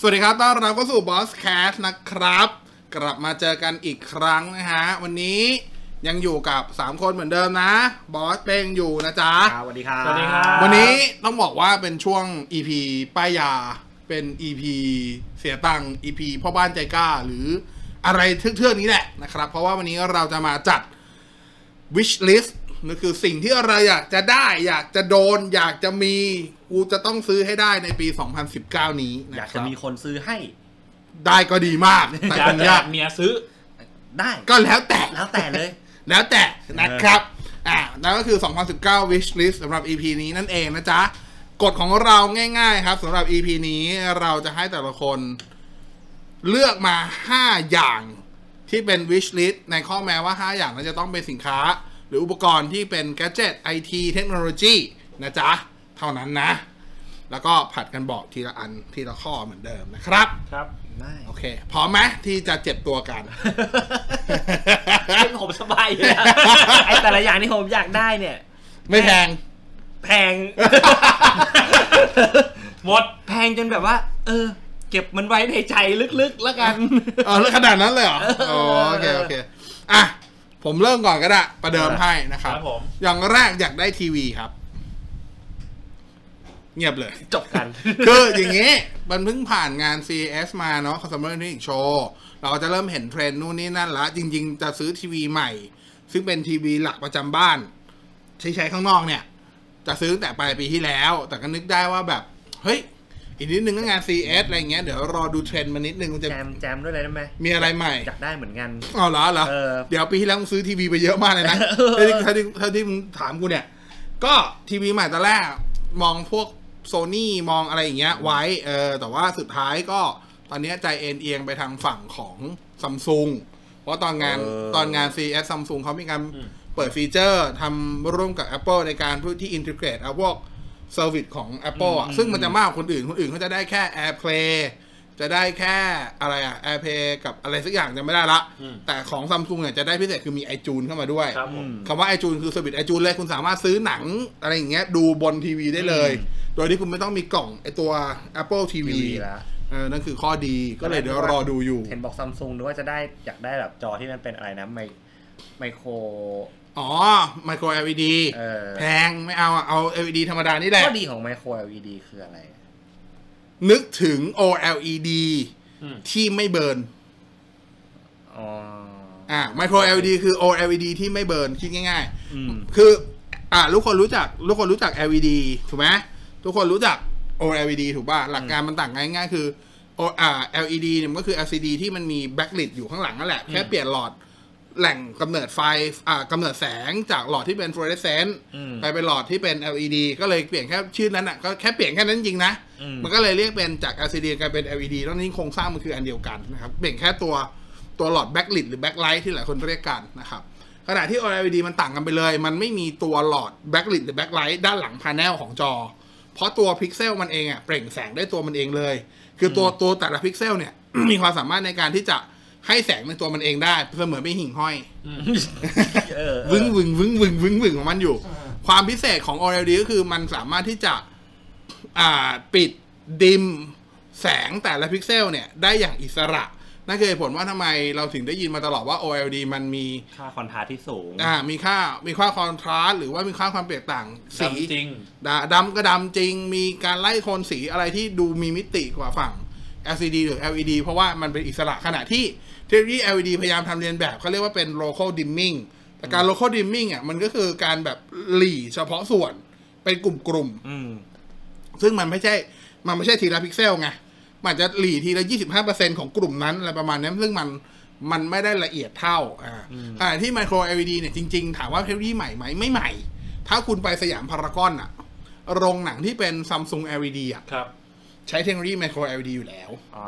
สวัสดีครับ ต้อนรับเข้าสู่บอสแคสนะครับ กลับมาเจอกันอีกครั้งนะฮะ วันนี้ยังอยู่กับ 3 คนเหมือนเดิมนะ บอสเป้งอยู่นะจ๊ะ ครับสวัสดีครับ สวัสดีครับ วันนี้ต้องบอกว่าเป็นช่วง EP ป้ายยา เป็น EP เสียตังค์ EP พ่อบ้านใจกล้า หรืออะไรเทื่อกๆนี้แหละนะครับ เพราะว่าวันนี้เราจะมาจัด wish list นั่นคือสิ่งที่เราอยากจะได้ อยากจะโดน อยากจะมี กูจะต้องซื้อให้ได้ในปี 2019 นี้น อยาก ค จะ รับ มีคนซื้อให้ ได้ก็ดีมาก แต่ อยา ค กอยายนาก กเมียซื้อ ได้ ก็แล้วแต่ แล้วแต่เลย แล้วแต่นะครับ อ่านั่นก็คือ 2019 wish list สำหรับ EP นี้นั่นเองนะจ๊ะ กฎของเราง่าย ๆ ครับสำหรับ EP นี้เราจะให้แต่ละคนเลือกมา 5 อย่างที่เป็น wish list ในข้อแม้ว่า 5 อย่างนั้นจะต้องเป็นสินค้า หรืออุปกรณ์ที่เป็น gadget IT เทคโนโลยีนะจ๊ะ เท่านั้นนะ แล้วก็ผัดกันบอกทีละอันทีละข้อเหมือนเดิมนะครับ ครับ ได้ โอเค พร้อมไหมที่จะเจ็บตัวกัน เป็นผมสบายอยู่แล้ว ไอแต่ละอย่างที่ผมอยากได้เนี่ย ไม่แพง แพง หมด แพงจนแบบว่า เออ เก็บมันไว้ในใจลึกๆแล้วกัน เออแล้วขนาดนั้นเลยเหรออ๋อโอเค โอเค อ่ะ ผมเริ่มก่อนก็ได้ ประเดิมให้นะครับ ครับผม อย่างแรกอยากได้ทีวีครับ เงียบเลย จบกัน คืออย่างนี้ มันเพิ่งผ่านงาน CES มาเนาะ Consumer Electronics Show เราจะเริ่มเห็นเทรนด์นู่นนี่นั่นละ จริง ๆ จะซื้อทีวีใหม่ ซึ่งเป็นทีวีหลักประจำบ้าน ใช้ใช้ข้างนอกเนี่ย จะซื้อตั้งแต่ปลายปีที่แล้ว แต่ก็นึกได้ว่าแบบ เฮ้ย อีกนิดนึงก็งาน CES อะไรเงี้ย เดี๋ยวรอดูเทรนด์มานิดนึงมันจะ แจมแจมด้วยเลยได้ไหม มีอะไรใหม่ อยากได้เหมือนกัน เอาเหรอเหรอ เออ เดี๋ยวปีที่แล้วมึงซื้อทีวีไปเยอะมากเลยนะ เออ เท่าที่เท่าที่เท่าที่มึงถามกูเนี่ย ก็ทีวีใหม่ตอนแรกมองพวกโซนี่มองอะไรอย่างเงี้ย ไว้เออแต่ว่าสุดท้ายก็ตอนเนี้ยใจเอ็นเอียงไปทางฝั่งของซัมซุงเพราะตอนงาน เออ ตอนงาน CES ซัมซุงเขามีการเปิดฟีเจอร์ทำร่วมกับ Apple ในการที่ integrate เอาพวกเซอร์วิสของ Apple อะซึ่งมันจะมากกว่าคนอื่น คนอื่นเขาจะได้แค่ AirPlay จะได้แค่อะไรอะ AirPlay กับอะไรสักอย่างจะไม่ได้ละ อืม แต่ของซัมซุงเนี่ยจะได้พิเศษคือมี iTunes เข้ามาด้วย ครับผม คำว่า iTunes คือสวิต iTunes เลยคุณสามารถซื้อหนังอะไรอย่างเงี้ยดูบนทีวีได้เลย โดยที่คุณไม่ต้องมีกล่องไอตัว Apple TV ทีวีละ เออนั่นคือข้อดีก็เลยเดี๋ยวรอดูอยู่ เห็นบอกซัมซุงนึกว่าจะได้อยากได้แบบจอที่มันเป็นอะไรนะไมไมโคร อ๋อ Micro LED เออ แพงไม่เอาอะเอา LED ธรรมดานี่แหละ ข้อดีของไมโคร LED คืออะไร นึกถึง OLED อืม ที่ไม่เบิร์น อ๋อ อ่า Micro LED คือ OLED ที่ไม่เบิร์นคิดง่าย อืม ๆ คือ อ่าทุกคนรู้จักทุกคนรู้จัก LED ถูกไหมทุกคนรู้จัก OLED ถูกป่ะ หลักการมันต่างกันง่ายๆคือ O อ่า LED เนี่ยมันก็คือ LCD ที่มันมี backlit อยู่ข้างหลังนั่นแหละ แค่เปลี่ยนหลอดแหล่งกำเนิดไฟ อ่ากำเนิดแสงจากหลอดที่เป็นฟลูออเรสเซนต์ อืม ไปเป็นหลอดที่เป็น LED ก็เลยเปลี่ยนแค่ชื่อนั้นอ่ะก็แค่เปลี่ยนแค่นั้นจริงนะ อืม มันก็เลยเรียกเป็นจาก LCD กลายเป็น LED แล้วนี้โครงสร้างมันคืออันเดียวกันนะครับ เปลี่ยนแค่ตัวตัวหลอดแบ็คลิ t หรือแบ็คไลท์ที่หลายคนเรียกกันนะครับ ขณะที่ OLED มันต่างกันไปเลย มันไม่มีตัวหลอดแบ็คลิ t หรือแบ็คไลท์ด้านหลังพาแนลของจอ เพราะตัวพิกเซลมันเองอะเปล่งแสงได้ตัวมันเองเลย คือตัวตัวแต่ละพิกเซลเนี่ย มีความสามารถในการที่จะให้แสงในตัวมันเองได้เสมือนไม่หิ่งห้อย เออเออ วึ้งวึงวึ้งวึงวึงวึงของมันอยู่ ความพิเศษของ OLED ก็คือมันสามารถที่จะ อ่าปิดดิมแสงแต่ละพิกเซลเนี่ย ได้อย่างอิสระ นั่นคือเหตุผลว่าทำไมเราถึงได้ยินมาตลอดว่า OLED มันมี ค่าคอนทราสต์ที่สูง อ่ามีค่ามีค่าคอนทราสต์หรือว่ามีค่าความแตกต่างสี ดำจริง ดำดำก็ดำจริง มีการไล่โทนสีอะไรที่ดูมีมิติกว่าฝั่ง LCD หรือ LED เพราะว่ามันเป็นอิสระขณะที่เทคโนโลยี LED พยายามทำเรียนแบบเขาเรียกว่าเป็น local dimming แต่การ local dimming อ่ะมันก็คือการแบบหลี่เฉพาะส่วนเป็นกลุ่ม อืม ๆ ซึ่งมันไม่ใช่ มันไม่ใช่ทีละพิกเซลไง มันอาจจะหลี่ทีละ 25%ของกลุ่มนั้นอะไรประมาณนั้นซึ่งมันมันไม่ได้ละเอียดเท่าอ่าขณะที่ micro LED เนี่ยจริง ๆ ถามว่าเทคโนโลยีใหม่ไหมไม่ใหม่ ถ้าคุณไปสยามพารากอนอะโรงหนังที่เป็น Samsung LED อะ ครับ ใช้เทคโนโลยี micro LED อยู่แล้ว อ๋อ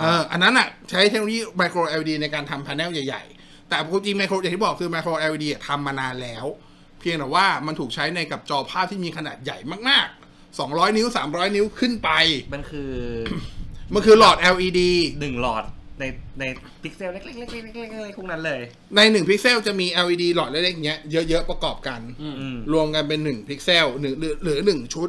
เอออันนั้นอะใช้เทคโนโลยี micro LED ในการทำพาเนลใหญ่ๆ แต่จริง micro อย่างที่บอกคือ micro LED อะทำมานานแล้ว เพียงแต่ว่ามันถูกใช้ในกับจอภาพที่มีขนาดใหญ่มากๆ 200 นิ้ว 300 นิ้วขึ้นไป มันคือ มันคือหลอด LED หนึ่งหลอดในในพิกเซลเล็กๆเล็กๆเล็กๆเล็กๆเล็กๆพวกนั้นเลย ในหนึ่งพิกเซลจะมี LED หลอดเล็กๆอย่างเงี้ยเยอะๆประกอบกัน อืม อืม รวมกันเป็นหนึ่ง พิกเซลหนึ่งหรือหรือหนึ่งชุด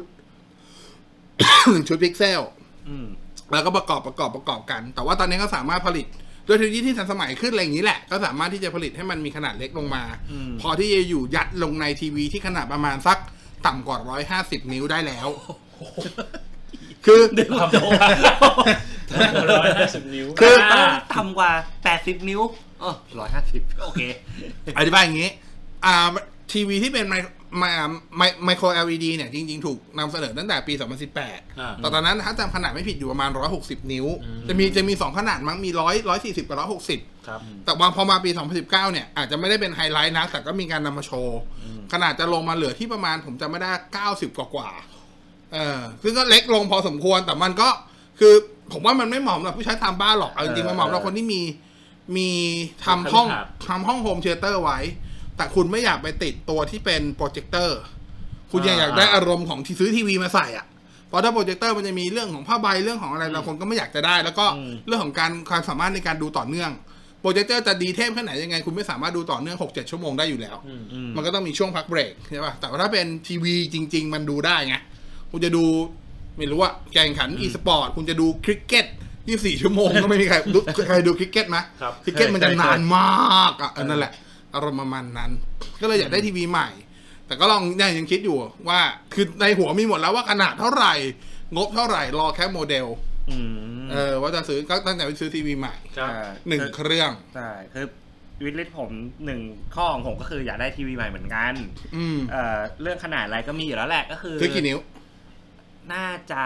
หนึ่งชุดพิกเซล อืม แล้วก็ประกอบประกอบประกอบกัน แต่ว่าตอนนี้ก็สามารถผลิตด้วยเทคโนโลยีที่ทันสมัยขึ้นอะไรอย่างนี้แหละ ก็สามารถที่จะผลิตให้มันมีขนาดเล็กลงมา อืม พอที่จะอยู่ยัดลงในทีวีที่ขนาดประมาณสักต่ำกว่า 150 นิ้วได้แล้ว คือ ดึงความโต ร้อยห้าสิบนิ้ว คืออ่ าต่ำกว่า 80 นิ้วเออร้อยห้าสิบโอเค อธิบายอย่างนี้ อ่าทีวีที่เป็นไมไมไมไมโคร LED เนี่ย จริง ๆ ถูกนำเสนอตั้งแต่ปี 2018 อ่า แต่ตอนนั้นถ้าจำขนาดไม่ผิดอยู่ประมาณ 160 นิ้ว อืม จะมีจะมี 2 ขนาดมั้งมี 100 140 กับ 160 ครับ แต่ว่าพอมาปี 2019 เนี่ย อาจจะไม่ได้เป็นไฮไลท์นะ แต่ก็มีการนำมาโชว์ ขนาดจะลงมาเหลือที่ประมาณผมจะไม่ได้ 90 กว่ากว่าๆเออซึ่งก็เล็กลงพอสมควร แต่มันก็คือผมว่ามันไม่เหมาะสำหรับผู้ใช้ตามบ้านหรอกเอาจริงๆ เออ มันเหมาะสำหรับคนที่มีมีทำ ทำ ห้อง ครับ ทำห้องโฮมเชเตอร์ไว้ แต่คุณไม่อยากไปติดตัวที่เป็นโปรเจคเตอร์ คุณยังอยากได้อารมณ์ของที่ซื้อทีวีมาใส่อ่ะเพราะถ้าโปรเจคเตอร์มันจะมีเรื่องของผ้าใบเรื่องของอะไรบางคนก็ไม่อยากจะได้ แล้วก็ อืม เรื่องของการความสามารถในการดูต่อเนื่องโปรเจคเตอร์จะดีเทพแค่ไหนยังไง คุณไม่สามารถดูต่อเนื่อง 6-7 ชั่วโมงได้อยู่แล้ว อืม มันก็ต้องมีช่วงพักเบรกใช่ป่ะแต่ว่าถ้าเป็นทีวีจริง ๆ มันดูได้ไงคุณจะดูไม่รู้ว่าแข่งขันอีสปอร์ตคุณจะดูคริกเก็ต 24 ชั่วโมง ก็ไม่มีใครดูใครดูคริกเก็ตไหม ครับ คริกเก็ตมันจะ เคยๆ นานมากอ่ะเออนั่นแหละอารมณ์ประมาณนั้น ก็เลยอยากได้ทีวีใหม่ แต่ก็ลองเนี่ยยังคิดอยู่ว่าคือในหัวมีหมดแล้วว่าขนาดเท่าไหร่ งบเท่าไหร่รอแค่โมเดล อืม เออว่าจะซื้อก็ตั้งใจไปซื้อทีวีใหม่ ครับ อ่า หนึ่ง คือ เครื่อง ใช่คือวิลิตผมหนึ่งข้อของผมก็คืออยากได้ทีวีใหม่เหมือนกัน อืม เอ่อเรื่องขนาดอะไรก็มีอยู่แล้วแหละก็คือ ซื้อกี่นิ้ว น่าจะ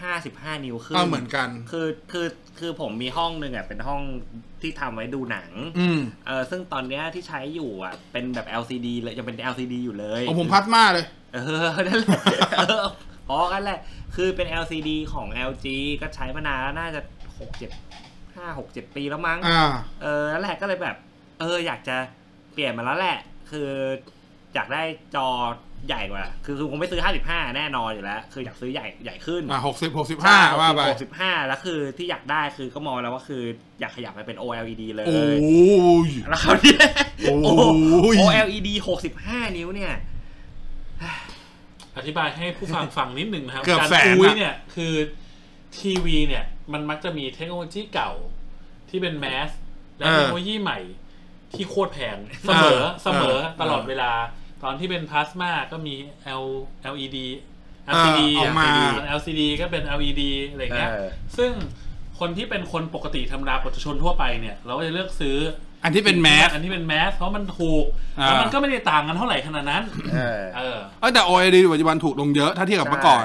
ห้าสิบห้านิ้วขึ้น อ่าเหมือนกัน คือคือคือผมมีห้องหนึ่งอ่ะเป็นห้องที่ทำไว้ดูหนัง อืม เออซึ่งตอนเนี้ยที่ใช้อยู่อ่ะเป็นแบบ LCD เลยยังเป็น LCD อยู่เลย ของผมพัดมาเลย เออ นั่นแหละเออพอกันแหละ คือเป็น LCD ของ LG ก็ใช้มานานแล้วน่าจะหกเจ็ดห้าหกเจ็ดปีแล้วมั้ง อ่า เออ นั่นแหละก็เลยแบบ เออ อยากจะเปลี่ยนมาแล้วแหละ คืออยากได้จอใหญ่กว่า คือคือคงไม่ซื้อ 55 แน่นอนอยู่แล้ว คืออยากซื้อใหญ่ใหญ่ขึ้น อ่ะหกสิบหกสิบห้าว่าไป หกสิบห้าแล้วคือที่อยากได้คือก็มองแล้วว่าคืออยากขยับไปเป็น OLED เลย โอ้ย แล้วคราวนี้ โอ้ย โอ้โห OLED 65 นิ้วเนี่ย อธิบายให้ผู้ฟังฟังนิดหนึ่งนะครับ เกือบ การ แสนอะ อุ้ยเนี่ยคือทีวีเนี่ย มันมักจะมีเทคโนโลยีเก่าที่เป็นแมสและเทคโนโลยีใหม่ที่โคตรแพงเสมอเสมอตลอดเวลา ตอนที่เป็นพลาสมาก็มี L LED เออ LCD ออกมา LCD LCD ก็เป็น LED อะไรเงี้ย เออ ซึ่งคนที่เป็นคนปกติธรรมดาประชาชนทั่วไปเนี่ย เราก็จะเลือกซื้อ อันที่เป็นแมส อันที่เป็นแมสเพราะมันถูก อ่า แล้วมันก็ไม่ได้ต่างกันเท่าไหร่ขนาด นั้น เออ เออ เอ้ยแต่ OLED ปัจจุบันถูกลงเยอะถ้าเทียบกับเมื่อก่อน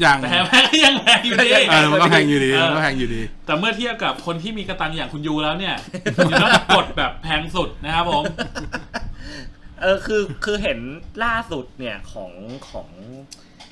ใช่ อย่าง แต่แม่งก็ยังแพงอยู่ดี เออมันก็แพงอยู่ดี เออ มันก็แพงอยู่ดี แต่เมื่อเทียบกับคนที่มีกระตังอย่างคุณยูแล้วเนี่ย คุณยูต้องกดแบบแพงสุดนะครับ ผม เออคือคือเห็นล่าสุดเนี่ยของของ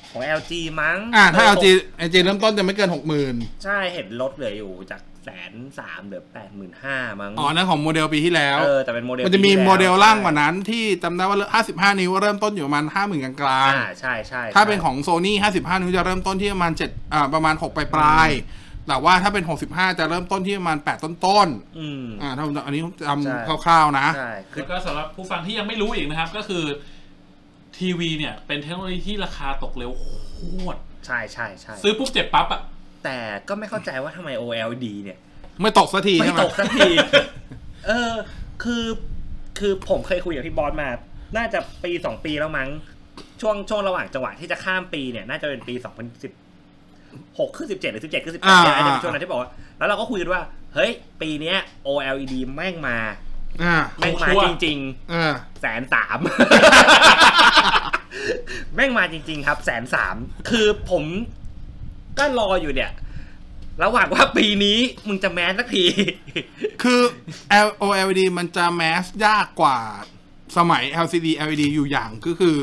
ของ LG มั้ง อ่าถ้า เ เอาจีเอาจีเริ่มต้นจะไม่เกินหกหมื่น ใช่เห็นลดเหลืออยู่จากแสนสามเหลือแปดหมื่นห้ามั้ง อ๋อนั่นของโมเดลปีที่แล้ว เออแต่เป็นโมเดล มันจะมี ปีที่แว โมเดลล่างกว่านั้นที่จำได้ว่าห้าสิบห้านิ้วเริ่มต้นอยู่ประมาณห้าหมื่นกลาง อ่าใช่ใช่ ๆถ้าเป็นของโซนี่ห้าสิบห้านิ้วจะเริ่มต้นที่ประมาณเจ็ดอ่าประมาณหกปลายๆแต่ว่าถ้าเป็นหกสิบห้าจะเริ่มต้นที่ประมาณแปดต้น อืม ๆอ่าถ้าอันนี้จ ใช่ ำคร่าวๆนะ ใช่คื คือ อก็สำหรับผู้ฟังที่ยังไม่รู้อีกนะครับ ก็คือทีวีเนี่ย เป็นเทคโนโลยีที่ราคาตกเร็วโคตร ใช่ใช่ใช่ ซื้อปุ๊บเจ็บปั๊บอ่ะ แต่ก็ไม่เข้าใจว่าทำไม OLED เนี่ย ไม่ตกสักที ไม่ ใช่ไหม ตกสักที เออ คือ คือผมเคยคุยกับพี่บอสมา น่าจะปีสองปีแล้วมั้ง ช่วงช่วงระหว่างจังหวะที่จะข้ามปีเนี่ย น่าจะเป็นปีสองพันสิบหกขึ้นสิบเจ็ดหรือสิบเจ็ดขึ้นสิบแปด อ่า เนี่ยน่าอ่าจะเป็นช่วงนั้นที่บอกว่า แล้วเราก็คุยกันว่า เฮ้ย ปีเนี้ย OLED แม่งมา อ่า แม่งมา ชัวร์ จริง เออ ๆแสนสาม แม่งมาจริง ๆ ครับแสนสาม คือผมก็รออยู่เนี่ย ระหว่างว่าปีนี้มึงจะแมสสักที คือ L O L E D มันจะแมสยากกว่าสมัย L C D L E D อยู่อย่างก็คือ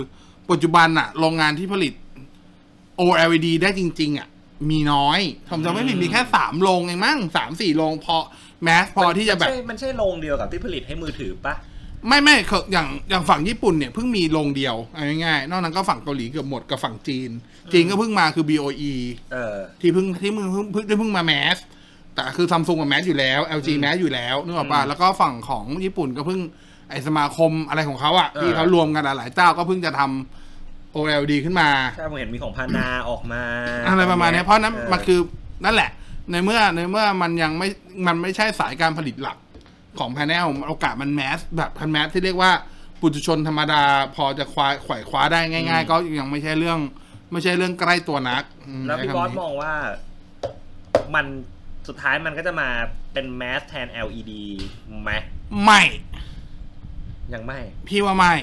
ปัจจุบันอะโรงงานที่ผลิต O L E D ได้จริง ๆอะมีน้อยผมจะไม่ผิด อืม มีแค่สามโรงเองมั้งสามสี่โรงพอแมสพอที่จะแบบ มันใช่มันใช่โรงเดียวกับที่ผลิตให้มือถือปะ ไม่ไม่เขาอย่างอย่างฝั่งญี่ปุ่นเนี่ยเพิ่งมีโรงเดียวเอาง่ายๆ นอกนั้นก็ฝั่งเกาหลีเกือบหมดกับฝั่งจีน จีนก็เพิ่งมาคือ B O E เออ ที่เพิ่งที่มึงเพิ่งเพิ่งที่เพิ่งมาแมส แต่คือซัมซุงกับแมสอยู่แล้ว LG แมสอยู่แล้วนึกออกป่ะแล้วก็ฝั่งของญี่ปุ่นก็เพิ่งไอสมาคมอะไรของเขาอะ เออ ที่เขารวมกันหลายๆเจ้าก็เพิ่งจะทำ OLED ขึ้นมา ใช่ผมเห็นมีของพานาออกมา อะไรประมาณเนี้ยเพราะนั้นมันคือนั่นแหละ ในเมื่อในเมื่อมันยังไม่มันไม่ใช่สายการผลิตหลักของพาแนลโอกาสมันแมสแบบพันแมสที่เรียกว่าปุถุชนธรรมดาพอจะควายไขว่คว้าได้ง่าย ๆ ก็ยังไม่ใช่เรื่อง ไม่ใช่เรื่องใกล้ตัวนักม แล้วพี่ ใช้ บ คำ อส นี้ มองว่ามันสุดท้ายมันก็จะมาเป็นแมสแทน LED ไหม ไม่ ยังไม่ พี่ว่าไม่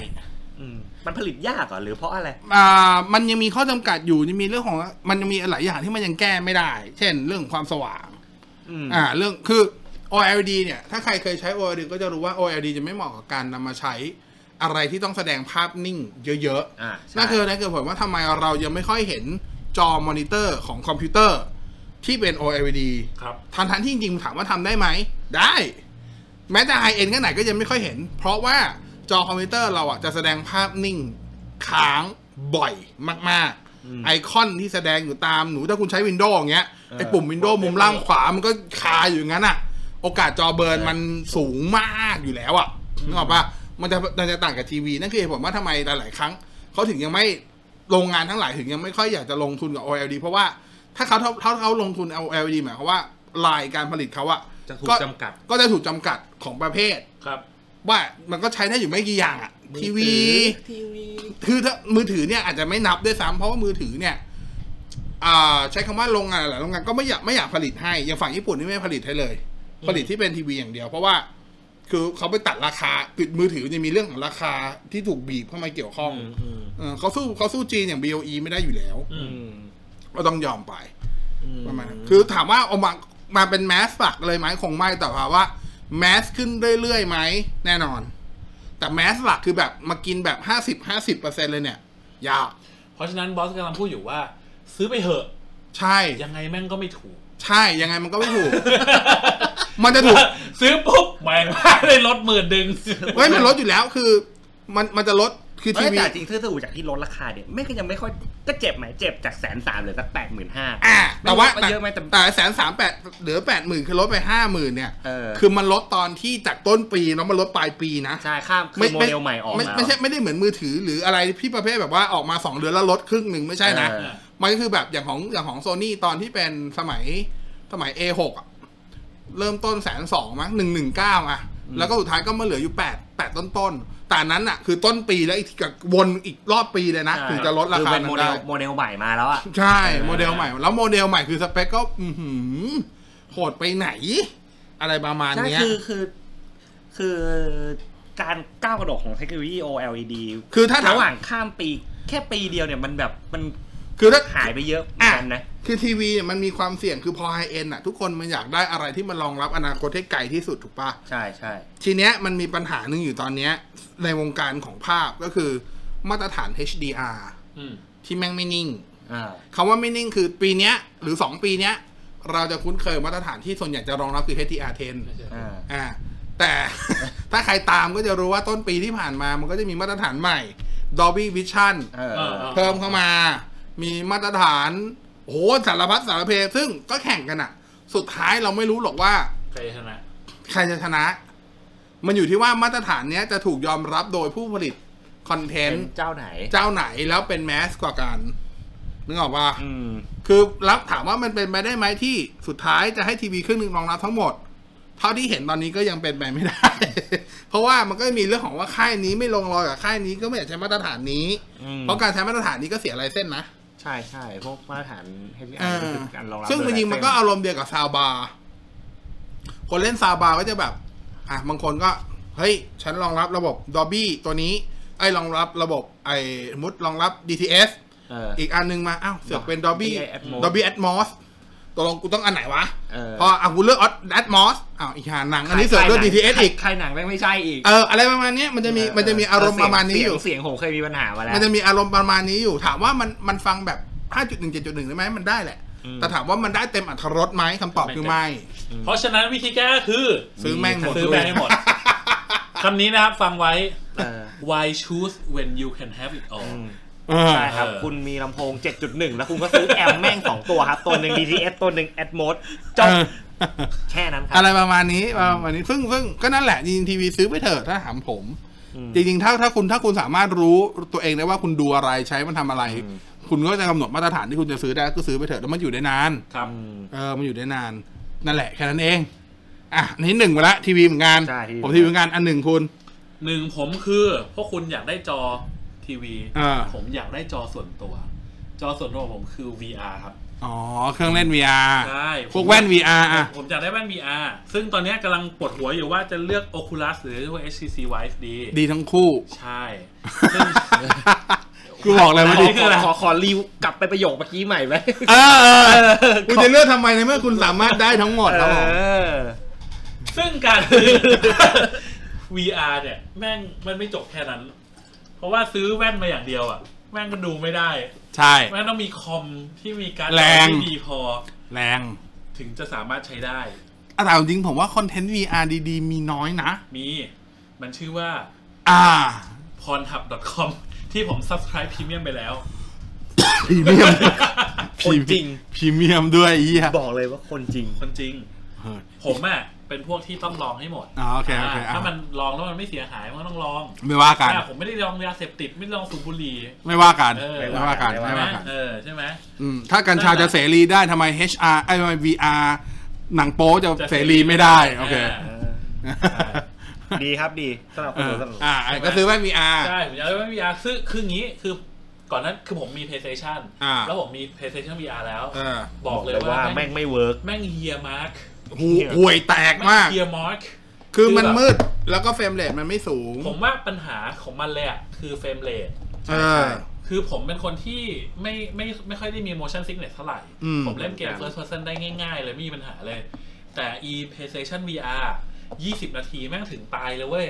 อืมมันผลิตยากเหรอหรือเพราะอะไร อ่ามันยังมีข้อจำกัดอยู่ยังมีเรื่องของมันยังมีหลายอย่างที่มันยังแก้ไม่ได้ เช่น เรื่องความสว่าง อืม อ่าเรื่องคือ OLED เนี่ย ถ้าใครเคยใช้ OLED ก็จะรู้ว่า OLED จะไม่เหมาะกับการนำมาใช้อะไรที่ต้องแสดงภาพนิ่งเยอะ อ่า ๆ ใช่ นั่นคือนั่นคือผลว่าทำไมเรายังไม่ค่อยเห็นจอมอนิเตอร์ของคอมพิวเตอร์ที่เป็น OLED ครับ ทันทันที่จริงๆถามว่าทำได้ไหม ได้ แม้แต่ไฮเอ็นก็ไหนก็ยังไม่ค่อยเห็น เพราะว่าจอคอมพิวเตอร์เราอ่ะจะแสดงภาพนิ่งค้างบ่อยมากๆ ไอคอนที่แสดงอยู่ตามหนูถ้าคุณใช้ Windows อย่างเงี้ยไอปุ่ม Windows มุมล่างขวามันก็คาอยู่อย่างนั้นอ่ะ โอกาสจอเบิร์นมันสูงมากอยู่แล้วอ่ะนึกออกปะมันจะมันจะต่างกับทีวีนั่นคือเหตุผลว่าทำไมหลายๆครั้งเขาถึงยังไม่โรงงานทั้งหลายถึงยังไม่ค่อยอยากจะลงทุนกับ OLED เพราะว่าถ้าเขาเท่าเขาลงทุน OLED หมายความว่าลายการผลิตเขาอะ จะถูกจำกัด ก็จะถูกจำกัดของประเภท ครับ ว่ามันก็ใช้ได้อยู่ไม่กี่อย่างอะทีวี ทีวี คือถ้ามือถือเนี่ยอาจจะไม่นับด้วยซ้ำเพราะว่ามือถือเนี่ยอ่าใช้คำว่าโรงงานหลายๆโรงงานก็ไม่อยากไม่อยากผลิตให้อย่างฝั่งญี่ปุ่นนี่ไม่ผลิตให้เลย ผลิตที่เป็นทีวีอย่างเดียว เพราะว่า คือเขาไปตัดราคาคือมือถือจะมีเรื่องของราคาที่ถูกบีบเข้ามาเกี่ยวข้องเออเขาสู้เขาสู้จีนอย่าง BOE ไม่ได้อยู่แล้ว อืม ก็ต้องยอมไปประมาณนั้นคือถามว่าเอามามาเป็นแมสฝักเลยไหมคงไม่แต่ถามว่าแมสขึ้นเรื่อยๆไหมแน่นอน แต่แมสหลักคือแบบมากินแบบห้าสิบห้าสิบเปอร์เซ็นเลยเนี่ยยาก เพราะฉะนั้นบอสกำลังพูดอยู่ว่า ซื้อไปเหอะ ใช่ ยังไงแม่งก็ไม่ถูก ใช่ยังไงมันก็ไม่ถูก มันจะถูก ซื้อปุ๊บแม่งได้ลดหมื่นดึง เฮ้ยมันลดอยู่แล้วคือ มันมันจะลดคือที เอ้ย วี แต่จริงๆถ้าดูจากที่ลดราคาเนี่ยแม่งก็ยังไม่ค่อยก็เจ็บไหมเจ็บจากแสนสามเหลือสักแปดหมื่นห้า อ่าแต่ว่า มันเยอะไหมแต่ แต่แสนสามแปดเหลือแปดหมื่นคือลดไปห้าหมื่นเนี่ย เออ คือมันลดตอนที่จากต้นปีแล้วมันลดปลายปีนะ ใช่ข้ามคือโมเดลใหม่ออก ไม่ แล้ว ไม่ใช่ไม่ได้เหมือนมือถือหรืออะไรพี่ประเภทแบบว่าออกมาสองเดือนแล้วลดครึ่งหนึ่งไม่ใช่นะ เออ มันก็คือแบบอย่างของอย่างของโซนี่ตอนที่เป็นสมัยสมัย A6 อ่ะ เริ่มต้นแสนสองมั้งหนึ่งหนึ่งเก้าอ่ะ แล้วก็สุดท้ายก็มาเหลืออยู่แปดแปดต้นต้นๆแต่อันนั้นอ่ะ คือต้นปีแล้วอีกกับวนอีกรอบปีเลยนะ ใช่ ถึงจะลดรา อ คา เป็น มั โม น เด ได้ ลโมเดลใหม่มาแล้วอ่ะ ใช่โมเดลใหม่ แล้วโมเดลใหม่คือสเปคก็อื้อหือโหดไปไหน อะไรประมาณ ใช่ เนี้ย คือคือ คือการก้าวกระโดดของเทคโนโลยี OLED คือถ้าถาม ระหว่างข้ามปีแค่ปีเดียวเนี่ยมันแบบมัน คือถ้า หายไปเยอะเหมือนกันนะ คือทีวีเนี่ยมันมีความเสี่ยงคือพอไฮเอ็นอ่ะ ทุกคนมันอยากได้อะไรที่มันรองรับอนาคตให้ไกลที่สุดถูกปะ ใช่ใช่ ทีเนี้ยมันมีปัญหาหนึ่งอยู่ตอนเนี้ยในวงการของภาพก็คือมาตรฐาน HDR อืม ที่แม่งไม่นิ่ง อ่า คำว่าไม่นิ่งคือปีเนี้ยหรือ 2 ปีเนี้ย เราจะคุ้นเคยมาตรฐานที่ส่วนใหญ่จะรองรับคือ HDR ไม่ใช่ 10 อ่า อ่าแต่ ถ้าใครตามก็จะรู้ว่าต้นปีที่ผ่านมามันก็จะมีมาตรฐานใหม่ Dolby Vision เออ เออ เพิ่มเข้ามา มีมาตรฐาน โห สารพัดสารเพ ซึ่งก็แข่งกันอะสุดท้ายเราไม่รู้หรอกว่า ใครชนะ ใครจะชนะ มันอยู่ที่ว่ามาตรฐานเนี้ยจะถูกยอมรับโดยผู้ผลิตคอนเท เป็น น ต์ เจ้าไหน เจ้าไหนแล้วเป็นแมสกว่ากัน นึกออกปะ อืม คือรับถามว่ามันเป็นไปได้ไหมที่สุดท้ายจะให้ทีวีเครื่องหนึ่งรองรับทั้งหมด เท่าที่เห็นตอนนี้ก็ยังเป็นไปไม่ได้ เพราะว่ามันก็มีเรื่องของว่าค่ายนี้ไม่ลงรอยกับค่ายนี้ก็ไม่อยากใช้มาตรฐานนี้ อืม เพราะการใช้มาตรฐานนี้ก็เสียลายเส้นนะ ใช่ใช่พวกมาตรฐาน HDR เออ นี่คือการรองรับ ซึ่งจริงๆมันก็อารมณ์เดียวกับซาวบาร์คนเล่นซาวบาร์ก็จะแบบ อ่ะบางคนก็ เฮ้ย ฉันรองรับระบบ Dolby ตัวนี้ ไอ้รองรับระบบไอ้สมมุดรองรับ DTS เออ อีกอันหนึงมา อ้าวเสือกเป็น Dolby Dolby Atmos Dolby Atmos ตกลงกูต้องอันไหนวะ เออ พออ่ะกูเลือก Atmos อ้าวอีกหาหนัง อันนี้เสือกเลือก DTS อีก ใครหนังแม่งไม่ใช่อีก เออ อะไรประมาณเนี้ยมันจะมีมันจะมีอารมณ์ประมาณนี้อยู่ เสีงเสียงผมเคยมีปัญหามาแล้ว มันจะมีอารมณ์ประมาณนี้อยู่ ถามว่ามันมันฟังแบบ 5.1 7.1 ได้ไหมมันได้แหละ อืม แต่ถามว่ามันได้เต็มอรรถรสไหมคำตอบคือไม่ เพราะฉะนั้นวิธีแก้คือ ซื้อแม่งหมด ซื้อแม่งให้หมด คำนี้นะครับ ฟังไว้ เออ why choose when you can have it all เออ ใช่ครับ เออ คุณมีลำโพง 7.1 แล้วคุณก็ซื้อแอมแม่ง 2 ตัวครับ ตัวหนึ่ง DTS ตัวหนึ่ง Atmos จบ เออ แค่นั้นครั อะ บ ไรประมาณนี้ประมาณนี้ซึ่งซึ่งก็นั่นแหละจริงๆทีวีซื้อไปเถอะถ้าถามผม อืม จริงๆถ้าถ้าคุณถ้าคุณสามารถรู้ตัวเองได้ว่าคุณดูอะไรใช้มันทำอะไร อืม คุณก็จะกำหนดมาตรฐานที่คุณจะซื้อได้ก็ซื้อไปเถอะแล้วมันอยู่ได้นาน ครับ เออ มันอยู่ได้นาน นั่นแหละแค่นั้นเอง อ่ะอันนี้หนึ่งไปละทีวีเหมือนกัน ใช่ ผมทีวีเหมือนกันอันหนึ่งคุณ หนึ่งผมคือพวกคุณอยากได้จอทีวี อ่า ผมอยากได้จอส่วนตัว จอส่วนตัวของผมคือ VR ครับ อ๋อ เครื่องเล่น VR ใช่ พวกแว่น VR อ่ะ ผมอยากได้แว่น VR ซึ่งตอนเนี้ยกำลังปวดหัวอยู่ว่าจะเลือก Oculus หรือว่า HTC Vive ดี ดีทั้งคู่ ใช่ ซึ่ง กูบอกเลย ข ว่า อ ดี ขอขอขอรีวกลับไปประโยคเมื่อกี้ใหม่ไหม เออเออเออคุณจะเลือกทำไมในเมื่อคุณสามารถได้ทั้งหมดครับผม เออ ซึ่งการซื้อ VR เนี่ยแม่งมันไม่จบแค่นั้น เพราะว่าซื้อแว่นมาอย่างเดียวอ่ะ แม่งก็ดูไม่ได้ ใช่ แม่งต้องมีคอมที่มีการ์ดจ แร อง ที่ดีพอ แรง ถึงจะสามารถใช้ได้ อ่ะแต่เอาจริงผมว่าคอนเทนต์ VR ดี ๆ มีน้อยนะ มี มันชื่อว่า อ่า p o r n h u b c o m ที่ผม subscribe premium ไปแล้ว พรีเมียม คนจริง พรีเมียมด้วยไอเหีย บอกเลยว่าคนจริง คนจริง เออ ผมอ่ะเป็นพวกที่ต้องลองให้หมด อ๋อโอเคโอเค า อ่ะ ถ้ามันลองแล้วมันไม่เสียหายมันก็ต้องลอง ไม่ว่ากัน อ่ะผมไม่ได้ลองยาเสพติดไม่ได้ลองสูบบุหรี่ ไม่ว่ากัน เออ ไม่ว่ากัน ไม่ ไม่ ว่า ว่า กั กัน น เออใช่ไหม อืมถ้ากัญชาจะเสรีได้ทำไม HR ไอ้ทำไม VR หนังโป๊จะเสรีไม่ได้ โอเค เออดีครับดีสำหรับค เอน อ ดูสำหรับ อ่าก็ซื้อแว่น VR ใช่ผมอยากได้แว่น VR ซึ่งคืออย่างงี้คือก่อนนั้นคือผมมี PlayStation อ่า แล้วผมมี PlayStation VR แล้ว เออ บอกเลยว่าแม่ แม่ ง งไม่เวิร์ก แม่งเฮียมาร์ก หูห่วยแตกมาก เฮียมาร์ก คือมันมืดแล้วก็เฟรมเรทมันไม่สูง ผมว่าปัญหาของมันเลยอะคือเฟรมเรท เออ คือผมเป็นคนที่ไม่ไม่ไม่ค่อยได้มี motion sickness เท่าไหร่ อืม ผมเล่นเกม first person ได้ง่ายๆ เลยไม่มีปัญหาเลย แต่ e PlayStation VR 20 นาทีแม่งถึงตายเลยเว้ย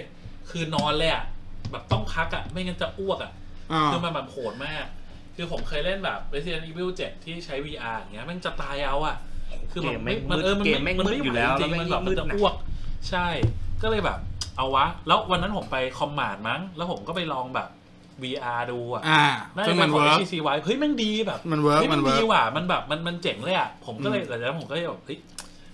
คือนอนเลยอะแบบต้องพักอะไม่งั้นจะอ้วกอะ อ่า คือมันแบบโหดมาก คือผมเคยเล่นแบบ Resident Evil 7 ที่ใช้ VR อย่างเงี้ยแมันจะตายเอาอ่ะ คือแบบ เกมแม่ง มันเออมัน เกมแม่งมืดอยู่แล้ว จริงๆ แล้วแม่ง มันแบบ มื มัน ด จะ หนัก อ้วก ใช่ ก็เลยแบบ เอาวะ แล้ววันนั้นผมไปคอมมานด์มั้ง แล้วผมก็ไปลองแบบ VR ดูอ่ะ อ่า น่า ซึ่งจะเป็ มัน นของ เวิร์ก HTC Vive เฮ้ยแมันดีแบบ มันเวิร์ก เฮ้ย มั มันน เวิ ดี ร์ก ว่ะ มันแบบมันมันเจ๋งเลยอ่ะ ผมก็เลย อืม หลังจากนั้นผมก็เลยแบบเฮ้ย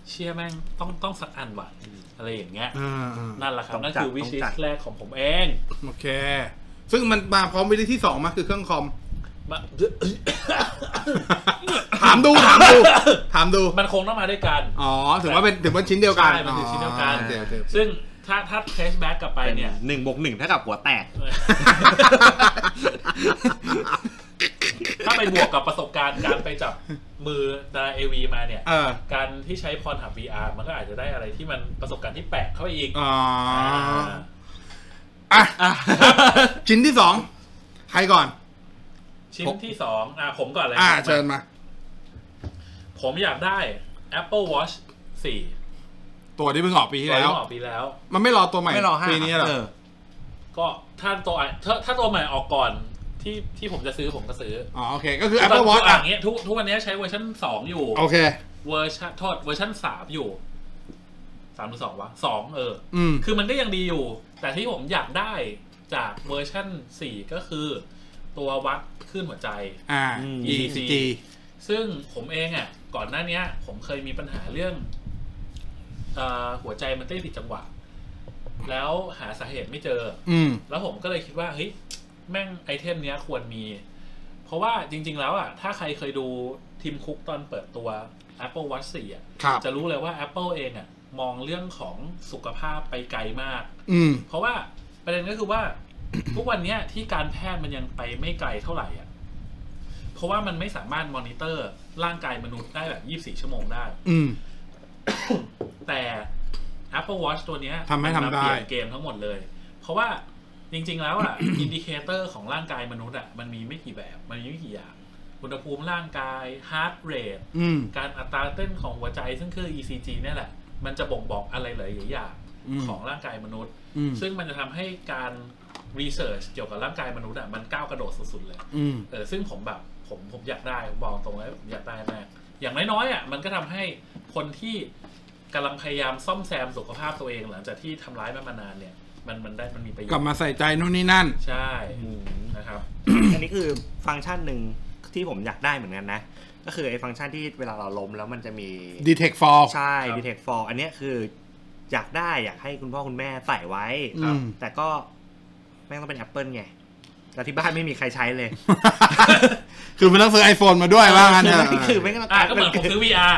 เชี่ยแม่งต้องต้องสักอันว่ะ อะไรอย่างเงี้ย เออเออ นั่นแหละครับ ต้อง นั่น จัด คือวิ ต้อ ช งจัด แรกของผมเอง โอเค ซึ่งมันมาพร้อมวิธีที่สองมาคือเครื่องคอม มา ถามดูถามดู ถามดู มันคงต้องมาด้วยกัน อ๋อถือว่าเป็นถือว่าชิ้นเดียวกัน ใช่มันถือชิ้นเดียวกัน อ๋อโอเคโอเค ซึ่งถ้าถ้าเทสแบ็กกลับไปเนี่ย หนึ่งบวกหนึ่งเท่ากับหัวแตก ถ้าไปบวกกับประสบการณ์การไปจับมือดาราเอวีมาเนี่ย เออ การที่ใช้พรหับ VR มันก็อาจจะได้อะไรที่มันประสบการณ์ที่แปลกเข้าไปอีก อ๋อ อ่า อ่ะชิ้นที่สองใครก่อน ชิ้นที่สองอ่ะผมก่อนเลย อ่าเชิญมา ผมอยากได้ Apple Watch 4 ตัวที่เพิ่งออกปีที่ ตัว แล้ ที่ ว ออกปีแล้ว มันไม่รอตัวใหม่ ไม่รอห้า ปีนี้หรอ เออ ก็ถ้าตัวอ่ะถ้าถ้าตัวใหม่ออกก่อนที่ที่ผมจะซื้อผมก็ซื้อ อ๋อโอเค ก็คือ Apple Watch อ่ะอ่ะอย่างเงี้ยทุกทุกวันนี้ใช้เวอร์ชัน2 อยู่ โอเค เวอร์ชันโทษเวอร์ชันสามอยู่สามหรือสองวะสองเออ อืม คือมันก็ยังดีอยู่ แต่ที่ผมอยากได้จากเวอร์ชันสี่ก็คือ ตัววัดคลื่นหัวใจ อ่า อืม ECG ซึ่งผมเองอ่ะ ก่อนหน้าเนี้ย ผมเคยมีปัญหาเรื่องเอ่อหัวใจมันเต้นผิดจังหวะ แล้วหาสาเหตุไม่เจอ อืม แล้วผมก็เลยคิดว่าเฮ้ยแม่งไอเทมเนี้ยควรมี เพราะว่าจริง ๆ แล้วอ่ะ ถ้าใครเคยดูทีมคุกตอนเปิดตัว Apple Watch 4อ่ะ ครับ จะรู้เลยว่า Apple เองอ่ะมองเรื่องของสุขภาพไปไกลมาก อืม เพราะว่าประเด็นก็คือว่า ทุกวันเนี้ยที่การแพทย์มันยังไปไม่ไกลเท่าไหร่อ่ะ เพราะว่ามันไม่สามารถมอนิเตอร์ร่างกายมนุษย์ได้แบบ 24 ชั่วโมงได้ อืม แต่ Apple Watch ตัวเนี้ย ทำให้ทำได้ มันมาเปลี่ยนเกมทั้งหมดเลย เพราะว่าจริง ๆ แล้วอ่ะ อินดิเคเตอร์ของร่างกายมนุษย์อ่ะมันมีไม่กี่แบบ มันมีไม่กี่อย่าง อุณหภูมิร่างกาย heart rate อืม การอัตราเต้นของหัวใจซึ่งคือ ECG เนี่ยแหละ มันจะบ่งบอกอะไรหลายๆอย่าง อืม ของร่างกายมนุษย์ อืม ซึ่งมันจะทำให้การรีเสิร์ชเกี่ยวกับร่างกายมนุษย์อ่ะมันก้าวกระโดดสุดๆเลย อืม เออซึ่งผมแบบผมผมอยากได้ผมบอกตรงเลยผมอยากได้มากอย่างน้อยๆอ่ะมันก็ทำให้คนที่กำลังพยายามซ่อมแซมสุขภาพตัวเองหลังจากที่ทำร้ายมันมานานเนี่ย มันมันได้มันมีประโย กลั ช บ น์ มาใส่ใจนู่นนี่นั่น ใช่ อืม นะครับ อันนี้คือฟังก์ชันหนึ่งที่ผมอยากได้เหมือนกันนะ ก็คือไอ้ฟังก์ชันที่เวลาเราล้มแล้วมันจะมี Detect fall ใช่ ครับ Detect for อันเนี้ยคืออยากได้อยากให้คุณพ่อคุณแม่ใส่ไว้ อืม แต่ก็แม่งต้องเป็น Apple ไง แต่ที่บ้านไม่มีใครใช้เลย คือมันต้องซื้อ iPhone มา ด้วยว่างั้นเถอะ คือไม่ก็ อ่ะก็เหมือนผมซื้อ VR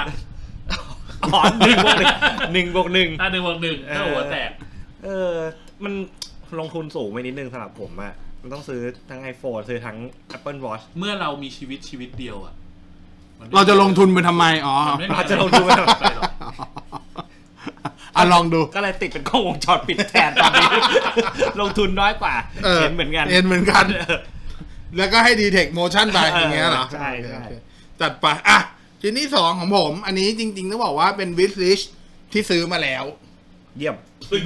อ๋อหนึ่งบวกหนึ่ง หนึ่งบวกหนึ่ง อ่ะหนึ่งบวกหนึ่งถ้าหัวแตก เออ มันลงทุนสูงไปนิดนึงสำหรับผมอะมันต้องซื้อทั้ง iPhone ซื้อทั้ง Apple Watch เมื่อเรามีชีวิตชีวิตเดียวอ่ะมันไม่ เราจะลงทุนไปทำไม อ๋อ มันไม่มี เราจะลงทุนไปทำไม ไปหรอก อ่ะ ลองดู ก็เลยติดเป็นกล้องวงจรปิดแทนตอนนี้ ลงทุนน้อยกว่า เออ เห็นเหมือนกัน เห็นเหมือนกัน เออ แล้วก็ให้ดีเทคโมชั่นไปอย่างเงี้ยเหรอ ใช่ใช่ โอเคจัดไป อ่ะ ชิ้นที่สองของผม อันนี้จริงๆต้องบอกว่าเป็นวิสลิชที่ซื้อมาแล้ว เยี่ยม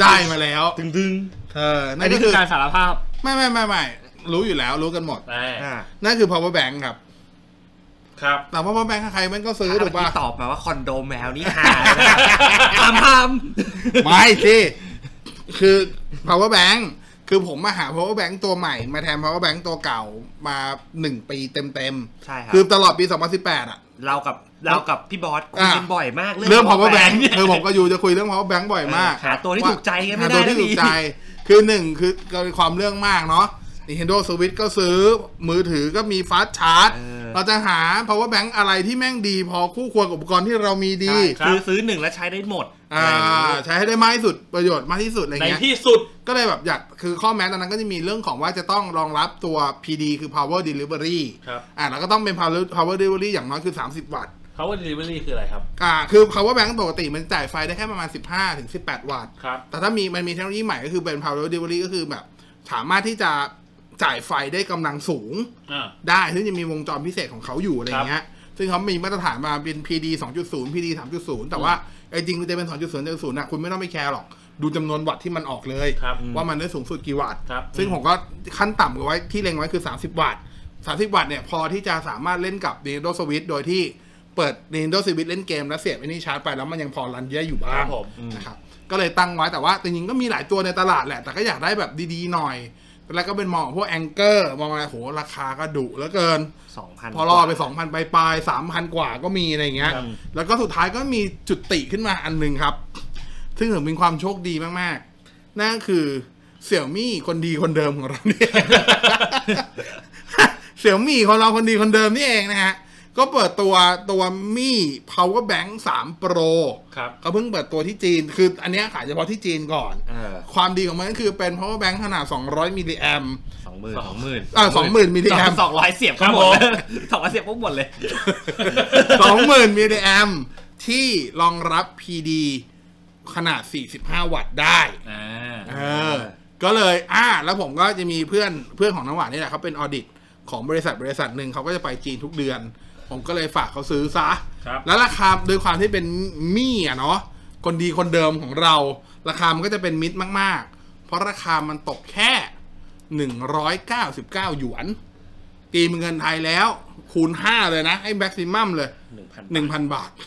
ได้มาแล้ว ตึงตึง เออ ๆ นั่นก็คือ การสารภาพ ไม่ไม่ไม่ไม่รู้อยู่แล้วรู้กันหมด แต่ อ่า นั่นคือ power bank ครับ ครับ แต่ power bank ใครๆมันก็ซื้อถูกป่ะ ที่ตอบมาว่าคอนโดแมวนี่หาตามห้าม ไม่สิคือ power bank คือผมมาหา power bank ตัวใหม่ มาแทน power bank ตัวเก่ามาหนึ่งปีเต็ม ใช่ๆครับ คือตลอดปี 2018 อ่ะ เรากับเรากับพี่บอสคุยกัน อ่ะ บ่อยมาก เรื่อง power bank คือผมก็อยู่จะคุยเรื่อง power bank บ่อยมาก หาตัวที่ถูกใจไงไม่ หาตัได้วที่ นะ ถูก พี่ ใจ คือหนึ่งคือก็มีความเรื่องมากเนาะ Nintendo Switch ก็ซื้อมือถือก็มีฟาสชาร์จ เออ เราจะหา power bank อะไรที่แม่งดี พอคู่ควรกับอุปกรณ์ที่เรามีดี ครับ คือซื้อหนึ่งแล้วใช้ได้หมด อ่า ใช้ให้ได้มากที่สุดประโยชน์มากที่สุดอะไร ใน เงี้ย ที่สุด ก็เลยแบบอยากคือข้อแม้ตอนนั้นก็จะมีเรื่องของว่าจะต้องรองรับตัว PD คือ power delivery ครับ อ่าแล้วก็ต้องเป็น power power delivery อย่างน้อยคือ 30 วัตต์ power delivery คืออะไรครับ อ่า คือ power bank ปกติมันจ่ายไฟได้แค่ประมาณ 15ถึง18 วัตต์ ครับ แต่ถ้ามีมันมีเทคโนโลยีใหม่ก็คือเป็น power delivery ก็คือแบบสามารถที่จะจ่ายไฟได้กำลังสูง อ่า ได้ซึ่งจะมีวงจรพิเศษของเขาอยู่อะไรอย่างเงี้ย ซึ่งเขามีมาตรฐานมาเป็น PD 2.0 PD 3.0 แต่ว่าไอ้จริงคุณจะเป็น 2.0 1.0นะคุณไม่ต้องไปแคร์หรอก ดูจำนวนวัตต์ที่มันออกเลย ครับ ว่ามันได้สูงสุดกี่วัตต์ ครับ ซึ่ง อืม ผมก็ขั้นต่ำไว้ที่เล็งไว้คือ 30 วัตต์ 30 วัตต์เนี่ยพอที่จะสามารถเล่นกับ Nintendo Switch โดยที่เปิด Nintendo Switch เล่นเกมแล้วเสียบไอ้นี่ชาร์จไปแล้วมันยังพอรันได้อยู่บ้าง ครับผม นะครับก็เลยตั้งไว้แต่ว่าจริงๆก็มีหลายตัวในตลาดแหละ แต่ก็อยากได้แบบดีๆหน่อย แล้วก็เป็นมองพวกแองเกอร์มองอะไรโหราคาก็ดุแล้วเกิน สองพัน พอรอไป 2,000 ไปปลายๆ3,000 กว่าก็มีอะไรอย่างเงี้ย ครับ แล้วก็สุดท้ายก็มีจุดติขึ้นมาอันหนึ่งครับ ซึ่งถือเป็นความโชคดีมากๆ นั่นก็คือเสี่ยวมี่คนดีคนเดิมของ เราเนี่ย เสี่ยวมี่ของเราคนดีคนเดิมนี่เองนะฮะ ก็เปิดตัวตัวมี่ power bank 3 pro ครับ เขาเพิ่งเปิดตัวที่จีน คืออันเนี้ยขายเฉพาะที่จีนก่อน เออ ความดีของมันก็คือเป็น power bank ขนาด 200 มิลลิแอม สองหมื่น สองหมื่น อ่า20,000มิลลิแอม สองร้อยเสียบก็หมดเลยสองร้อยเสียบก็หมดเลย 20,000 มิลลิแอมที่รองรับ PD ขนาด 45 วัตต์ได้ อ่า เออ ก็เลย อ่า แล้วผมก็จะมีเพื่อน เพื่อนของน้ำหวานนี่แหละเขาเป็นออดิตของบริษัทบริษัทหนึ่งเขาก็จะไปจีนทุกเดือน ผมก็เลยฝากเขาซื้อซะ ครับ แล้วราคาโดยความที่เป็นมี่อ่ะเนาะ คนดีคนเดิมของเรา ราคามันก็จะเป็นมิตรมาก ๆ เพราะราคามันตกแค่ 199 หยวน ตีเป็นเงินไทยแล้ว คูณ 5 เลยนะ ให้แม็กซิมัมเลย หนึ่งพัน 1,000 บาท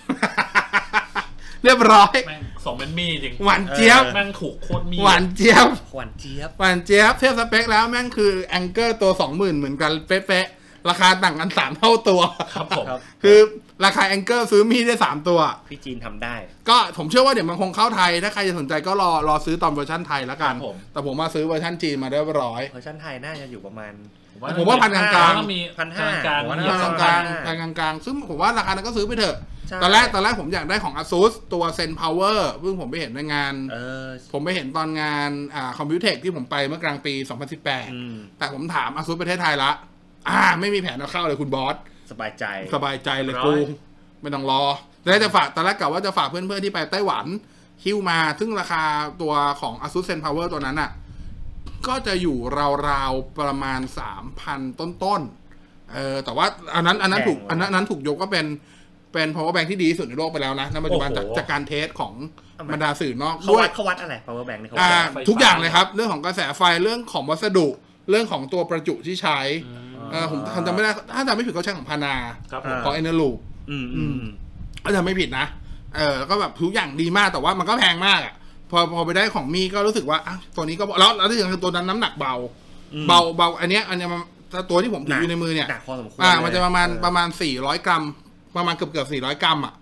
เรียบร้อย แม่งสมเป็นมีจริง หวานเจี๊ยบ เออ แม่งถูกโคตรมี หวานเจี๊ยบ หวานเจี๊ยบ หวานเจี๊ยบเทียบสเปคแล้วแม่งคือแองเกอร์ตัวสองหมื่นเหมือนกันเป๊ะๆ ราคาต่างกันสามเท่าตัว ครับผม ครับ คือราคาแองเกอร์ซื้อมีดได้สามตัว พี่จีนทำได้ ก็ผมเชื่อว่าเดี๋ยวมันคงเข้าไทย ถ้าใครจะสนใจก็รอรอซื้อตอนเวอร์ชันไทยแล้วกัน ครับผม แต่ผมมาซื้อเวอร์ชันจีนมาเรียบร้อย เวอร์ชันไทยน่าจะอยู่ประมาณ ผมว่าพันกลางๆ ก็มี พันห้า ลาง ผมกว่าเดี๋ยๆลาว ง สอง ก พั ลาน ง ห้า กลางกลางๆซึ่งผมว่าราคานั้นก็ซื้อไปเถอะ ใช่ ตอนแรกตอนแรกผมอยากได้ของ ASUS ตัว Zen Power เพิ่งผมไปเห็นในงาน เออ ผมไปเห็นตอนงานอ่าคอมพิวเทคที่ผมไปเมื่อกลางปี อื 2018 ม แต่ผมถามอาซุสประเทศไทยละ อ่า ไม่มีแผนเอาเข้าเลยคุณบอส สบายใจ สบายใจเลย ร้อย กู ไม่ต้องรอแล้วจะฝากตอนแรกกะว่าจะฝากเพื่อนๆที่ไปไต้หวันคิวมา ซึ่งราคาตัวของ ASUS ZenPower ตัวนั้นอ่ะ ก็จะอยู่ราวๆ ประมาณ 3,000 ต้นๆ เออ แต่ว่าอันนั้นอันนั้นถูก แพงว่ะ อันนั้นอันนั้นถูกยกว่าเป็นเป็น power bank ที่ดีที่สุดในโลกไปแล้วนะณปัจจุบัน โอ้โห จากจากการเทสของ ทำไม บรรดาสื่อนอก เขา ด้วย วัดเขาวัดอะไร power bank นี่เขาวั อ่า ดอะไร ไฟฟ้า ทุกอย่างเลยครับ เรื่องของกระแสไฟเรื่องของวัสดุ เรื่องของตัวประจุที่ใช้ อืม เออผมผมจำไม่ได้ถ้าจำไม่ผิดเขาใช้ของพานา ครับผ อ่า ม ของเอเนลูป อืมอืมอืม ถ้าจำไม่ผิดนะ เออแล้วก็แบบทุกอย่างดีมากแต่ว่ามันก็แพงมากอะพอพอไปได้ของมีก็รู้สึกว่าอ่ะตัวนี้ก็แล้วแล้วที่สำคัญคือตัวนั้นน้ำหนักเบา อืม เบาเบาอันเนี้ยอันเนี้ยมันตัวที่ผมถืออยู่ในมือเนี่ย หนักพอสมควร อ่า มันจะประมาณ เออ ประมาณ 400 กรัม ประมาณเกือบเกือบ400 กรัมอ่ะ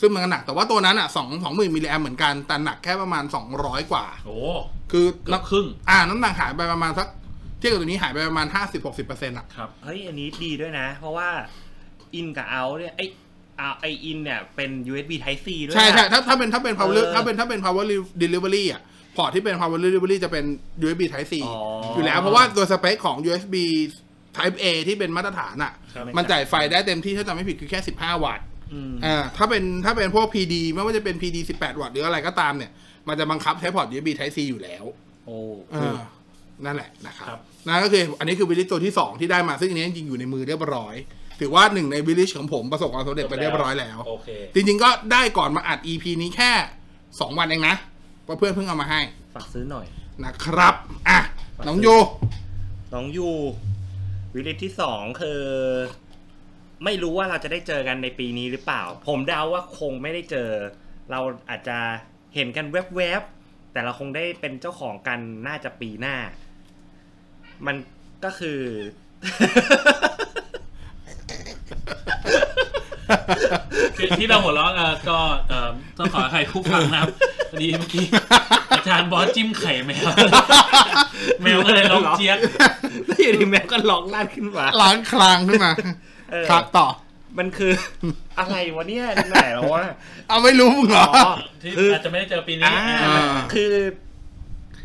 ซึ่งมันก็หนักแต่ว่าตัวนั้นอ่ะสองสองหมื่นมิลลิแอมเหมือนกันแต่หนักแค่ประมาณ 200 กว่า โอ้ คือ เกือ น้ บครึ่ง ำอ่าน้ำหนักหายไปประมาณสัก เทียบกับตัวนี้หายไปประมาณห้าสิบหกสิบเปอร์เซ็นต์อะ ครับ เฮ้ยอันนี้ดีด้วยนะ เพราะว่าอินกับเอาเนี่ยไอเอาไออินเนี่ยเป็น USB Type C ด้วย ใช่ นะ ใช่ถ้าถ้าเป็นถ้าเป็น power เออ ถ้าเป็นถ้าเป็น power delivery อะพอร์ตที่เป็น power delivery จะเป็น USB Type C อ๋อ อ อ ยู่แล้วเพราะว่าตัวสเปคของ USB Type A ที่เป็นมาตรฐานอะ ครับ มันจ่ายไฟได้เต็มที่ถ้าจำไม่ผิดคือแค่สิบห้าวัตต์ อืม อ่าถ้าเป็นถ้าเป็นพวก PD ไม่ว่าจะเป็น PD 18 วัตต์หรืออะไรก็ตามเนี่ย มันจะบังคับใช้พอร์ต USB Type C อยู่แล้ว โอ้ เออนั่นแหละนะครับ ครับ นั่นก็คืออันนี้คือวิลิชตัวที่ 2 ที่ได้มาซึ่งอันนี้จริงๆอยู่ในมือเรียบร้อย ถือว่าหนึ่งในวิลิชของผมประสบความสำเร็จไปเรียบร้อยแล้ว โอเค จริงๆก็ได้ก่อนมาอัด EP นี้แค่ 2 วันเองนะเพราะเพื่อนเพิ่งเอามาให้ ฝากซื้อหน่อย นะครับอ่ะน้องโย น้องยูวิลิตที่สองคือ ไม่รู้ว่าเราจะได้เจอกันในปีนี้หรือเปล่า ผมเดาว่าคงไม่ได้เจอ เราอาจจะเห็นกันแวบๆ แต่เราคงได้เป็นเจ้าของกันน่าจะปีหน้า มันก็คือ ที่ที่เราหัวเราะเอ่อก็เอ่อต้องขออภัยผู้ฟัง นะครับพอดีเมื่อกี้อาจารย์บอสจิ้มไข่แมว แมวก็เลยร้องเจี๊ยก แล้วอยู่ดีแมวก็ร้องลั่นขึ้นมา ร้านคลางขึ้นมา เออ ครับต่อ มันคือ อะไรวะเนี่ยไหนแล้ววะ เอาไม่รู้มึงเหรอ อ๋อ ที่ คือ อาจจะไม่ได้เจอปีนี้ อ่า อ่า คือ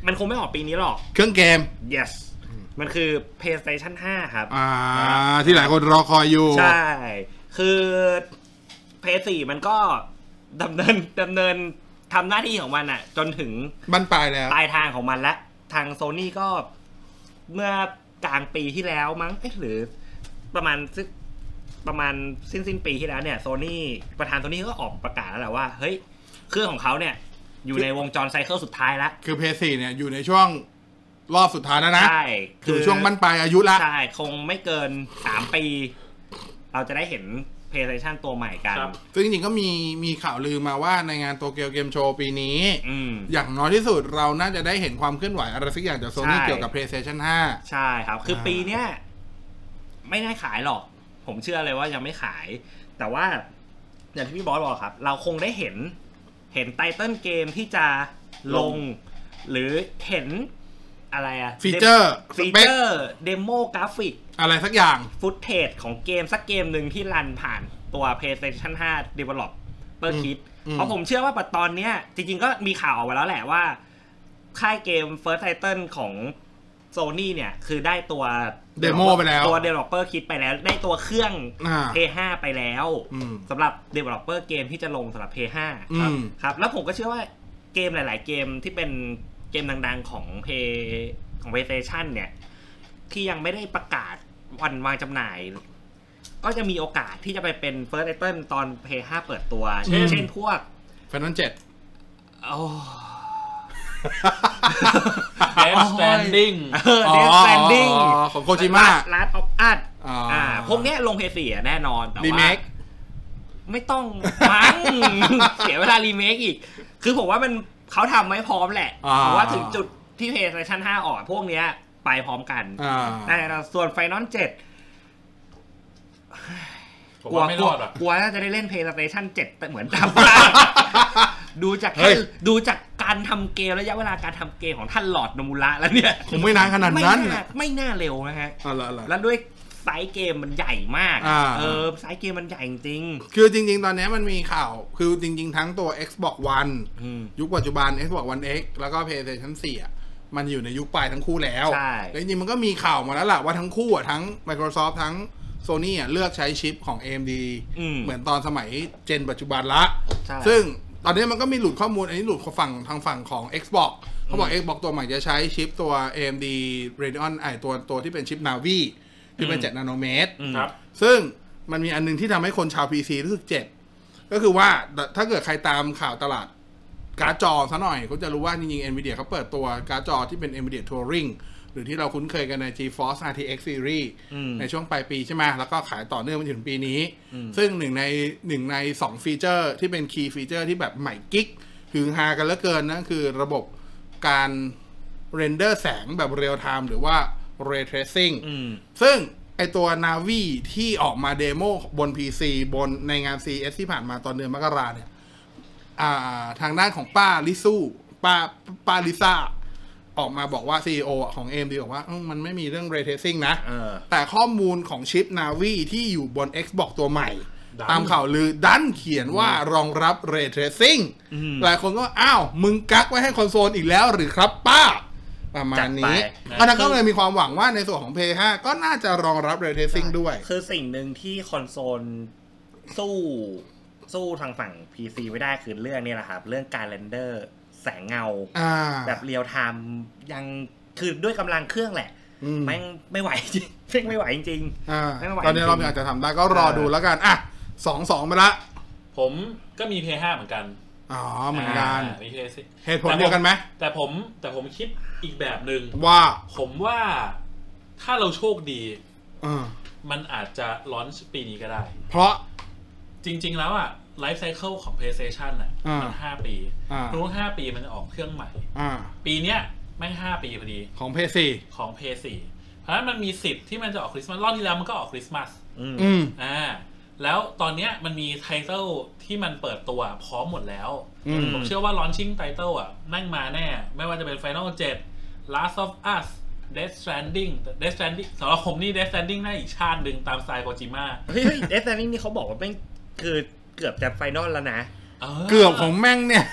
มันคงไม่ออกปีนี้หรอก เครื่องเกม yes มันคือ PlayStation 5 ครับ อ่า ที่หลายคนรอคอยอยู่ ใช่ คือ PS4 มันก็ดำเนิ นดำเนินทำหน้าที่ของมันอะจนถึง บั้นปลายแล้ว ปลายทางของมันและ ทางโซนี่ก็เมื่อกลางปีที่แล้วมั้งเอ๊ะหรือประมาณซึประมาณสิ้นสิ้นปีที่แล้วเนี่ยโซนี่ประธานโซนี่ก็ออกประกาศแล้วแหละว่า เฮ้ย เครื่องของเขาเนี่ย อยู่ในวงจรไซเคิลสุดท้ายแล้ว คือเพย์สี่เนี่ยอยู่ในช่วงรอบสุดท้ายแล้วนะ ใช่ คื คืออ ช่วงบั้นปลายอายุละ ใช่ คงไม่เกิน 3 ปี เราจะได้เห็น PlayStation ตัวใหม่กัน ครับ ซึ่งจริงๆก็มีมีข่าวลือมาว่าในงานโตเกียวเกมโชว์ปีนี้ อืม อย่างน้อยที่สุดเราน่าจะได้เห็นความเคลื่อนไหวอะไรสักอย่างจากโซนี่ ใช่ เกี่ยวกับ PlayStation ใช่ครับ คืออา ปีเนี้ยไม่ได้ขายหรอก ผมเชื่อเลยว่ายังไม่ขาย แต่ว่า อย่างที่พี่บอสบอกครับ เราคงได้เห็น เห็นไตเติลเกมที่จะลง หรือเห็นอะไรอะ 5 ฟีเจอร์ส ฟี เปค เจอร์ เดโมกราฟิก อะไรสักอย่าง ฟุตเทจของเกมสักเกมหนึ่งที่รันผ่านตัว PlayStation 5 Developer อืม Kit อืม เพราะผมเชื่อว่าปัจตอนเนี้ย จริงๆก็มีข่าวออกมาแล้วแหละว่า ค่ายเกม First Title ของ Sony เนี่ย คือได้ตัว เดโมไปแล้ว ตัว Developer Kit ไปแล้ว ได้ตัวเครื่อง อ่า P5 ไปแล้ว อืม สำหรับ Developer เกมที่จะลงสำหรับ P5 ครับ อืม ครับ แล้วผมก็เชื่อว่าเกมหลาย ๆ เกมที่เป็นเกมดังๆของ Play ของ PlayStation เนี่ย ที่ยังไม่ได้ประกาศวันวางจำหน่าย ก็จะมีโอกาสที่จะไปเป็น First Item ตอน Play 5 เปิดตัว เช่น เช่นพวก แฟนนั นเจ็ด โอ้ Death Stranding เออ Death Stranding ของโคจิมะ ร้านออฟอาร์ต อ่า อ่า พวกเนี้ยลงเพย์เสียแน่นอนแต่ รีเม ว่า ค ไม่ต้องมั้ง เสียเวลารีเมคอีก คือผมว่ามันเขาทำไว้พร้อมแหละ อ่า เพราะว่าถึงจุดที่ PlayStation 5 ออก พวกเนี้ย ไปพร้อมกัน อ่า แต่ส่วน Final 7 ผม กลัว ว่าไม่ ก ร ลัว อดหรอก กลัวน่าจะได้เล่น PlayStation 7แต่เหมือนตามบ้าน ดูจาก เฮ้ย ดูจากการทำเกมระยะเวลาการทำเกมของท่านหลอดนมูระแล้วเนี่ย คงไม่นานขนาด ไม่ นั้น น่าไม่น่าเร็วนะฮะ อ่าละละ แล้วด้วยไซส์เกมมันใหญ่มาก อ่า เออไซส์เกมมันใหญ่จริง คือจริง ๆ ตอนนี้มันมีข่าว คือจริง ๆ ทั้งตัว Xbox One ๆอืม ยุคปัจจุบัน Xbox One X แล้วก็ PlayStation 4อ่ะมันอยู่ในยุคปลายทั้งคู่แล้ว ใช่ แล้วจริงๆ มันก็มีข่าวมาแล้วล่ะว่าทั้งคู่อ่ะทั้ง Microsoft ทั้ง Sony อ่ะเลือกใช้ชิปของ AMD อืม เหมือนตอนสมัยเจนปัจจุบันละ ใช่ ซึ่งตอนนี้มันก็มีหลุดข้อมูล อันนี้หลุดฝั่งทางฝั่งของ Xbox เขาบอก Xbox ตัวใหม่จะใช้ชิปตัว AMD Radeon ไอตัวตัวที่เป็นชิป Navi ที่เป็น อืม 7นาโนเมตร อืม ครับ ซึ่งมันมีอันหนึงที่ทำให้คนชาว PC รู้สึกเจ็บ ก็คือว่าถ้าเกิดใครตามข่าวตลาดการ์ดจอซะหน่อย ก็จะรู้ว่าจริงๆ Nvidia เขาเปิดตัวการ์ดจอที่เป็น Nvidia Touring หรือที่เราคุ้นเคยกันใน GeForce RTX Series อืม ในช่วงปลายปีใช่ไหมแล้วก็ขายต่อเนื่องมาถึงปีนี้ อืม ซึ่งหนึ่งในหนึ่งใน 2 ฟีเจอร์ที่เป็น Key ฟีเจอร์ที่แบบใหม่กิ๊กหือฮากันเหลือเกินนั่นคือระบบการเรนเดอร์แสงแบบเรียลไทม์หรือว่า Ray Tracing อืม ซึ่งไอตัวนาวีที่ออกมาเดโมบน PC บนในงาน CS ที่ผ่านมาตอนเดือนมกราเนี่ย อ่า ทางด้านของป้าลิซูป้าป้าลิซ่า ออกมาบอกว่า CEO อะของ AMD บอกว่าอืมมันไม่มีเรื่อง Ray Tracing นะ เออ แต่ข้อมูลของชิป Navi ที่อยู่บน Xbox ตัวใหม่ ดัน ตามข่าวลือดันเขียนว่ารองรับ Ray Tracing อืม หลายคนก็อ้าว มึงกักไว้ให้คอนโซลอีกแล้วหรือครับป้า ประมาณนี้ จัดไป ก็นั้นก็เลยมีความหวังว่าในส่วนของ p 5ก็น่าจะรองรับ Ray Tracing ด้วย คือสิ่งหนึ่งที่คอนโซลสู้สู้ทางฝั่ง PC ไม่ได้คือเรื่องเนี้แหละครับ เรื่องการเรนเดอร์แสงเงา อ่า แบบเรียลไทม์ยังคือด้วยกำลังเครื่องแหละ อืม แม่งไม่ไหวจริง แม่งไม่ไหวจริง อ่า ไม่ไหว ตอนนี้เรา จริง อาจจะทำได้ก็รอดูแล้วกันอ่ะสองสองไปละ ผมก็มี PS5 เหมือนกัน อ๋อเหมือนกัน อ่ามี PS เหตุผลเดียวกันไหม แต่ผมแต่ผมคิดอีกแบบหนึ่ง ว่า ผมว่าถ้าเราโชคดี เออ มันอาจจะลอนช์ปีนี้ก็ได้ เพราะ จริง ๆ แล้วอะไลฟ์ไซเคิลของ PlayStation อะ อ่ามั มันห้าปี อ่า ทุกห้าปีมันจะออกเครื่องใหม่ อ่า ปีเนี้ยไม่ห้าปีพอดี ของเพซี ของ PS4 เพราะฉะนั้นมันมีสิทธิ์ที่มันจะออกคริสต์มาสรอบที่แล้วมันก็ออกคริสต์มาส อืม อืม อ่าแล้วตอนเนี้ยมันมีไทเ l ลที่มันเปิดตัวพร้อมหมดแล้ว อืม ผมเชื่อว่าลอนชิ่งไทเ l ลอะนั่งมาแน่ ไม่ว่าจะเป็น Final 7 Last of Us Death Stranding Death Stranding สำหรับผมนี่ Death Stranding น่าอีกชาติหนึ่งตามสไตล์โกจิมะ เฮ้ยเอสแอนนี่เขาบอกว่าแม่งคือเกือบจะไฟนอลแล้วนะ า เกือบของแม่งเนี่ย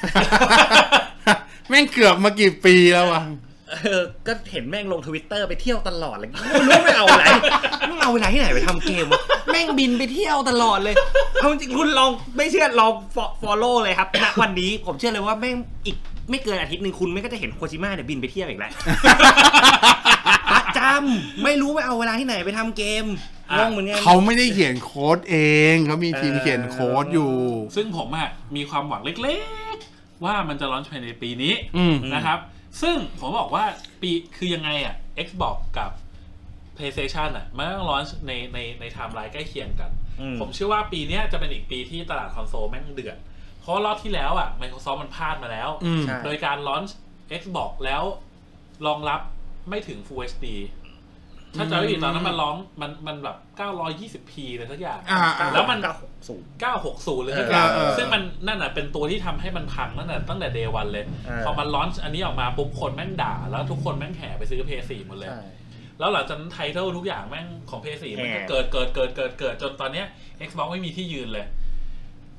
แม่งเกือบมากี่ปีแล้ววะ เออ ก็เห็นแม่งลงทวิตเตอร์ไปเที่ยวตลอดเลยไม่รู้ไม่เอาอะไร ไม่เอาเวลาที่ไหนไปทำเกมวะแม่งบินไปเที่ยวตลอดเลย เอาจริงๆคุณลองไม่เชื่อลองฟอลโล่เลยครับ ณวันนี้ผมเชื่อเลยว่าแม่งอีกไม่เกินอาทิตย์หนึ่งคุณแม่งก็จะเห็นโคจิมะเนี่ยบินไปเที่ยวอีกแล้ว ประจำไม่รู้ไปเอาเวลาที่ไหนไปทำเกม อ่ะ งงเหมือนกัน เขาไม่ได้เขียนโค้ดเองเขามีทีมเขียนโค้ดอยู่ ซึ่งผมอะมีความหวังเล็กๆ ว่ามันจะร้อนภายในปีนี้ อืม นะครับ ซึ่งผมบอกว่าปีคือยังไงอะ Xbox กับ PlayStation อะมันต้องร้อนในในในไทม์ไลน์ใกล้เคียงกัน อืม ผมเชื่อว่าปีเนี้ยจะเป็นอีกปีที่ตลาดคอนโซลแม่งเดือด เพราะรอบที่แล้วอะ Microsoft มันพลาดมาแล้ว อืม ใช่ โดยการร้อน Xbox แล้วรองรับไม่ถึง Full HD ถ้าจำไม่ผิดตอนนั้นมันร้องมันมันแบบ 920p เลยสักอย่าง อ่าอ่า แล้วมัน เก้าหกศูนย์ 960เลยทุกอย่าง เออเออ ซึ่งมันนั่นน่ะเป็นตัวที่ทำให้มันพังตั้งแต่ตั้งแต่เดวันเลย เออ พอมันร้อนอันนี้ออกมาปุ๊บคนแม่งด่า แล้วทุกคนแม่งแห่ไปซื้อเพย์สี่หมดเลย ใช่ แล้วหลังจากนั้นไทเทลทุกอย่างแม่งของเพย์สี่มันก็ แห่ เกิดเกิดเกิดเกิดเกิดจนตอนเนี้ย Xbox ไม่มีที่ยืนเลย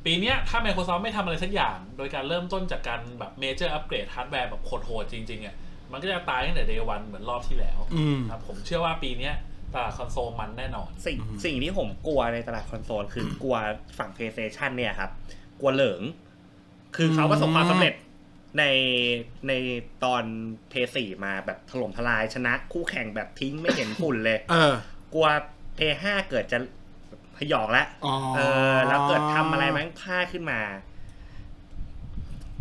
ปีเนี้ยถ้า Microsoft ไม่ทำอะไรสักอย่าง โดยการเริ่มต้นจากการแบบเมเจอร์อัปเกรดฮาร์ดแวร์แบบโหดๆจริงๆอ่ะมันก็จะตายตั้งแต่เดวันเหมือนรอบที่แล้ว อืม ครับผมเชื่อว่าปีเนี้ยตลาดคอนโซลมันแน่นอน สิ่งสิ่งที่ผมกลัวในตลาดคอนโซลคือกลัวฝั่ง PlayStation เนี่ยครับ กลัวเหลิง คือเขาประสบความสำเร็จในในตอน P4 มาแบบถล่มทลายชนะคู่แข่งแบบทิ้งไม่เห็นฝุ่นเลย เออ กลัว P5 เกิดจะพยองแล้ว อ๋อ เออ แล้วเกิดทำอะไรแม่งพลาดขึ้นมา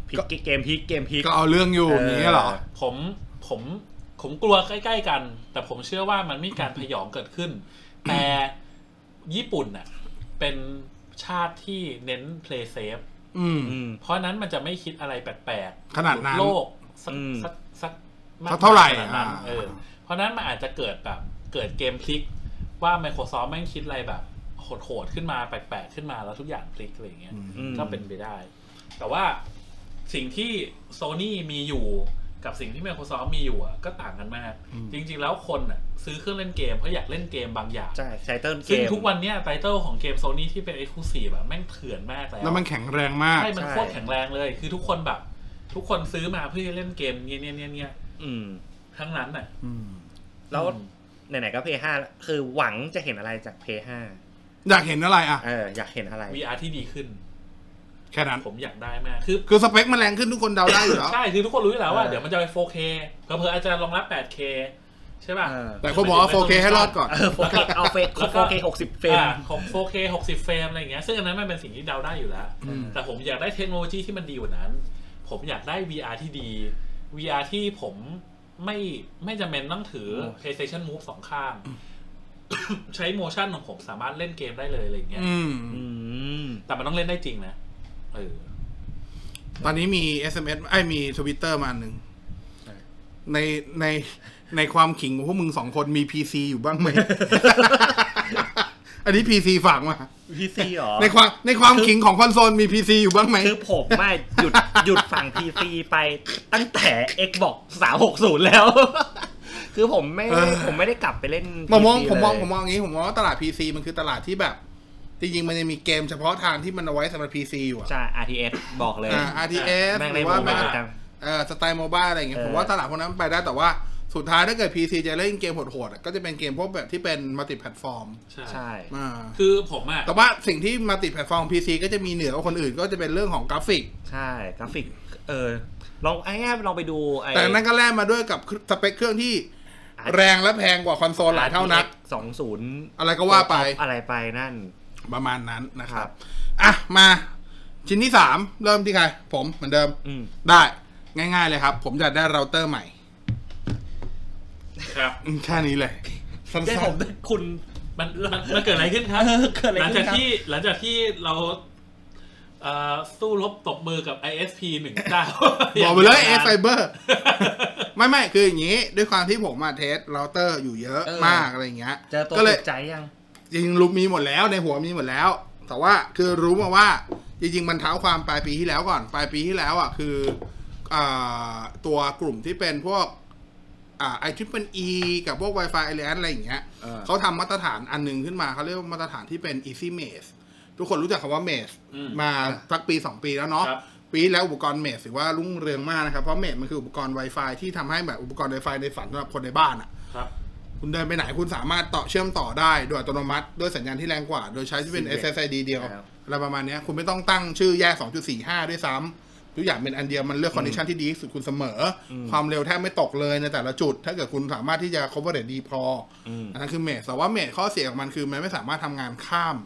พลิกเกมพลิกเกมพลิก ก็เอาเรื่องอยู่ เอออ อย่างนี้เหรอ ผมผมผมกลัวใกล้ๆกัน แต่ผมเชื่อว่ามันไม่มีการพยองเกิดขึ้น แต่ญี่ปุ่นน่ะเป็นชาติที่เน้น play safe อืม อืม เพราะฉะนั้นมันจะไม่คิดอะไรแปลก ขนาดนั้น โลกสัก อืม สักสัก สักเท่าไหร่ ขนาดนั้น อ่า เออเพราะฉะนั้นมันอาจจะเกิดแบบเกิดเกมพลิกว่า Microsoft แม่งคิดอะไรแบบโหดๆขึ้นมาแปลกๆขึ้นมาแล้วทุกอย่างพลิกอะไรอย่างเงี้ย อืม ก็เป็นไปได้ แต่ว่าสิ่งที่ Sony มีอยู่กับสิ่งที่ Microsoft มีอยู่อะก็ต่างกันมาก อืม จริง ๆ แล้วคนอะซื้อเครื่องเล่นเกมเพราะอยากเล่นเกมบางอย่าง ใช่ไซเติลเก ซึ่ง ม ทุกวันเนี้ยไตเติลของเกม Sony ที่เป็น Exclusive อะแม่งเถื่อนมากแล้ว แล้วมันแข็งแรงมาก ใช่ มัน ใช่ โคตรแข็งแรงเลย คือทุกคนแบบ ทุกคนซื้อมาเพื่อจะเล่นเกมเนี้ยเนี้ยเนี้ยเนี้ย อืม ทั้งนั้นน่ะ อืม แล้ว อืม ไหนๆก็ P5 แล้วคือหวังจะเห็นอะไรจาก P5 อยากเห็นอะไรอ่ะ เอออยากเห็นอะไร VR ที่ดีขึ้น แค่นั้น ผมอยากได้มากคือ คือสเปคมันแรงขึ้นทุกคนเดาได้อยู่แล้ว ใช่คือทุกคนรู้อยู่แล้วว่า เออ เดี๋ยวมันจะไป 4K เผลอๆอาจจะรองรับ 8K ใช่ป่ะ เออ แต่คนบอกว่า 4K ให้รอดก่อน เออโฟกัสเอาเฟรม แล้วก็ โฟกัสหกสิบเฟรม อ่าของ 4K 60 เฟรมอะไรอย่างเงี้ย ซึ่งอันนั้นมันเป็นสิ่งที่เดาได้อยู่แล้ว อืม แต่ผมอยากได้เทคโนโลยีที่มันดีกว่านั้น ผมอยากได้ VR ที่ดี VR ที่ผมไม่ไม่จำเป็นต้องถือ โอ้ PlayStation Move สองข้าง ใช้ motion ของผมสามารถเล่นเกมได้เลยอะไรอย่างเงี้ย อืม อืม แต่มันต้องเล่นได้จริงนะ เออ ตอนนี้มี SMS ไอ้ยมีทวิตเตอร์มาอันหนึ่ง ใช่ ในในในความขิงของพวกมึงสองคนมี PC อยู่บ้างไหม อัน อันนี้พีซีฝากมา พีซีหรอ ในความในความ คือ ขิงของคอนโซลมีพีซีอยู่บ้างไหม คือผมไม่หยุด หยุดฝั่ง PC ไปตั้งแต่ Xbox 360 แล้ว คือผมไม่ เออ ผมไม่ได้กลับไปเล่น PC ผมมองผมมอง เลย ผมมองอย่างนี้ผมมองว่าตลาด PC มันคือตลาดที่แบบ จริงๆ มันยังมีเกมเฉพาะทางที่มันเอาไว้สำหรับ PC อยู่อะ ใช่ RTS บอกเลย อ่า RTS แม่ง ห ใน รือ โม ว่า บา แม้ ย กระ แ ทั่ จั ง ง เอ่อสไตล์โมบ้าอะไรอย่างเงี้ย เออ ผมว่าตลาดพวกนั้นไปได้แต่ว่าสุดท้ายถ้าเกิด PC จะเล่นเกมโหดๆอะก็จะเป็นเกมพวกแบบที่เป็นมัลติแพลตฟอร์ม ใช่ ใช่ อ่า คือผมอ่ะ แต่ว่าสิ่งที่มัลติแพลตฟอร์ม PC ก็จะมีเหนือกว่าคนอื่นก็จะเป็นเรื่องของกราฟิก ใช่กราฟิก เออ ลองไอ้แง่ลองไปดูไอ้ แต่นั่นก็แลกมาด้วยกับสเปคเครื่องที่ อ่ะ แรงและแพงกว่าคอนโซลหลายเท่านัก สองศูนย์ อะไรก็ว่าไป อะไรไปนั่น ประมาณนั้นนะครับ ครับ อ่ะ มาชิ้นที่สามเริ่มที่ใคร ผมเหมือนเดิม อืม ได้ง่าย ๆ เลยครับ ผมอยากได้เราเตอร์ใหม่ ครับ อืมแค่นี้เลยสั้ ได้ผม น ด้วยคุณ มันมันมันเกิดอะไรขึ้นครับ เออเกิดอะไร หลัง ขึ้ จาก นครับ ที่หลังจากที่เราเอ่อสู้รบตบมือกับ ISP หนึ่งเจ้า ๆ บอกไปเลยเอสไฟเบอร์ ไม่ไม่คืออย่างนี้ ด้วยความที่ผมมาเทสเราเตอร์อยู่เยอะ เออ มากอะไรอย่างเงี้ย เจอตัว ก็เลย ถูกใจยัง จริงๆรู้มีหมดแล้วในหัวมีหมดแล้ว แต่ว่าคือรู้มาว่า จริง ๆ มันเท้าความปลายปีที่แล้วก่อน ปลายปีที่แล้วอ่ะคืออ่าตัวกลุ่มที่เป็นพวกอ่าไอทริปเปิลอีกับพวก Wi-Fi a l l i a n c e อะไรอย่างเงี้ย เออ เขาทำมาตรฐานอันหนึงขึ้นมาเขาเรียกว่ามาตรฐานที่เป็น Easy Mesh ทุกคนรู้จักคำว่า Mesh อืม มาสักปี 2 ปีแล้วเนาะ ครับ ปีแล้วอุปกรณ์ Mesh ถือว่ารุ่งเรืองมากนะครับ เพราะ Mesh มันคืออุปกรณ์ Wi-Fi ที่ทำให้แบบอุปกรณ์ Wi-Fi ในฝันสำหรับคนในบ้านอ่ะ ครับ คุณเดินไปไหนคุณสามารถต่อเชื่อมต่อได้โดยอัตโนมัติ ด้วยสัญญาณที่แรงกว่า โดยใช้ที่เป็น Seamless SSID เดียว ครับ อะไรประมาณเนี้ยคุณไม่ต้องตั้งชื่อแยก 2.45 ด้วยซ้ำทุกอย่างเป็นอันเดียวมันเลือกคอนดิชันที่ดีที่สุดคุณเสมออความเร็วแทบไม่ตกเลยในแต่ละจุด ถ้าเกิดคุณสามารถที่จะ coverage ดีพอออันนั้นคือเมทแต่ว่าเมทข้อเสียของมันคือมันไม่สามารถทำงานข้าม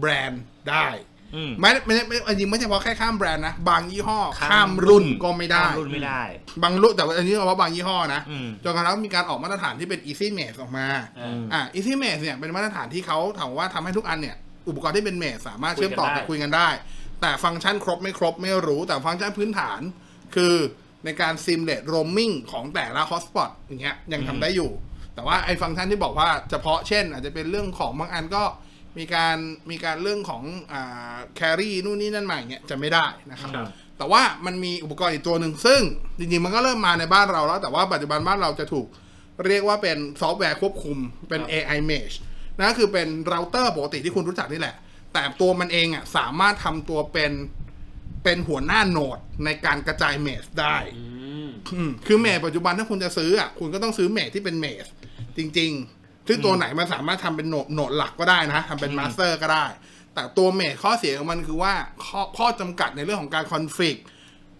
แบรนด์ได้ อืม ไม่ไม่ไม่จริงไม่เฉพาะแค่ข้ามแบรนด์นะบางยี่ห้อข้ามรุ่นก็ไม่ได้ ข้ามรุ่นไม่ได้ บางรุ่นแต่ว่าอันนี้เราว่าบางยี่ห้อนะ อืม จนกระทั่งมีการออกมาตรฐานที่เป็น easy mesh ออกมา อืม อ่า easy mesh เนี่ยเป็นมาตรฐานที่เขาถามว่าทำให้ทุกอันเนี่ย อุปกรณ์ที่เป็น mesh สามารถเชื่อมต่อ คุยกันได้ กันคุยกันได้ แต่ฟังก์ชันครบไม่ครบไม่รู้แต่ฟังก์ชันพื้นฐาน คือในการ seamless roaming ของแต่ละ hotspot อย่างเงี้ยยังทำได้อยู่ แต่ว่าไอ้ฟังก์ชันที่บอกว่าเฉพาะเช่น อาจจะเป็นเรื่องของบางอันก็มีการมีการเรื่องของอ่า carry นู่นนี่นั่นมาอย่างเงี้ยจะไม่ได้นะครับ ครับ แต่ว่ามันมีอุปกรณ์อีกตัวหนึ่งซึ่ง จริงๆ มันก็เริ่มมาในบ้านเราแล้ว แต่ว่าปัจจุบันบ้านเราจะถูกเรียกว่าเป็นซอฟต์แวร์ควบคุมเป็น ครับ AI mesh นั่นก็คือเป็นเราเตอร์ปกติที่คุณรู้จักนี่แหละ แต่ตัวมันเองอ่ะสามารถทำตัวเป็นเป็นหัวหน้าโหนดในการกระจายเมชได้ อืม อืมคือเมทปัจจุบันถ้าคุณจะซื้ออ่ะคุณก็ต้องซื้อเมทที่เป็นเมทจริงๆ ซึ่งตัวไหนมันสามารถทำเป็นโหนดโหนดหลักก็ได้นะทำเป็นมาสเตอร์ก็ได้ แต่ตัวเมทข้อเสียของมันคือว่าข้อข้อจำกัดในเรื่องของการคอนฟิก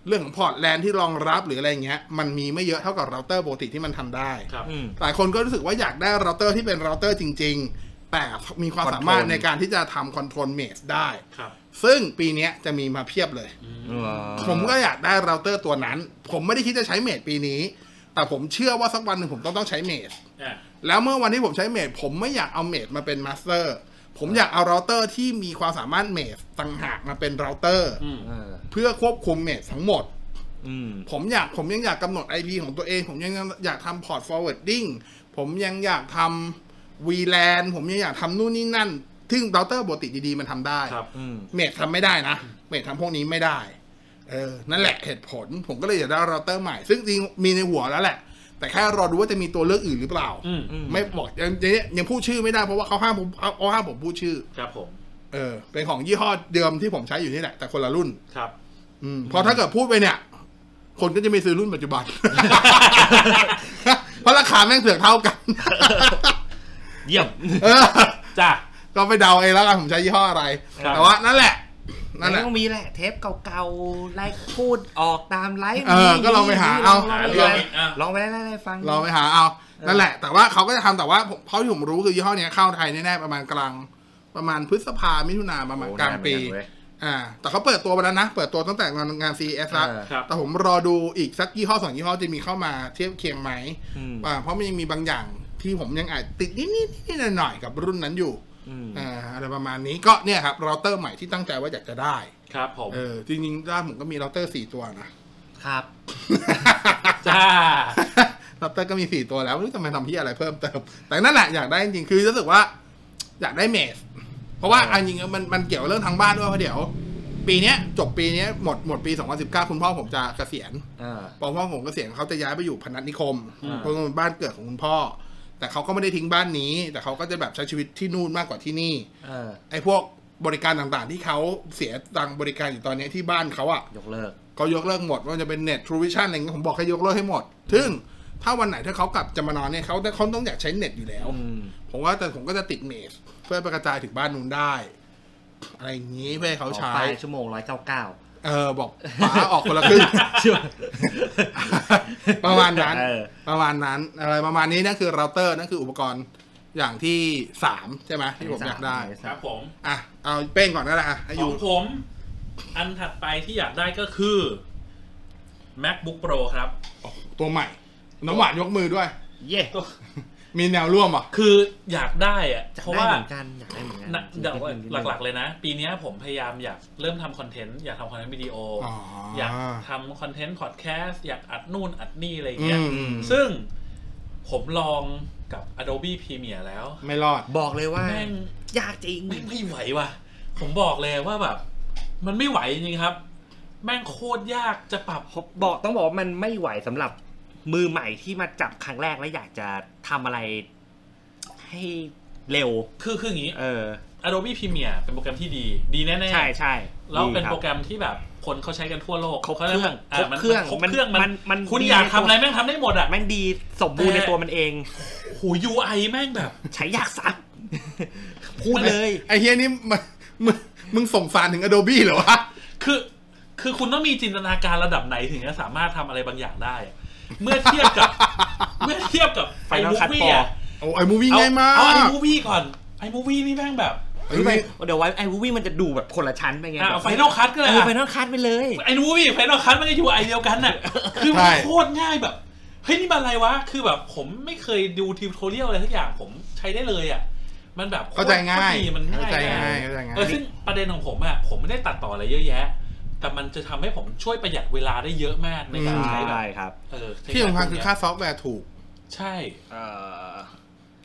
เรื่องของพอร์ตแลนที่รองรับหรืออะไรเงี้ย มันมีไม่เยอะเท่ากับเราเตอร์ปกติที่มันทำได้ ครับ อืม หลายคนก็รู้สึกว่าอยากได้เราเตอร์ที่เป็นเราเตอร์จริง ๆ แต่มีความสามารถ Control ในการที่จะทำคอนโทรลเมทได้ ครับ ซึ่งปีเนี้ยจะมีมาเพียบเลย ว้า ผมก็อยากได้เราเตอร์ตัวนั้น ผมไม่ได้คิดจะใช้เมดปีนี้ แต่ผมเชื่อว่าสักวันหนึ่งผมต้องต้องใช้เมด อ่ะ แล้วเมื่อวันที่ผมใช้เมดผมไม่อยากเอาเมดมาเป็นมาสเตอร์ ผมอยากเอาเราเตอร์ที่มีความสามารถเมดต่างหากมาเป็นเราเตอร์ อืม เออ เพื่อควบคุมเมดทั้งหมด อืม ผมอยากผมยังอยากกำหนด IP ของตัวเอง ผมยังอยากทำพอร์ต forwarding ผมยังอยากทำ VLAN ผมยังอยากทำนู่นนี่นั่น ซึ่งเราเตอร์ปกติดีๆมันทำได้ ครับ อืม เมททำไม่ได้นะ เมททำพวกนี้ไม่ได้ เออ นั่นแหละเหตุผล ผมก็เลยอยากได้เราเตอร์ใหม่ ซึ่งจริงมีในหัวแล้วแหละ แต่แค่รอดูว่าจะมีตัวเลือกอื่นหรือเปล่า อืม อืม ไม่บอกยังยังยังพูดชื่อไม่ได้เพราะว่าเขาห้ามผมเอาเขาห้ามผมพูดชื่อ ครับผม เออ เป็นของยี่ห้อเดิมที่ผมใช้อยู่นี่แหละ แต่คนละรุ่น ครับ อืมเพราะถ้าเกิดพูดไปเนี่ย คนก็จะไม่ซื้อรุ่นปัจจุบัน เพราะราคาแม่งเสือกเท่ากัน เยี่ยม เออ จ้ะ ก็ไปเดาเองแล้วกันผมใช้ยี่ห้ออะไร ครับ แต่ว่านั่นแหละ มั นั่ น นแหละ ต้องมีแหละ เทปเก่าๆไลฟ์พูดออกตามไลฟ์ เออก็ลองไปหา นี่ เอา ลองไป หาเรื่อง ล อีกอ่ะ ลองไปไล่ๆฟัง เราไปหาเอา นั่นแหละ แต่ว่าเขาก็จะทำแต่ว่าผมเพราะที่ผมรู้คือยี่ห้อเนี้ยเข้าไทยแน่ๆประมาณกลาง ประมาณพฤษภามิถุนาประมาณ โอ้ กลางปี นานเหมือนกันเว้ย อ่า แต่เขาเปิดตัวไปแล้วนะ เปิดตัวตั้งแต่งานงาน CES แล้ว เออ ครับ แต่ผมรอดูอีกสักยี่ห้อสองยี่ห้อจะมีเข้ามาเทียบเคียงไหม อืม อ่าเพราะมันยังมีบางอย่างที่ผมยังอาจติดนิดนิดนิดๆหน่อยๆกับรุ่นนั้นอยู่ อืม อ่าอะไรประมาณนี้ก็เนี่ยครับเราเตอร์ใหม่ที่ตั้งใจว่าอยากจะได้ ครับผม เออจริงๆด้านผมก็มีเราเตอร์สี่ตัวนะ ครับ จ้า ลับเตอร์ก็มีสี่ตัวแล้วไม่รู้จะมาทำที่อะไรเพิ่มเติม แต่นั่นแหละอยากได้จริงๆคือรู้สึกว่า อยากได้เมส เพราะว่าอันจริงๆมันมันเกี่ยวกับเรื่องทางบ้านด้วยเพราะเดี๋ยว ปีเนี้ยจบปีเนี้ยหมดหมดปี 2019 คุณพ่อผมจะเกษียณ อ่า พอพ่อผมเกษียณเขาจะย้ายไปอยู่พนัสนิคม อืม เพราะว่ามันบ้านเกิดของคุณพ่อ แต่เขาก็ไม่ได้ทิ้งบ้านนี้ แต่เขาก็จะแบบใช้ชีวิตที่นู่นมากกว่าที่นี่ อ่า ไอ้พวกบริการต่างๆ ที่เขาเสียตังค์บริการอยู่ตอนเนี้ยที่บ้านเขาอ่ะ ยกเลิก เขายกเลิกหมดไม่ว่าจะเป็นเน็ตทรูวิชั่นอะไรเงี้ยผมบอกให้ยกเลิกให้หมด ซึ่งถ้าวันไหนถ้าเขากลับจะมานอนเนี่ยเขาเขาต้องอยากใช้เน็ตอยู่แล้ว อืม ผมว่าแต่ผมก็จะติดเมสเพื่อไปกระจายถึงบ้านนู้นได้ อะไรอย่างนี้เพื่อให้เขา ต่อ ใช้ ไปชั่วโมงร้อยเก้าเก้า เออบอกป๋าออกคนละครึ่ง ประมาณนั้น เออ ประมาณนั้น อะไรประมาณนี้นั่นคือเราเตอร์นั่นคืออุปกรณ์อย่างที่สามใช่ไหมที่ผมอยากได้ ครับผม อ่ะ เอาเป้งก่อนนั่นแหละอ่ะให้ ข อ อยู่ งผม อันถัดไปที่อยากได้ก็คือ macbook pro ครับ ตัวใหม่ น้ำหวานยกมือด้วย เย่ มีแนวร่วมเหรอ่ะ คืออยากได้อะ จะ เพราะ ได้ ว่า เหมือนกันอยากได้เหมือนกั นะเดี๋ยว นินึง หลักๆเลยนะ ปีเนี้ยผมพยายามอยากเริ่มทำคอนเทนต์ อยากทำคอนเทนต์วิดีโอออยากทำคอนเทนต์พอดแคสต์อยากอัดนู่นอัดนี่อะไรอย่างเงี้ย อืม ซึ่งผมลองกับ Adobe Premiere แล้ว ไม่รอด บอกเลยว่า แม่ง ยากจริง แม่งไม่ไหวว่ะ ผมบอกเลยว่าแบบ มันไม่ไหวจริงๆครับ แม่งโคตรยากจะปรับ บอกต้องบอกว่ามันไม่ไหวสำหรับมือใหม่ที่มาจับครั้งแรกและอยากจะทำอะไร ให้เร็ว คือคืออย่างนี้ เออ Adobe Premiere เป็นโปรแกรมที่ดี ดีแน่ ใช่ใช่ ๆ แล้วเป็น ดีคบ โปรแกรมที่แบบคนเขาใช้กันทั่วโลก ครบเครื่อง า ครบ มัน เครื่อง ครบเครื่องมัน มัน คุณ ดี อยากทำอะไร ในตัว แม่งทำได้หมดอ่ะ แม่งดีสมบูรณ์ แต่ ในตัวมันเอง หู UI แม่งแบบ ใช้ยากสัก พูดเลย ไอ้เฮียนี่มึงมึงมึงส่งสารถึง Adobe เหรอวะ คือ คือคุณต้องมีจินตนาการระดับไหนถึงจะสามารถทำอะไรบางอย่างได้อะเมื่อเทียบกับ เมื่อเทียบกับไฟมูฟวี่อ่ะ โอ้ไอ้มูวี่ เอา ง่ายมาก เอาไอมูวี่ก่อนไอมูวี่นี่แม่งแบบ ไอ้ movie เดี๋ยวไว้ไอ้วูวี่มันจะดูแบบคนละชั้นไปไง อ่ะไฟนอลคัทก็เลย เออไฟ อะ นอลคัทไปเลย ไอ้นู้นพี่ไฟนอลคัทมันก็อยู่ไอเดียวกัน น่ะ คือมัน ใช่ โคตรง่ายแบบ เฮ้ย นี่มันอะไรวะ คือแบบผมไม่เคยดูทิวทอเรียลอะไรทุกอย่างผมใช้ได้เลยอ่ะ มันแบบโคตร เข้าใจง่าย ดีมัน เข้า ง่าย ใจง่าย มาก เข้าใจง่าย เออซึ่งประเด็นของผมอ่ะ ผมไม่ได้ตัดต่ออะไรเยอะแยะ แต่มันจะทำให้ผมช่วยประหยัดเวลาได้เยอะมากในการใช้แบบ ใช่ครับ เออใช้ ที่สำคัญ แบบ คือ เนี้ย ค่าซอฟต์แวร์ถูก ใช่ เอ่อ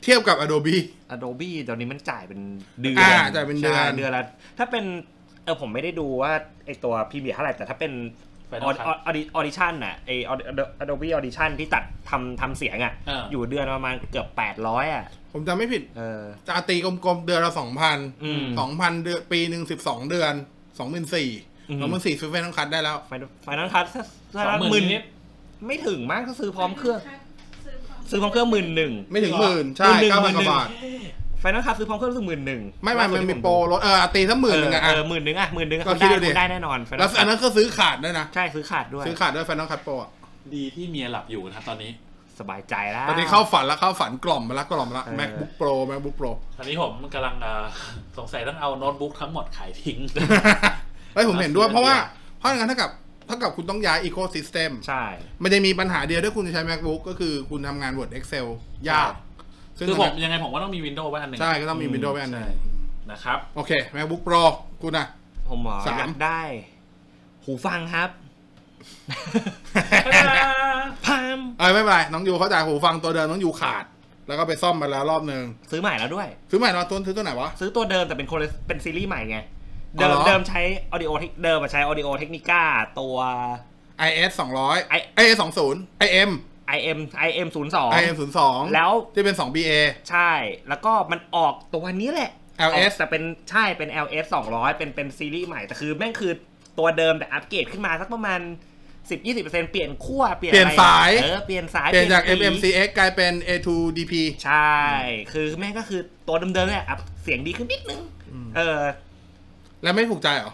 เทียบกับ Adobe Adobe ตอนนี้มันจ่ายเป็นเดือน อ่าจ่ายเป็นเดือน ใช่เดือนละถ้าเป็นเออผมไม่ได้ดูว่าไอตัวพีเมียเท่าไหร่ แต่ถ้าเป็น Final ออ Cut ดิออดิชั่นน่ะไอออดบี้ออดิชั่นที่ตัดทำทำเสียงอ่ะ อ่า อยู่เดือนประมาณเกือบ 800 อ่ะ ผมจำไม่ผิด เออ จะตีกลมๆ เดือนละสองพัน อืม สองพันเดือนปีหนึ่งสิบสองเดือนสองหมื่นสี่ อืม สองหมื่นสี่ซื้อเฟนต้องคัดได้แล้ว ไฟไฟนั้นคัส สองหมื่นนิด ไม่ถึงมากก็ซื้อพร้อมเครื่อง ซื้ ซื้ อ อ พ พ ร้ ร้ อ อ ม ม เค เค รื่ รือ่อง ง ห ห มื่ มื่ น น ห ห นึ่ไม่งนึ่งถึงหมื่นใช่ หมื่นหนึ่ง เก้า หพันกว่ามื่นหนึ่งบาท ไฟนั้นคัสซื้อพร้อมเครื่องซื้อหมื่นหนึ่ง ไม่ไม่มันมีโปรลดเออตีสักหมื่นหนึ่งอะ เอ อ่ะ อหมื่นหนึ่งอ่ะหมื่นหนึ่ง ก็ คุณ คิด ได้ ดูดิ คุณได้แน่นอน Final แล้ว Cut อันนั้นก็ซื้อขาดด้วยนะ ใช่ซื้อขาดด้วย ซื้อขาดด้วยแฟนต้องคัดโปรอะ ดีที่เมียหลับอยู่นะตอนนี้ สบายใจแล้ว ตอนนี้เข้าฝันแล้วเข้าฝันกล่อมไปละกล่อมไปละ เออ macbook pro macbook pro ตอนนี้ผมกำลังเอ่อ สงสัยต้องเอาโน้ตบุ๊กทั้งหมดขายทิ้ง เฮ้ยผมเห็นด้วย เอา เพราะว่า เสีย เพราะงั้นเท่ากับเท่ากับคุณต้องย้าย ecosystem ใช่ มันจะมีปัญหาเดียวถ้าคุณจะใช้ macbook ก็คือคุณทำงาน word excel ยาก ซึ่ง คือผมยังไงผมก็ต้องมีวินโดว์ไว้อันหนึ่ง ใช่ก็ต้องมี windows ไว้อันหนึง นะครับ โอเค MacBook Pro คุณนะ ผมเหรอ สาม อยากได้ หูฟังครับ พาม เอ้ยไม่เป็นไร น้องยูเขาจ่ายหูฟังตัวเดิมน้องยูขาด แล้วก็ไปซ่อมมาแล้วรอบหนึ่ง ซื้อใหม่แล้วด้วย ซื้อใหม่เนาะต้นซื้อตัวไหนวะ ซื้อตัวเดิมแต่เป็นคนละเป็นซีรีส์ใหม่ไง อ๋อ เดิ เหร ม อ เดิมใช้ออดิโอเดิมมาใช้ออดิโอเทคนิก้าตัว IS 200 I- IS 20 IM IM IM 0 2 IM 02 แล้ว ที่เป็น 2BA ใช่แล้วก็มันออกตัวนี้แหละ LS แต่เป็นใช่เป็น LS 200 เป็นเป็นซีรีส์ใหม่ แต่คือแม่งคือตัวเดิมแต่อัปเกรดขึ้นมาสักประมาณ 10-20%เปลี่ยนขั้วเปลี่ยน เปลี่ยน อะไร สาย เออเปลี่ยนสาย เปลี่ยนจาก สี MMCX กลายเป็น A2DP ใช่ คือแม่งก็คือตัวเดิมๆเนี่ยอัพเสียงดีขึ้นนิดนึง เออ แล้วไม่ถูกใจเหรอ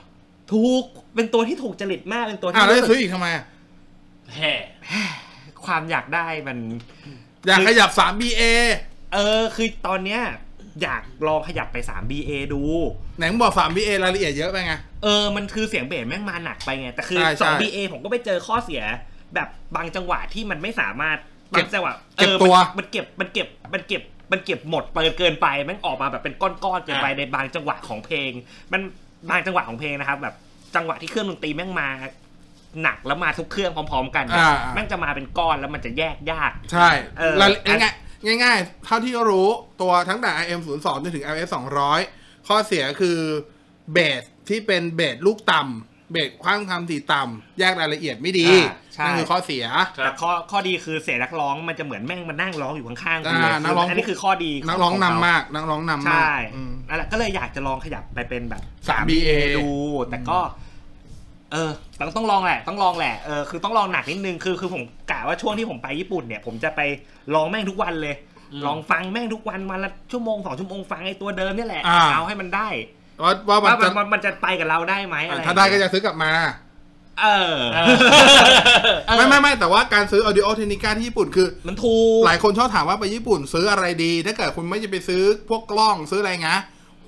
ถูก เป็นตัวที่ถูกจริตมาก เป็นตัว อ่า ที่ แล้วจะ รู้ ซื้อสึก อีกทำไมอะ แห่ ความอยากได้มัน อยากขยับ 3BA เออ คือตอนเนี้ยอยากลองขยับไป 3BA ดู ไหนมึงบอก 3BA รายละเอียดเยอะไปไง เออ มันคือเสียงเบสแม่งมาหนักไปไง แต่คือ ใช่ใช่ 2BA ผมก็ไปเจอข้อเสีย แบบบางจังหวะที่มันไม่สามารถ เก็ บา บ งจังหวะ เก็บ ออ ตัว มันมันเก็บ มันเก็บ มันเก็บ มันเก็บหมดเปิดเกินไป แม่งออกมาแบบเป็นก้อนๆเกินไปในบางจังหวะของเพลง มันบางจังหวะของเพลงนะครับ แบบจังหวะที่เครื่องดนตรีแม่งมาหนักแล้วมาทุกเครื่องพร้อม ๆ กันเนี่ย อ่า แม่งจะมาเป็นก้อนแล้วมันจะแยกยาก ใช่ เออ รายละเอียดง่ายง่ายๆเท่าที่รู้ตัวทั้งแต่ IM 02จนถึง LS 200 ข้อเสียคือเบสที่เป็นเบสลูกต่ำเบสความคำสีต่ำแยกรายละเอียดไม่ดี อ่าใช่ นั่นคือข้อเสีย แต่ข้อข้อดีคือเสียงนักร้องมันจะเหมือนแม่งมันนั่งร้องอยู่ข้างๆ อ่า คุณเลย นักร้อง อันนี้คือข้อดี นักร้อง ข นำ เข มาก นักร้องนำมาก ใช่ อืม นั่นแหละก็เลยอยากจะลองขยับไปเป็นแบบ 3BA ดู แต่ก็ เออต้องต้องลองแหละ ต้องลองแหละเออคือต้องลองหนักนิดนึงคือคือผมกะว่าช่วงที่ผมไปญี่ปุ่นเนี่ย ผมจะไปลองแม่งทุกวันเลย อืม ลองฟังแม่งทุกวันวันละชั่วโมงสองชั่วโมงฟังไอ้ตัวเดิมเนี่ยแหละ อ่า เอาให้มันได้ ว่าว่ามัน ว่ามั จะ นมันมันจะไปกับเราได้ไหมอะไร ถ้าได้ก็จะซื้อกลับมา เออ เออ เออ ไม่ไม่ไม่แต่ว่าการซื้อ audio technica ที่ญี่ปุ่นคือ มันถูก หลายคนชอบถามว่าไปญี่ปุ่นซื้ออะไรดี ถ้าเกิดคุณไม่จะไปซื้อพวกกล้องซื้ออะไรงะ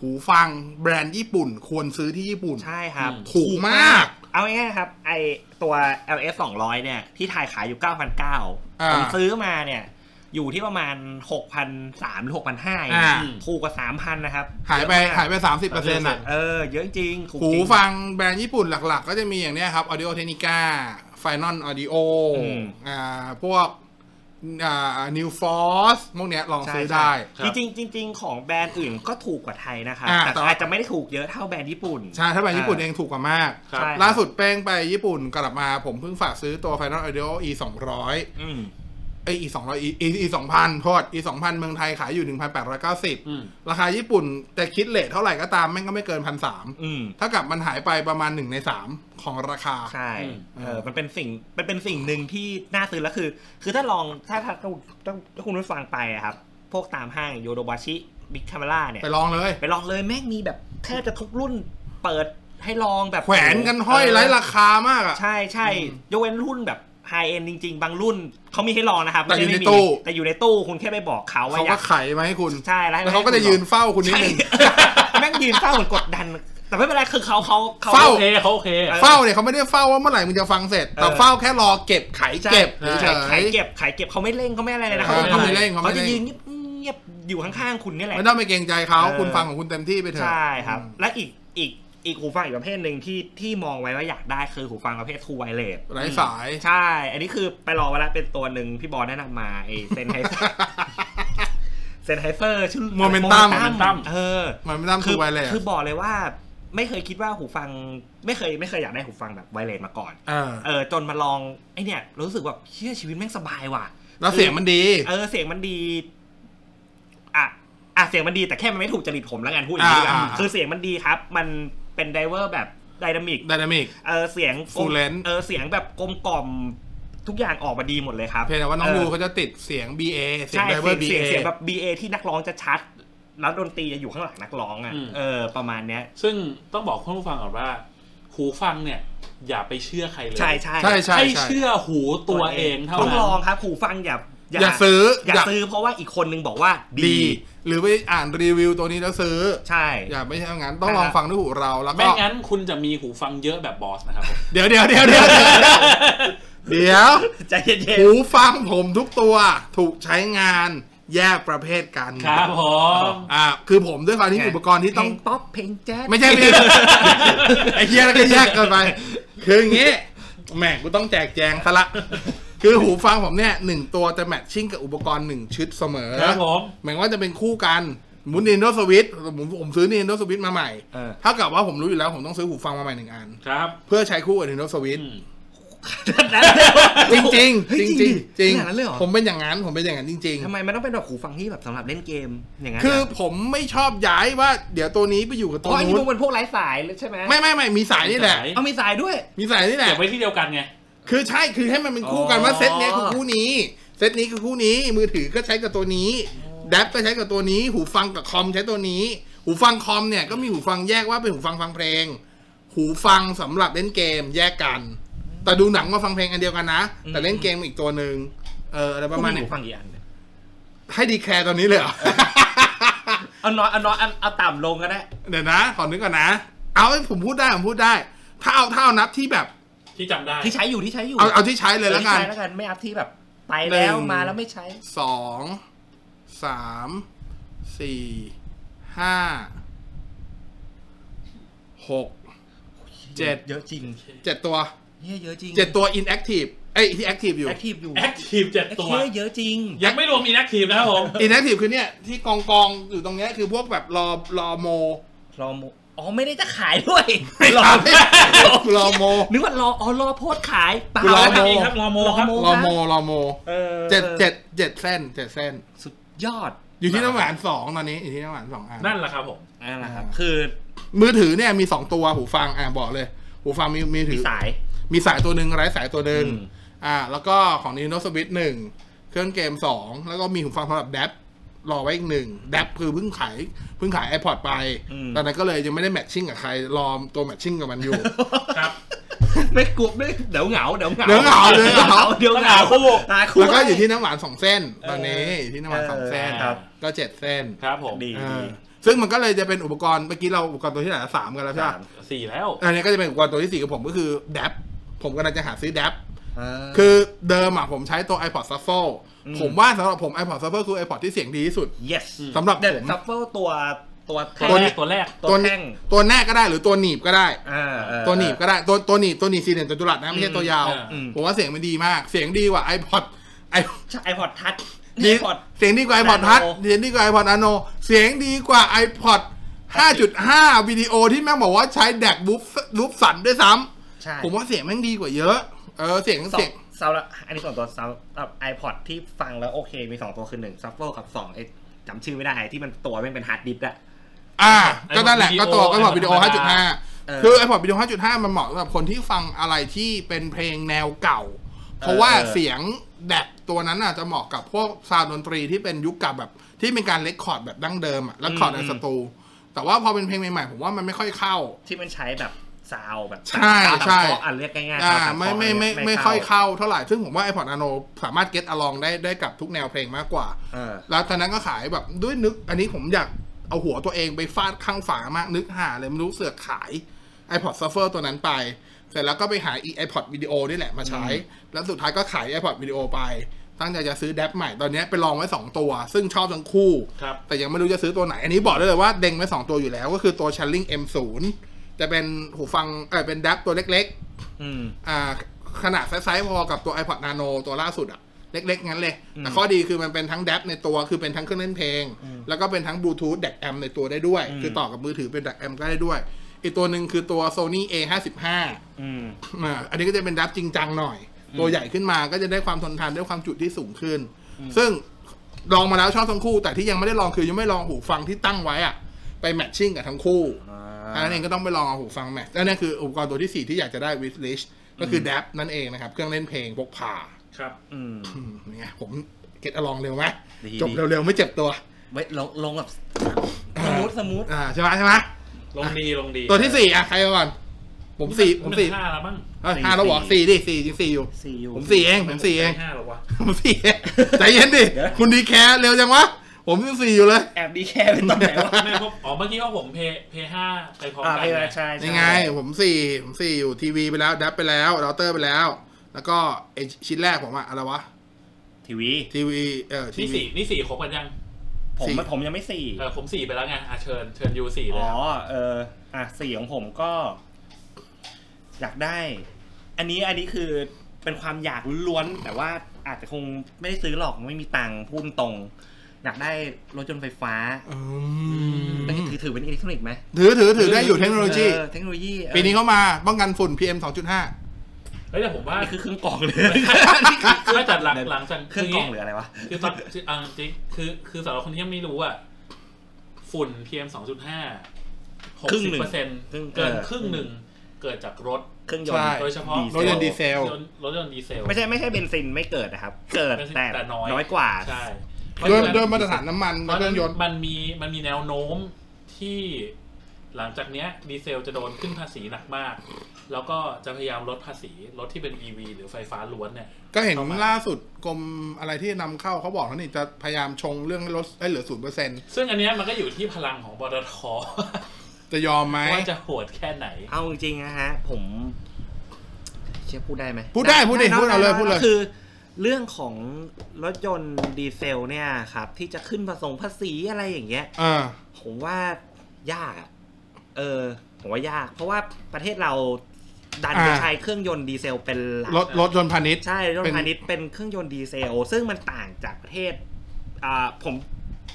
หูฟังแบรนด์ญี่ปุ่นควรซื้อที่ญี่ปุ่น ใช่ครับ อืม ถูกมาก เอาง่ายๆครับ ไอตัว LS 200 เนี่ย ที่ถ่ายขายอยู่ 9,900 อ่า ผมซื้อมาเนี่ย อยู่ที่ประมาณ 6,300หรือ6,500 อ่า อืม ถูกกว่า 3,000 นะครับ หายไป เอะมก หายไปสามสิบเปอร์เซ็นต์อ่ะ เออ เยอะจริงถูกจ หู ริ ฟังแบรนด์ญี่ปุ่นหลักๆ ก็จะมีอย่างเนี้ยครับ audio technica final audio อ่าพวกอ่า new force พวกเนี้ยลอง ใช่ ซื้อ ใช่ ได้ ครับ จริงๆจริงๆของแบรนด์อื่นก็ถูกกว่าไทยนะครับ อ่า แต่ แต่ว่า อาจจะไม่ได้ถูกเยอะเท่าแบรนด์ญี่ปุ่น ใช่ ถ้าแบรนด์ญี่ปุ่นเองถูกกว่ามาก ครับ ใช่ ล่าสุดแป้งไปญี่ปุ่นกลับมาผมเพิ่งฝากซื้อตัว final audio e 2 0 0 อืม ไออีสองร้อยอีอีสองพันโทษอีสองพันเมืองไทยขายอยู่หนึ่งพันแปดร้อยเก้าสิบ อืม ราคาญี่ปุ่นแต่คิดเลทเท่าไหร่ก็ตามแม่งก็ไม่เกินพันสาม อืม เท่ากับมันหายไปประมาณหนึ่งในสามของราคา ใช่ อืม เออมันเป็นสิ่งมันเป็นสิ่งหนึ่งที่น่าซื้อแล้วคือ คือถ้าลองถ้าถ้าถ้าถ้าถ้าคุณผู้ฟังไปอะครับ พวกตามห้างโยโดบาชิบิ๊กคาเมล่าเนี่ย ไปลองเลย ไปลองเลยแม่งมีแบบแทบจะทุกรุ่นเปิดให้ลองแบบ แขวนกันห้อยไร้ราคามากอ่ะ ใช่ใช่ยกเว้นรุ่นแบบไฮเอ็นจริง ๆ บางรุ่นเขามีให้ลองนะครับไม่แต่ช่อยู่ใน ไม่มี ตู้ แต่อยู่ในตู้คุณแค่ไปบอกเขาว่า เขา อยา ก็ ก ไขไหมาให้คุณ ใช่แล้วให้ แล้วเขาก็จะยืนเฝ้าคุณนิด ใช่ นึง แม่งยืนเฝ้าเหมือนกดดัน แต่ไม่เป็นไรคือเขาเขาเขา เฝ้า โอเคเขาโอเค ออ เฝ้าเนี่ยเขาไม่ได้เฝ้าว่าเมื่อไหร่มึงจะฟังเสร็จ แต่ เออ เฝ้าแค่รอเก็บไข ใช่ เก็บ ใช่ เฉ ขาย ย เก็บขายเก็บเขาไม่เร่งเขาไม่อะไรเลยนะ เออเขาไม่ เร่งเขาไม่ เขา เร่ จะ ง ยืนเงียบเงียบอยู่ข้างๆคุณนี่แหละ ไม่ต้องไปเกรงใจเขา เออ คุณฟังของคุณเต็มที่ไปเถอะ ใช่ครับ อืม และอีกอีกอีกหูฟังอีกประเภทหนึ่งที่ที่มองไว้ว่าอยากได้คือหูฟังประเภท True Wireless ไร้สาย ใช่ อันนี้คือไปรอมาแล้วเป็นตัวหนึ่งพี่บอลแนะนำมาไอเซนไฮ เซอร์เซนไฮเซอร์ชื่อ Momentum Momentum เออ มันไม่ต้อง คื คือไวเลย คือบอกเลยว่า ไม่เคยคิดว่าหูฟัง ไม่เคยไม่เคยอยากได้หูฟังแบบไวเลสมาก่อน เออ เออจนมาลองไอเนี่ยรู้สึกว่าเชื่อชีวิตแม่งสบายว่ะ แล้วเสียงมันดี เออเสียงมันดีอ่ะอ่ะเสียงมันดีแต่แค่มันไม่ถูกจริตผมแล้วกันพูดอย่างนี้ดีกว่า อ่าอ่า คือเสียงมันดีครับ มันเป็นไดเวอร์แบบไดนามิก ไดนามิก เออเสียงกลม Full length เออเสียงแบบกลมกล่อมทุกอย่างออกมาดีหมดเลยครับ เพียงแต่ว่าน้อง เ ยูเขาจะติดเสียง BA เสียง ใช่ ไดเวอ เสีย ร์ BA งเสียงเสียงแบบ BA ที่นักร้องจะชัด แล้วดนตรีจะอยู่ข้างหลังนักร้องอ่ะ อืม เออประมาณเนี้ย ซึ่งต้องบอกคุณผู้ฟังก่อนว่า หูฟังเนี่ย อย่าไปเชื่อใครเลย ใช่ใช่ ใช่ใช่ ให้ ใช่ เชื่อหูตัวเองเท่า ต้อง นั้ ล น องครับหูฟังอย่า อย่าซื้อ อย่าซื้อเพราะว่าอีกคนนึงบอกว่า ดี ดี หรือไปอ่านรีวิวตัวนี้แล้วซื้อ ใช่ อย่าไม่ใช่งั้นต้อง นะฮะ ลองฟังด้วยหูเราแล้ว ไม่ ก็ งั้นคุณจะมีหูฟังเยอะแบบบอสนะครับผม เดี๋ยวเดี๋ยวเดี๋ยวเดี๋ยวเดี๋ยวเดี๋ยว ใจเย็น หูฟังผมทุกตัวถูกใช้งานแยกประเภทกัน ครับผม อ่าคือผมด้วยความ ๆ ที่มีอุปกรณ์ที่ต้อง เพลป๊อปเพลงแจ๊ส ไม่ใช่พี่ ไอ้เฮียแล้วก็แยกกันไป คืออย่างงี้แหม่กูต้องแจกแจงซะละ คือหูฟังผมเนี่ยหนึ่งตัวจะแมทชิ่งกับอุปกรณ์หนึ่งชุดเสมอ ครับผม หมายความว่าจะเป็นคู่กันหมุน Nintendo Switch ผมผมซื้อ Nintendo Switch มาใหม่ เออ ถ้ากับว่าผมรู้อยู่แล้วผมต้องซื้อหูฟังมาใหม่หนึ่งอัน ครับ เพื่อใช้คู่กับ Nintendo Switch อืม จริงจริง เฮ้ย จริงจริง จ จ ริ ริ ง ง ดิขนาดนั้นเลยเหรอ ผมเป็นอย่างนั้นผมเป็นอย่างนั้นจริง ทำไมมันต้องเป็นแบบหูฟังที่แบบสำหรับเล่นเกมอย่างนั้น ๆ อะ คือผมไม่ชอบย้ายว่า เดี๋ยวตัวนี้ไปอยู่กับ อ๋ ตั อ ว อันนี้ นู้ มึง น เป็นพวกไร้สายเลยใช่ไหม ไม่ไม่ไม่มีสายนี่แหละ มีสาย เอามีสายด้วย มีสายนี่แหละ เก็บไว้ที่เดียวกันไง คือใช่ คือให้มันเป็นคู่กัน อ๋อ ว่าเซตเนี้ยคือคู่นี้ เซตนี้คือคู่นี้ มือถือก็ใช้กับตัวนี้ แดปก็ใช้กับตัวนี้ หูฟังกับคอมใช้ตัวนี้ หูฟังคอมเนี่ยก็มีหูฟังแยกว่าเป็นหูฟังฟังเพลง หูฟังสำหรับเล่นเกมแยกกัน แต่ดูหนังกับฟังเพลงอันเดียวกันนะ แต่เล่นเกมอีกตัวหนึ่งเอออะไรประมาณ พวก เนี้ หู ย ฟังกี่อันเนี่ย ให้ดีแคร์ตอนนี้เลยเหรอ เอาน้อยเอาน้อยเอาเอาต่ำลงก็ได้ เดี๋ยวนะ ขอนึกก่อนนะ เอาให้ผมพูดได้ผมพูดได้ ถ้าเอาถ้าเอานับที่แบบ ที่จำได้ ที่ใช้อยู่ที่ใช้อยู่ เอาเอาที่ใช้เลยแล้วกั ที่ น ใช้แล้วกันไม่อัพที่แบบไปแล้ว หนึ่ง มาแล้วไม่ใช้ สองสามสี่ห้าหก เจ็ด เยอะจริง เจ็ดตัว เนี่ยเยอะจริง เจ็ดตัว inactive เอ้ยที่ active อยู่ แอคทีฟอยู่ แอคทีฟเจ็ดตัว เยเยอะจริง ยังไม่รวมอินแอคทีฟนะครับผม inactive คือเนี่ย ที่กองกองๆอยู่ตรงเนี้ยคือพวกแบบรอรอโม รอโมอ๋อไม่ได้จะขายด้วยรอ กูรอโม นึกว่ารออ๋อรอโพสต์ขายเปล่า กูรอโม ครับรอโมครับ รอโมรอโม เออ เจ็ดเจ็ดเจ็ดเส้นเจ็ดเส้น สุดยอด อยู่ที่น้ำหวานสองตอนนี้อยู่ที่น้ำหวานสองอัน นั่นแหละครับผม นั่นแหละครับ อ่า คือ มือถือเนี่ยมีสองตัวหูฟังอ่ะบอกเลย หูฟังมีมีถื มี อ สาย มีสายตัวหนึ่งไร้สายตัวหนึ่ง อืม อ่า แล้วก็ของ Nintendo Switch หนึ่งเครื่องเกมสองแล้วก็มีหูฟังสำหรับแดปรอไว้อีกหนึ่งแดปคือเพิ่งขายเพิ่งขาย iPod ไป ตอนนั้นก็เลยยังไม่ได้แมทชิ่งกับใคร รอตัวแมทชิ่งกับมัน อยู่ ครับ ไม่กลัวไม่เดี๋ยวเหงาเดี๋ยวเหงา เดี๋ยวเหงาเดี๋ยวเหงา เดี๋ยวเหงา คู่ ตาคู่ แล้วก็อยู่ที่น้ำหวานสองเส้น ตอนนี้ เออ อ อยู่ ที่น้ำหวานสอง เออ เส้น ครับ ก็เจ็ดเส้น ครับผม ดี เอ ดี อซึ่งมันก็เลยจะเป็นอุปกรณ์เมื่อกี้เราอุปกรณ์ตัวที่ไหนสามกันแล้วใช่ไหม สาม สี่แล้ว อันนี้ก็จะเป็นอุปกรณ์ตัวที่สี่ของผมก็คือแดปผมกำลังจะหาซื้อแดป อ่า คือเดิมอ่ะผมใช้ตัว iPod Shuffle อืม ผมว่าสำหรับผม iPod Shuffle คือ iPod ที่เสียงดีที่สุด yes สำหรับ เด็ด ผม ซัฟเฟอร์ตัวตัวแท่ ตัว ง แรกตัวแรก ตัว นี้ แท่ง ตัวแน่ก็ได้หรือตัวหนีบก็ได้ อ่าเออ ตัวหนีบก็ได้ตัวตัวหนีบตัวหนีบสีเหลี่ยมจัตุรัสนะไม่ใช่ อืม ตัวยาว อ่า อืม ผมว่าเสียงมันดีมาก เสียงดีกว่า iPod ไอ ไอพอดทัช ดี พอด เสียงดีกว่า iPod Nano ทัชเสียงดีกว่า iPod Nano เสียงดีกว่า iPod 5.5 วิดีโอที่แม่งบอกว่าใช้แดกบุ๊ฟบุ๊ฟสันด้วยซ้ ใช่ ำผมว่าเสียงแม่งดีกว่าเยอะ เออเสียง สอ เสีย ง ง สำหรับอันนี้ส่วนตัวสำหรับไอพอดที่ฟังแล้วโอเค มีสองตัวคือหนึ่งซัฟเฟอร์กับสองไอจำชื่อไม่ได้ที่มันตัวมันเป็นฮาร์ดดิสก์อะ อ่า iPod ก็นั่นแหละ video ก็ตัวก็ iPod iPod Video ธรรมดา เออ 5.5 คือ iPod Video 5.5 มันเหมาะสำหรับคนที่ฟังอะไรที่เป็นเพลงแนวเก่า เพราะว่า เออ เสียงแดกตัวนั้นน่ะจะเหมาะกับพวกซาวด์ดนตรีที่เป็นยุคเกับแบบ ที่เป็นการเลคคอร์ดแบบดั้งเดิมอะเลคคอร์ดในสตูแต่ว่าพอเป็นเพลงใหม่ๆ ผมว่ามันไม่ค่อยเข้า ที่มันใช้แบบซาวแบบ ใช่ใช่ ซาวแบบเพราะอันเรียกง่ายๆ อ่า ซาวแบบ ไม่ เพราะ ไม่ไม่ นเรีก ไม่ค่อยเข้าเท่าไหร่ ซึ่งผมว่า iPod Nano สามารถเก็ตอลองได้ได้กับทุกแนวเพลงมากกว่า เออ แล้วตอนนั้นก็ขายแบบด้วยนึก อันนี้ผมอยากเอาหัวตัวเองไปฟาดข้างฝามากนึกหาเลยไม่รู้เสือกขาย iPod Suffer ตัวนั้นไป เสร็จแล้วก็ไปหา e iPod Video นี่แหละมาใช้ แล้วสุดท้ายก็ขาย iPod Video ไป ตั้งใจจะซื้อแดปใหม่ตอนนี้ไปลองไว้ 2 ตัว ซึ่งชอบทั้งคู่ ครับ แต่ยังไม่รู้จะซื้อตัวไหน อันนี้บอกได้เลยว่าเด้งไว้ 2 ตัวอยู่แล้ว ก็คือตัว c h a l l i n g M0 จะเป็นหูฟังเออเป็นแดปตัวเล็ก ๆ อืม อ่าขนาดไซส์ๆพอกับตัว iPod Nano ตัวล่าสุดอะเล็กๆงั้นเลย อืม แต่ข้อดีคือมันเป็นทั้งแดปในตัวคือเป็นทั้งเครื่องเล่นเพลง อืม แล้วก็เป็นทั้งบลูทูธแดกแอมในตัวได้ด้วย อืม คือต่อกับมือถือเป็นแดกแอมก็ได้ด้วย อีกตัวหนึ่งคือตัว Sony A 5 5 อืม อ่าอันนี้ก็จะเป็นแดปจริงจังหน่อย ตัวใหญ่ขึ้นมาก็จะได้ความทนทานได้ความจุที่สูงขึ้น ซึ่งลองมาแล้วชอบทั้งคู่ แต่ที่ยังไม่ได้ลองคือยังไม่ลองหูฟังที่ตั้งไว้อะไปแมทชิ่งกับทั้งคู่ อันนั้นเองก็ต้องไปลองเอาหูฟังแมทแล้วนั่นคืออุปกรณ์ตัวที่ 4 ที่อยากจะได้ with list ก็คือ d a p นั่นเองนะครับ เครื่องเล่นเพลงพกพา ครับ อืม อืมเป็นไงผมเก็ตอลองเร็วไหม ดี จบเร็วๆ ไม่เจ็บตัว ไว้ลงลงแบบสมูทสมูท อ่าใช่ไหมใช่ไหม ลงดีลงดี ตัวที่ 4 อ่ะ ใครก่อน ผมสี่ผม สี่ สี่ ห้าแล้วมั้ง เอ้ยห้าแล้วเหรอสี่ดิสี่จริงสี่อยู่ ซีอยู่ ผมสี่เองผมสี่เอง ห้าหรอวะ ผมสี่เองใจเย็นดิ เดี๋ยว คุณดีแคร์เร็วจังวะ ผมยังสี่อยู่เลย แอบดีแค่เป็นตอนไหนวะ ไม่พบอ๋อเมื่อกี้ว่าผมเพย์เพย์ห้าไปพร้อม อ่า กั เพ น ล นะ งใช่ใช่ ยังไง ผมสี่ผมสี่อยู่ทีวีไปแล้วดับไปแล้วเราเตอร์ไปแล้ว แล้วก็ไอชิ้นแรกผมอะอะไรวะ ทีวี ทีวีเออที นี่ วี สี่นี่สี่ครบกันยัง ผม สี่ ผมยังไม่สี่ เออผมสี่ไปแล้วไงอาเชิญเชิญยูสี่แล้ อ๋อ ว เออ อ่ะสีของผมก็ อยากได้ อันนี้ อันนี้คือเป็นความอยากล้วนๆแต่ว่าอาจจะคงไม่ได้ซื้อหรอกไม่มีตังค์พูดตรง อยากได้รถยนต์ไฟฟ้า อืม เป็นถือถือเป็นอิเล็กทรอนิกส์ไหม ถือถือถือได้อยู่เทคโนโลยี ออเทคโนโลยีออ ปีนี้เข้ามาป้องกันฝุ่น PM 2.5 เฮ้ยแต่ผมว่า อันนี้คือเครื่องกรอง เลย ไม่แต่หลังหลังจาก เครื่องกรองหรืออะไรวะ คือตอนคืออ่าจริงคือคือสำหรับคนที่ยังไม่รู้อ่ะฝุ่น PM 2.5 หก ครึ่ง สิบ หนึ่ง เปอร์เซ็นต์ ครึ่ง เกิน เออ ครึ่งหนึ่งเกิดจากรถ เครื่องยน ใช่ ต์ โดยเฉพาะ รถยนต์ดีเซล รถยนต์รถยนต์ดีเซล ไม่ใช่ไม่ใช่เบนซินไม่เกิดนะครับ เกิด เบนซิน แต่ แต่น้อย น้อยกว่า ใช่ โดยโดยมาตรฐานน้ำมัน เพ และ ราะ เค ฉะ รื่อน งยนั้นต์ มันมีมันมีแนวโน้มที่หลังจากเนี้ยดีเซลจะโดนขึ้นภาษีหนักมาก แล้วก็จะพยายามลดภาษีรถที่เป็น EV หรือไฟฟ้าล้วนเนี่ย ก็เห็น เข้ามา ล่าสุดกรมอะไรที่นำเข้าเขาบอกแล้วนี่จะพยายามชงเรื่องลดให้เหลือ 0% ซึ่งอันเนี้ยมันก็อยู่ที่พลังของบตท จะยอมไหม ว่าจะโหดแค่ไหน เอาจริงๆนะฮะ ผม เชื่อพูดได้ไหม พูดได้พูดดิพูดเอาเลยพูดเลย ก็คือ เรื่องของรถยนต์ดีเซลเนี่ยครับ ที่จะขึ้นผสมภาษีอะไรอย่างเงี้ย อ่า ผมว่ายากอะเออ ผมว่ายาก เพราะว่าประเทศเราดันไป อ่า ใช้เครื่องยนต์ดีเซลเป็นหลัก รถรถยนต์พาณิชย์ ใช่รถ เป็น พาณิชย์เป็นเครื่องยนต์ดีเซล ซึ่งมันต่างจากประเทศ อ่าผม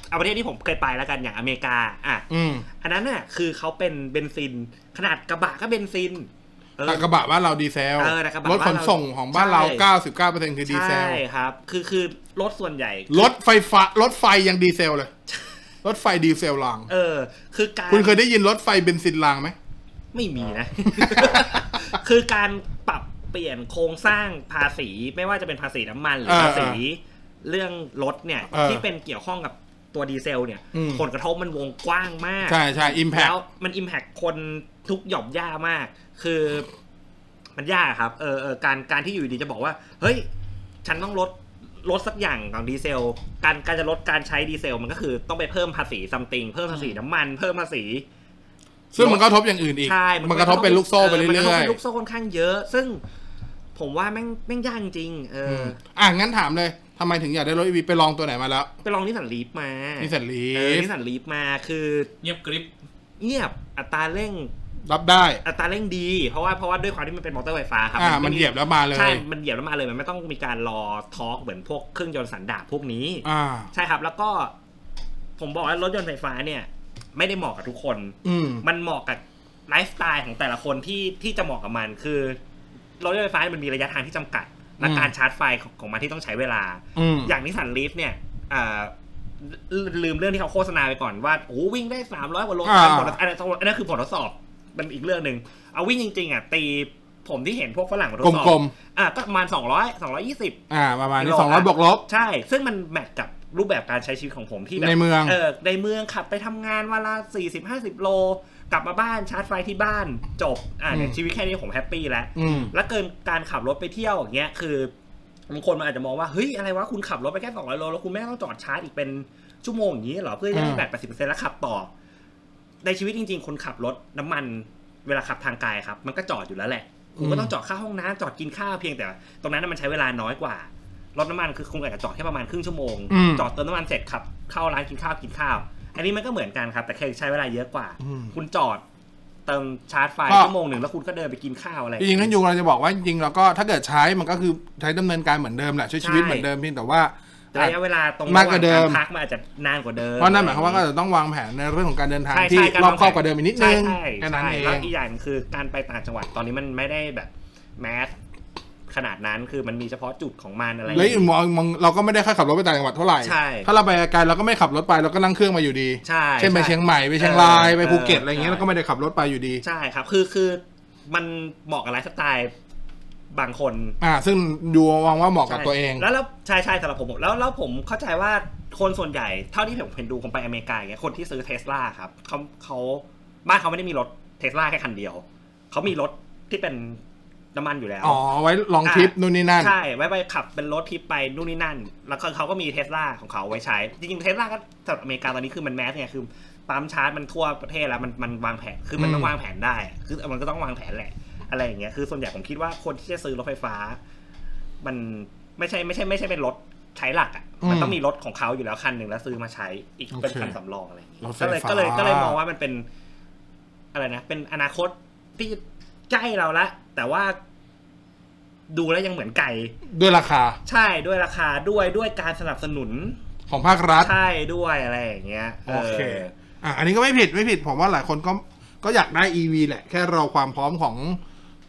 เอาประเทศที่ผมเคยไปแล้วกันอย่างอเมริกาอ่ะ อืม อันนั้นน่ะคือเขาเป็นเบนซิน ขนาดกระบะก็เบนซินเออ แต่กระบะบ้านเราดีเซล เออแต่กระบะ รถขนส่งของบ้านเรา ใช่ 99%คือดีเซ ใช่ ล ครับ คือคือรถส่วนใหญ่ รถไฟฟ้ารถไฟยังดีเซลเลย รถไฟดีเซลราง เออ คือการ คุณเคยได้ยินรถไฟเบนซินรางไหม ไม่มี นะ คือการปรับเปลี่ยนโครงสร้างภาษี ไม่ว่าจะเป็นภาษีน้ำมันหรือ เออ ภาษี เรื่องรถเนี่ย เออ ที่เป็นเกี่ยวข้องกับตัวดีเซลเนี่ย อืม ผลกระทบมันวงกว้างมาก ใช่ใช่อิมแพค แล้วมันอิมแพคคนทุกหย่อมย่ามาก คือมันยากครับ เออเออการการที่อยู่ดีจะบอกว่า เฮ้ย ฉันต้องลดลดสักอย่างของดีเซล การการจะลดการใช้ดีเซล มันก็คือต้องไปเพิ่มภาษีซัมติง เพิ่มภาษีน้ำมัน เพิ่มภาษี ซึ่งมันกระทบอย่างอื่นอีก ใช่ มันกระทบเป็นลูกโซ่ไปเรื่ มันกระทบ อย เป็นลูกโซ่ค่อนข้างเยอะ ซึ่งผมว่าแม่งแม่งยากจริงๆเออื อ มอ่ะงั้นถามเลยทำไมถึงอยากได้รถอีวีไปลองตัวไหนมาแล้ว ไปลองนิสันลีฟมา นิ นิ สันลี นิสันลีฟมาคือ เงียบกริบ เงียบอัตราเร่ง รับได้ อัตราเร่งดีเพราะว่าเพราะว่าด้วยความที่มันเป็นมอเตอร์ไฟฟ้าครับ อ่า ไ มันเหยียบแล้วมาเลย ใช่ มันเหยียบแล้วมาเลยมันไม่ต้องมีการรอทอร์กเหมือนพวกเครื่องยนต์สันดาปพวกนี้ อ่า ใช่ครับแล้วก็ ผมบอกว่ารถยนต์ไฟฟ้าเนี่ย ไม่ได้เหมาะกับทุกคน อืม มันเหมาะกับไลฟ์สไตล์ของแต่ละคนที่ที่จะเหมาะกับมันคือรถยนต์ไฟฟ้ามันมีระยะทางที่จำกัดและ อืม การชาร์จไฟของของมันที่ต้องใช้เวลา อืม อย่างนิสสันลีฟเนี่ยอ่าลืลืมเรื่องที่เขาโฆษณาไปก่อนว่าโอ้โหวิ่งได้สามร้อยกว่าโล อ่า อันผลอันนั้นอันนั้นคือผลทดสอบ มันอีกเรื่องหนึ่งเอาวิ่งจริงๆอ่ะตีผมที่เห็นพวกฝรั่งมาทดสอบ กลม อ่ะก็ประมาณสองร้อยสองร้อยี่สิบ ๆ อ่า ประมาณนี้ ลอง สองร้อย อ่ะ บวกลบ ใช่ ซึ่งมันแมทกับรูปแบบการใช้ชีวิตของผมที่แบบ ในเมือง เออในเมืองขับไปทำงานวันละสี่สิบห้าสิบโล กลับมาบ้านชาร์จไฟที่บ้านจบ อ่ะเนี่ย อืม ชีวิตแค่นี้ผมแฮปปี้แล้ว อืม แล้วเกินการขับรถไปเที่ยวอย่างเงี้ยคือบางคนมันอาจจะมองว่าเฮ้ยอะไรวะคุณขับรถไปแค่200โลแล้วคุณแม่ต้องจอดชาร์จอีกเป็นชั่วโมงอย่างนี้เหรอเพื่อจะได้ อ่า แบต80%แล้วขับต่อ ในชีวิตจริง ๆ คนขับรถน้ำมันเวลาขับทางไกลครับ มันก็จอดอยู่แล้วแหละคุณก็ต้องจอดเข้าห้องน้ำจอดกินข้าวเพียงแต่ว่าตรงนั้นนะมันใช้เวลาน้อยกว่ารถน้ำมันคือคุณอาจจะจอดแค่ประมาณครึ่งชั่วโมง อืม จอดเติมน้ำมันเสร็จขับเข้าร้านกินข้าวกินข้าว อันนี้มันก็เหมือนกันครับ แต่แค่ใช้เวลาเยอะกว่า อืม คุณจอดเติมชาร์จไฟ ก็ ชั่วโมงหนึ่งแล้วคุณก็เดินไปกินข้าวอะไร จริงๆท่านยูเราจะบอกว่าจริงๆเราก็ถ้าเกิดใช้มันก็คือใช้ดำเนินการเหมือนเดิมแหละใช้ชีวิต ใช่ เหมือนเดิมเพียงแต่ว่า ระยะเวลาตรง มากกว่าเดิม ระหว่งรพักมันอาจจะนานกว่าเดิม เพราะนั่นหมายความว่าก็จะต้องวางแผนในเรื่องของการเดินทาง ใช่ ที่ ใช่ รอบครอบกว่าเดิมอีกนิดนึง ใช่ แค่ ใช่ นั้นเอ แล้ว ง อีกอย่างคือการไปต่างจังหวัดตอนนี้มันไม่ได้แบบแมสขนาดนั้นคือมันมีเฉพาะจุดของมันอะไรอย่าง แล้วอี เงี้ย กมองมองเราก็ไม่ได้ค่อยขับรถไปต่างจังหวัดเท่าไหร่ ใช่ ถ้าเราไปไกลเราก็ไม่ขับรถไปเราก็นั่งเครื่องมาอยู่ดี ใช่ เช่นไป ใ เชียงใหม่ไปเชียงราย เออ ไปภูเก็ต เออ อะไรเงี้ย ใช่ เราก็ไม่ได้ขับรถไปอยู่ดี ใช่ครับ คือคือมันเหมาะกับไลฟ์สไตล์บางคน อ่า ซึ่งดูวางว่าเหมาะกับ ใช่ ตัวเอง แล้วแล้วใช่ใช่สำหรับผมแล้วแล้วผมเข้าใจว่าคนส่วนใหญ่เท่าที่ผมเห็นดูผมไปอเมริกาอย่างเงี้ยคนที่ซื้อเทสลาครับเขาเขาบ้านเขาไม่ได้มีรถเทสลาแค่คันเดียว เขามีรถที่เป็นน้ำมันอยู่แล้ว อ๋อไว้ลองทริปนู่นนี่นั่น ใช่ ไว้ไปขับเป็นรถทริปไปนู่นนี่นั่น แล้วก็เขาก็มีเทสลาของเขาไว้ใช้ จริงๆเทสลาก็สำหรับอเมริกาตอนนี้คือมันแมสเนี่ยคือปั๊มชาร์จมันทั่วประเทศแล้วมันมันวางแผนคือมัน อืม ต้องวางแผนได้ คือมันก็ต้องวางแผนแหละ อะไรอย่างเงี้ยคือส่วนใหญ่ผมคิดว่าคนที่จะซื้อรถไฟฟ้า มันไม่ใช่ไม่ใช่ไม่ใช่เป็นรถใช้หลักอ่ะมันต้องมีรถของเขาอยู่แล้วคันหนึ่งแล้วซื้อมาใช้อีกเป็นคันสำรองอะไรอย่างเงี้ย รถไฟ ก็เลย ฟ้า ก็เลยก็เลยมองว่ามันเป็นอะไรนะ เป็นอนาคตที่ใกล้เราละ แต่ว่าดูแล้วยังเหมือนไก่ ด้วยราคา ใช่ด้วยราคาด้วยด้วยการสนับสนุน ของภาครัฐ ใช่ด้วยอะไรอย่างเงี้ย โอเค อ่ะอันนี้ก็ไม่ผิดไม่ผิด ผมว่าหลายคนก็ก็อยากได้ EV แหละ แค่รอความพร้อมของ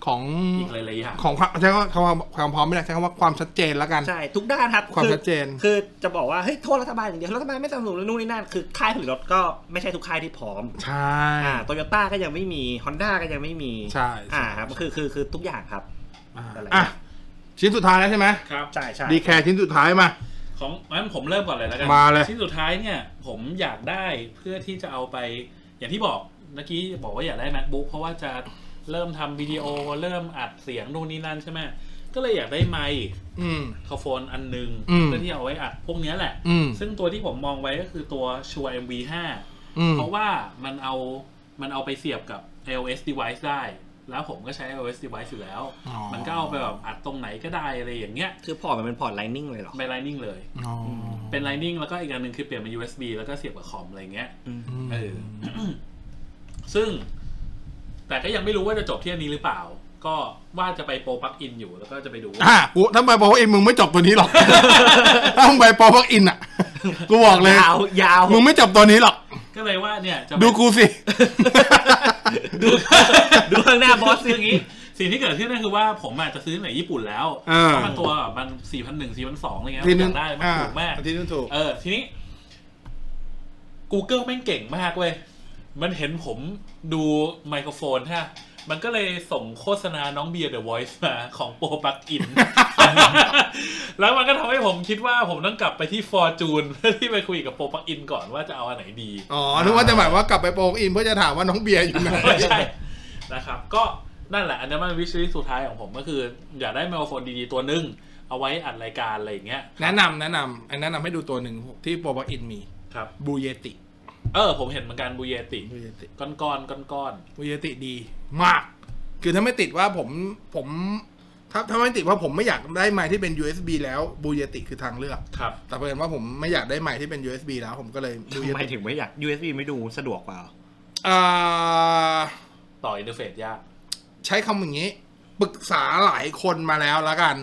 ของ อีกหลายๆอย่าง ของความใช้คำว่าความพร้อมไม่ได้ใช้คำว่าความชัดเจนแล้วกัน ใช่ทุกด้านครับ ความ อ ชัดเจน คือจะบอกว่าเฮ้ยโทษรัฐบาลอย่างเดียวรัฐบาลไม่สนับสนุนนู่นนี่นั่นคือค่ายผลิตรถก็ไม่ใช่ทุกค่ายที่พร้อม ใช่ อ่าโตโยต้าก็ยังไม่มีฮอนด้าก็ยังไม่มี ใช่ใช่ อ่าครับคือคือคือทุกอย่างครับ อ่ะ อะไร อ่ะชิ้นสุดท้ายแล้วใช่ไหม ครับ ใช่ใช่ ดีแคร์ชิ้นสุดท้ายมา ของงั้นผมเริ่มก่อนเลยแล้วกัน มาเลย ที่สุดท้ายเนี่ย ผมอยากได้เพื่อที่จะเอาไป อย่างที่บอกเมื่อกี้บอกว่าอยากได้ macbook เพราะว่าจะเริ่มทำวิดีโอเริ่มอัดเสียงนู่นนี่นั่นใช่ไหมก็เลยอยากได้ไมค์ อืม ไมโครโฟนอันหนึง อืม เพื่อที่เอาไว้อัดพวกเนี้ยแหละ อืม ซึ่งตัวที่ผมมองไว้ก็คือตัว Shure MV5 อืม เพราะว่ามันเอามันเอาไปเสียบกับ iOS device ได้ แล้วผมก็ใช้ iOS device อยู่แล้ว อ๋อ มันก็เอาไปแบบอัดตรงไหนก็ได้อะไรอย่างเงี้ย คือพอร์ตมันเป็นพอร์ตไลนิ่งเลยเหรอ ไป Lightning เลย อ๋อ เป็น Lightning แล้วก็อีกอันหนึ่งคือเปลี่ยนเป็น USB แล้วก็เสียบกับคอมอะไรเงี้ย อืม เออ ซึ่ง แต่ก็ยังไม่รู้ว่าจะจบที่อันนี้หรือเปล่า ก็ว่าจะไปโปรปลักอินอยู่แล้วก็จะไปดูว่า อ่ะกูถ้าไปโปรพักอินมึงไม่จบตัวนี้หรอก ถ้ามึงไปโปรพักอินอ่ะ กูบอกเลย ยาว ยาว มึงไม่จับตัวนี้หรอก ก็เลยว่าเนี่ยจะ ดูกู สิ ดู ดูข้างหน้าบอส คืออย่างนี้ สิ่งที่เกิดขึ้นก็คือว่าผมอาจจะซื้อไหนญี่ปุ่นแล้ว เออ เพราะมันตัวแบบมันสี่พันหนึ่งสี่พันสองอะไรเงี้ยมันอยากได้มันถูกมาก อ่ที่นึงถูก เออ ทีนี้ Google แม่งเก่งมากเว้ย มันเห็นผมดูไมโครโฟนฮะ มันก็เลยส่งโฆษณาน้องเบียร์เดอะวอยซ์มาของโปรปักอิน แล้วมันก็ทำให้ผมคิดว่าผมต้องกลับไปที่ฟอร์จูนเพื่อที่ไปคุยกับโปรปักอินก่อนว่าจะเอาอันไหนดี อ๋อ นึกว่าจะหมายว่ากลับไปโปรอินเพื่อจะถามว่าน้องเบียร์อยู่ไหน ไม่ใช่นะครับ ก็นั่นแหละ อันนั้นมันวิชลิสุดท้ายของผมก็คือ อยากได้ไมโครโฟนดีๆตัวหนึง เอาไว้อัดรายการอะไรอย่างเงี้ย แนะนำแนะนำไอ้แนะนำให้ดูตัวหนึ่งที่โปรบักอินมี ครับ บูเยติ เออ ผมเห็นเหมือนกันบูเยติ บูเยติ ก้อนก้อนก้อนก้อน บูเยติดี มาก คือถ้าไม่ติดว่าผมผมถ้าถ้าไม่ติดว่าผมไม่อยากได้ไมค์ที่เป็น USB แล้วบูเยติคือทางเลือก ๆครับ แต่เผอิญว่าผมไม่อยากได้ไมค์ที่เป็น USB แล้วผมก็เลยบูเย ทำไม ติ ถึงไม่อยาก USB ไม่ดูสะดวกกว่า อ่า ต่ออินเทอร์เฟซยาก ใช้คำอย่างนี้ปรึกษาหลายคนมาแล้วละกัน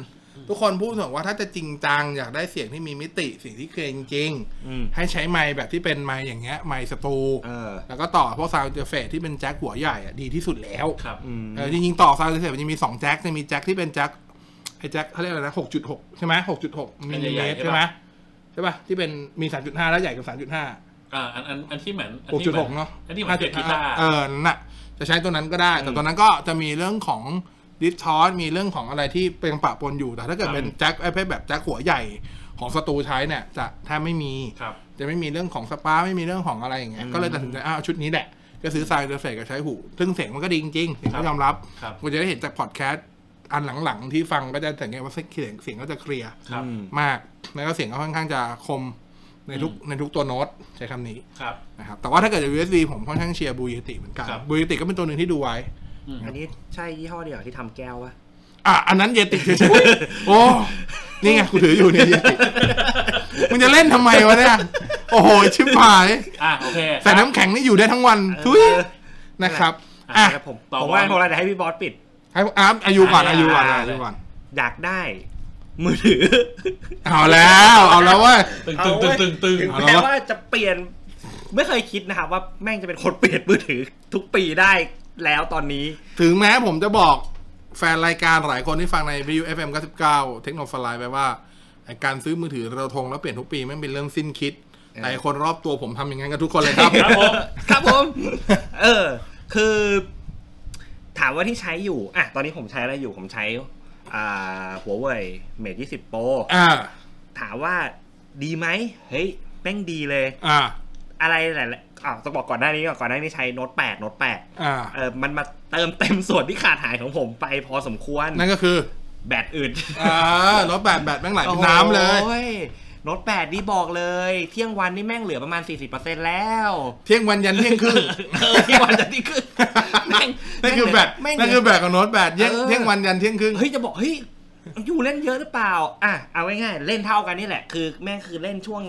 ทุกคนพูดถึงว่าถ้าจะจริงจังอยากได้เสียงที่มีมิติเสียงที่เคยจริง อืม ๆให้ใช้ไมค์แบบที่เป็นไมค์อย่างเงี้ยไมค์สตู เออ แล้วก็ต่อพวกซาวด์เจฟเฟที่เป็นแจ็คหัวใหญ่อะดีที่สุดแล้ว ครับ อืม เออจริงๆต่อซาวด์เจฟเฟมันจะมีสองแจ็คจะมีแจ็คที่เป็นแจ็คไอ้แจ็คเขาเรียกอะไรนะหกจุดหกใช่ไหมหกจุดหกมิลลิเมตร อันใหญ่ๆใช่ ใช่ ปะ ไหมใช่ป่ะที่เป็นมีสามจุดห้าแล้วใหญ่กับสามจุดห้า อ่าอันอันอันที่เหมือนอัน หก ที่ จุด มื ห อก เนาะ อันที่เหมือนเสียงกีตาร์ เออนั่นน่ะจะใช้ตัวนั้นก็ได้ แต่ตัวนั้นก็จะมีเรื่องของดิสทอร์มีเรื่องของอะไรที่เป็นปะปนอยู่แต่ถ้าเกิดเป็นแจ็คไอ้เพศแบบแจ็คหัวใหญ่ของสตูใช้เนี่ยจะแทบไม่มี ครับ จะไม่มีเรื่องของสปาไม่มีเรื่องของอะไรอย่างเงี้ย อืม ก็เลยตัดสินใจอ้าวชุดนี้แหละ ก็ซื้อซาวด์เดอร์เฟกกับใช้หู ซึ่งเสียงมันก็ดีจริงๆเสียง ครั ก็ บ ยอมรับ ครับ กูจะได้เห็นจากพอดแคสต์อันหลังๆ ที่ฟังก็จะสังเกตว่าเสียงเสียงก็จะเคลียร์ ครับ อืม มาก แล้วก็เสียงก็ค่อนข้างจะคมในทุกในทุกตัวโน้ตใช้คำนี้ ครับ นะครับ แต่ว่าถ้าเกิดจะ USB ผมค่อนข้างเชียร์บูยติเหมือนกัน ครับ บูยติก็เป็นตัวหนึ่งที่ดูไว้ อืม อันนี้ใช่ยี่ห้อเดียวที่ทำแก้วปะ อ่ะ อันนั้นเยติเฉยๆโอ้ นี่ไงกูถืออยู่เนี่ยเยติมึงจะเล่นทำไมวะเนี่ย โอ้โหชิบหาย อ่ะโอเค ใส่น้ำแข็งนี่อยู่ได้ทั้งวัน ทุย เออ นะครับอ่ะอ่ะครับผม ต่อ ผมว่า บอล ผมอะไรให้พี่บอสปิด ให้อาร์มอายุก่อน อ่ะ อายุก่อน อ่ะ อายุก่อน อยากได้ มือถือ เอาแล้ว เอาแล้วเว่า ตึงตึงตึงตึงตึง ถึง เอาละ แม้ วะ ว่าจะเปลี่ยน ไม่เคยคิดนะครับว่าแม่งจะเป็นคนเปลี่ยนมือถือ ทุกปีได้แล้วตอนนี้ ถึงแม้ผมจะบอกแฟนรายการหลายคนที่ฟังใน v u FM 99 เทคโนโลยีไปว่าไอ้การซื้อมือถือเราทงแล้วเปลี่ยนทุกปีไม่งเป็นเรื่องสิ้นคิด แต่คนรอบตัวผมทำอย่างนั้นกับทุกคนเลย ครับ ครับผม ครับ ผม เออ คือ ถามว่าที่ใช้อยู่ อ่ะ ตอนนี้ผมใช้อะไรอยู่ ผมใช้ อ่า หัวเว่ยเมทยี่สิบโปร อ่า ถามว่าดีไหม เฮ้ย แม่งดีเลย อ่า อะไรหลายๆอ้าวต้องบอกก่อนหน้านี้ก่อนก่อนหน้านี้ใช้โน้ตแปดโน้ตแปด อ่า เออ มันมาเติมเต็มส่วนที่ขาดหายของผมไปพอสมควร นั่นก็คือ แบตอื่น อ่ารถแบตแบตแม่งไหลเป็นน้ำเลย โอ้โน้ตแปดนี่บอกเลย เที่ยงวันนี่แม่งเหลือประมาณ 40%แล้ว เที่ยงวันยันเที่ยงครึ่ง เออเที่ยงวันจะดี ขึ้นแม่ง นั่นคือแบต แม่งเหลื นั่นคือแบตของโน้ตแบตเที่ยง เออ เที่ยงวันยันเที่ยงครึ่ง เฮ้ยจะบอกเฮ้ยอยู่เล่นเยอะหรือเปล่า อ่ะเอาง่ายๆเล่นเท่ากันนี่แหละ คือแม่งคือเล่นช่วง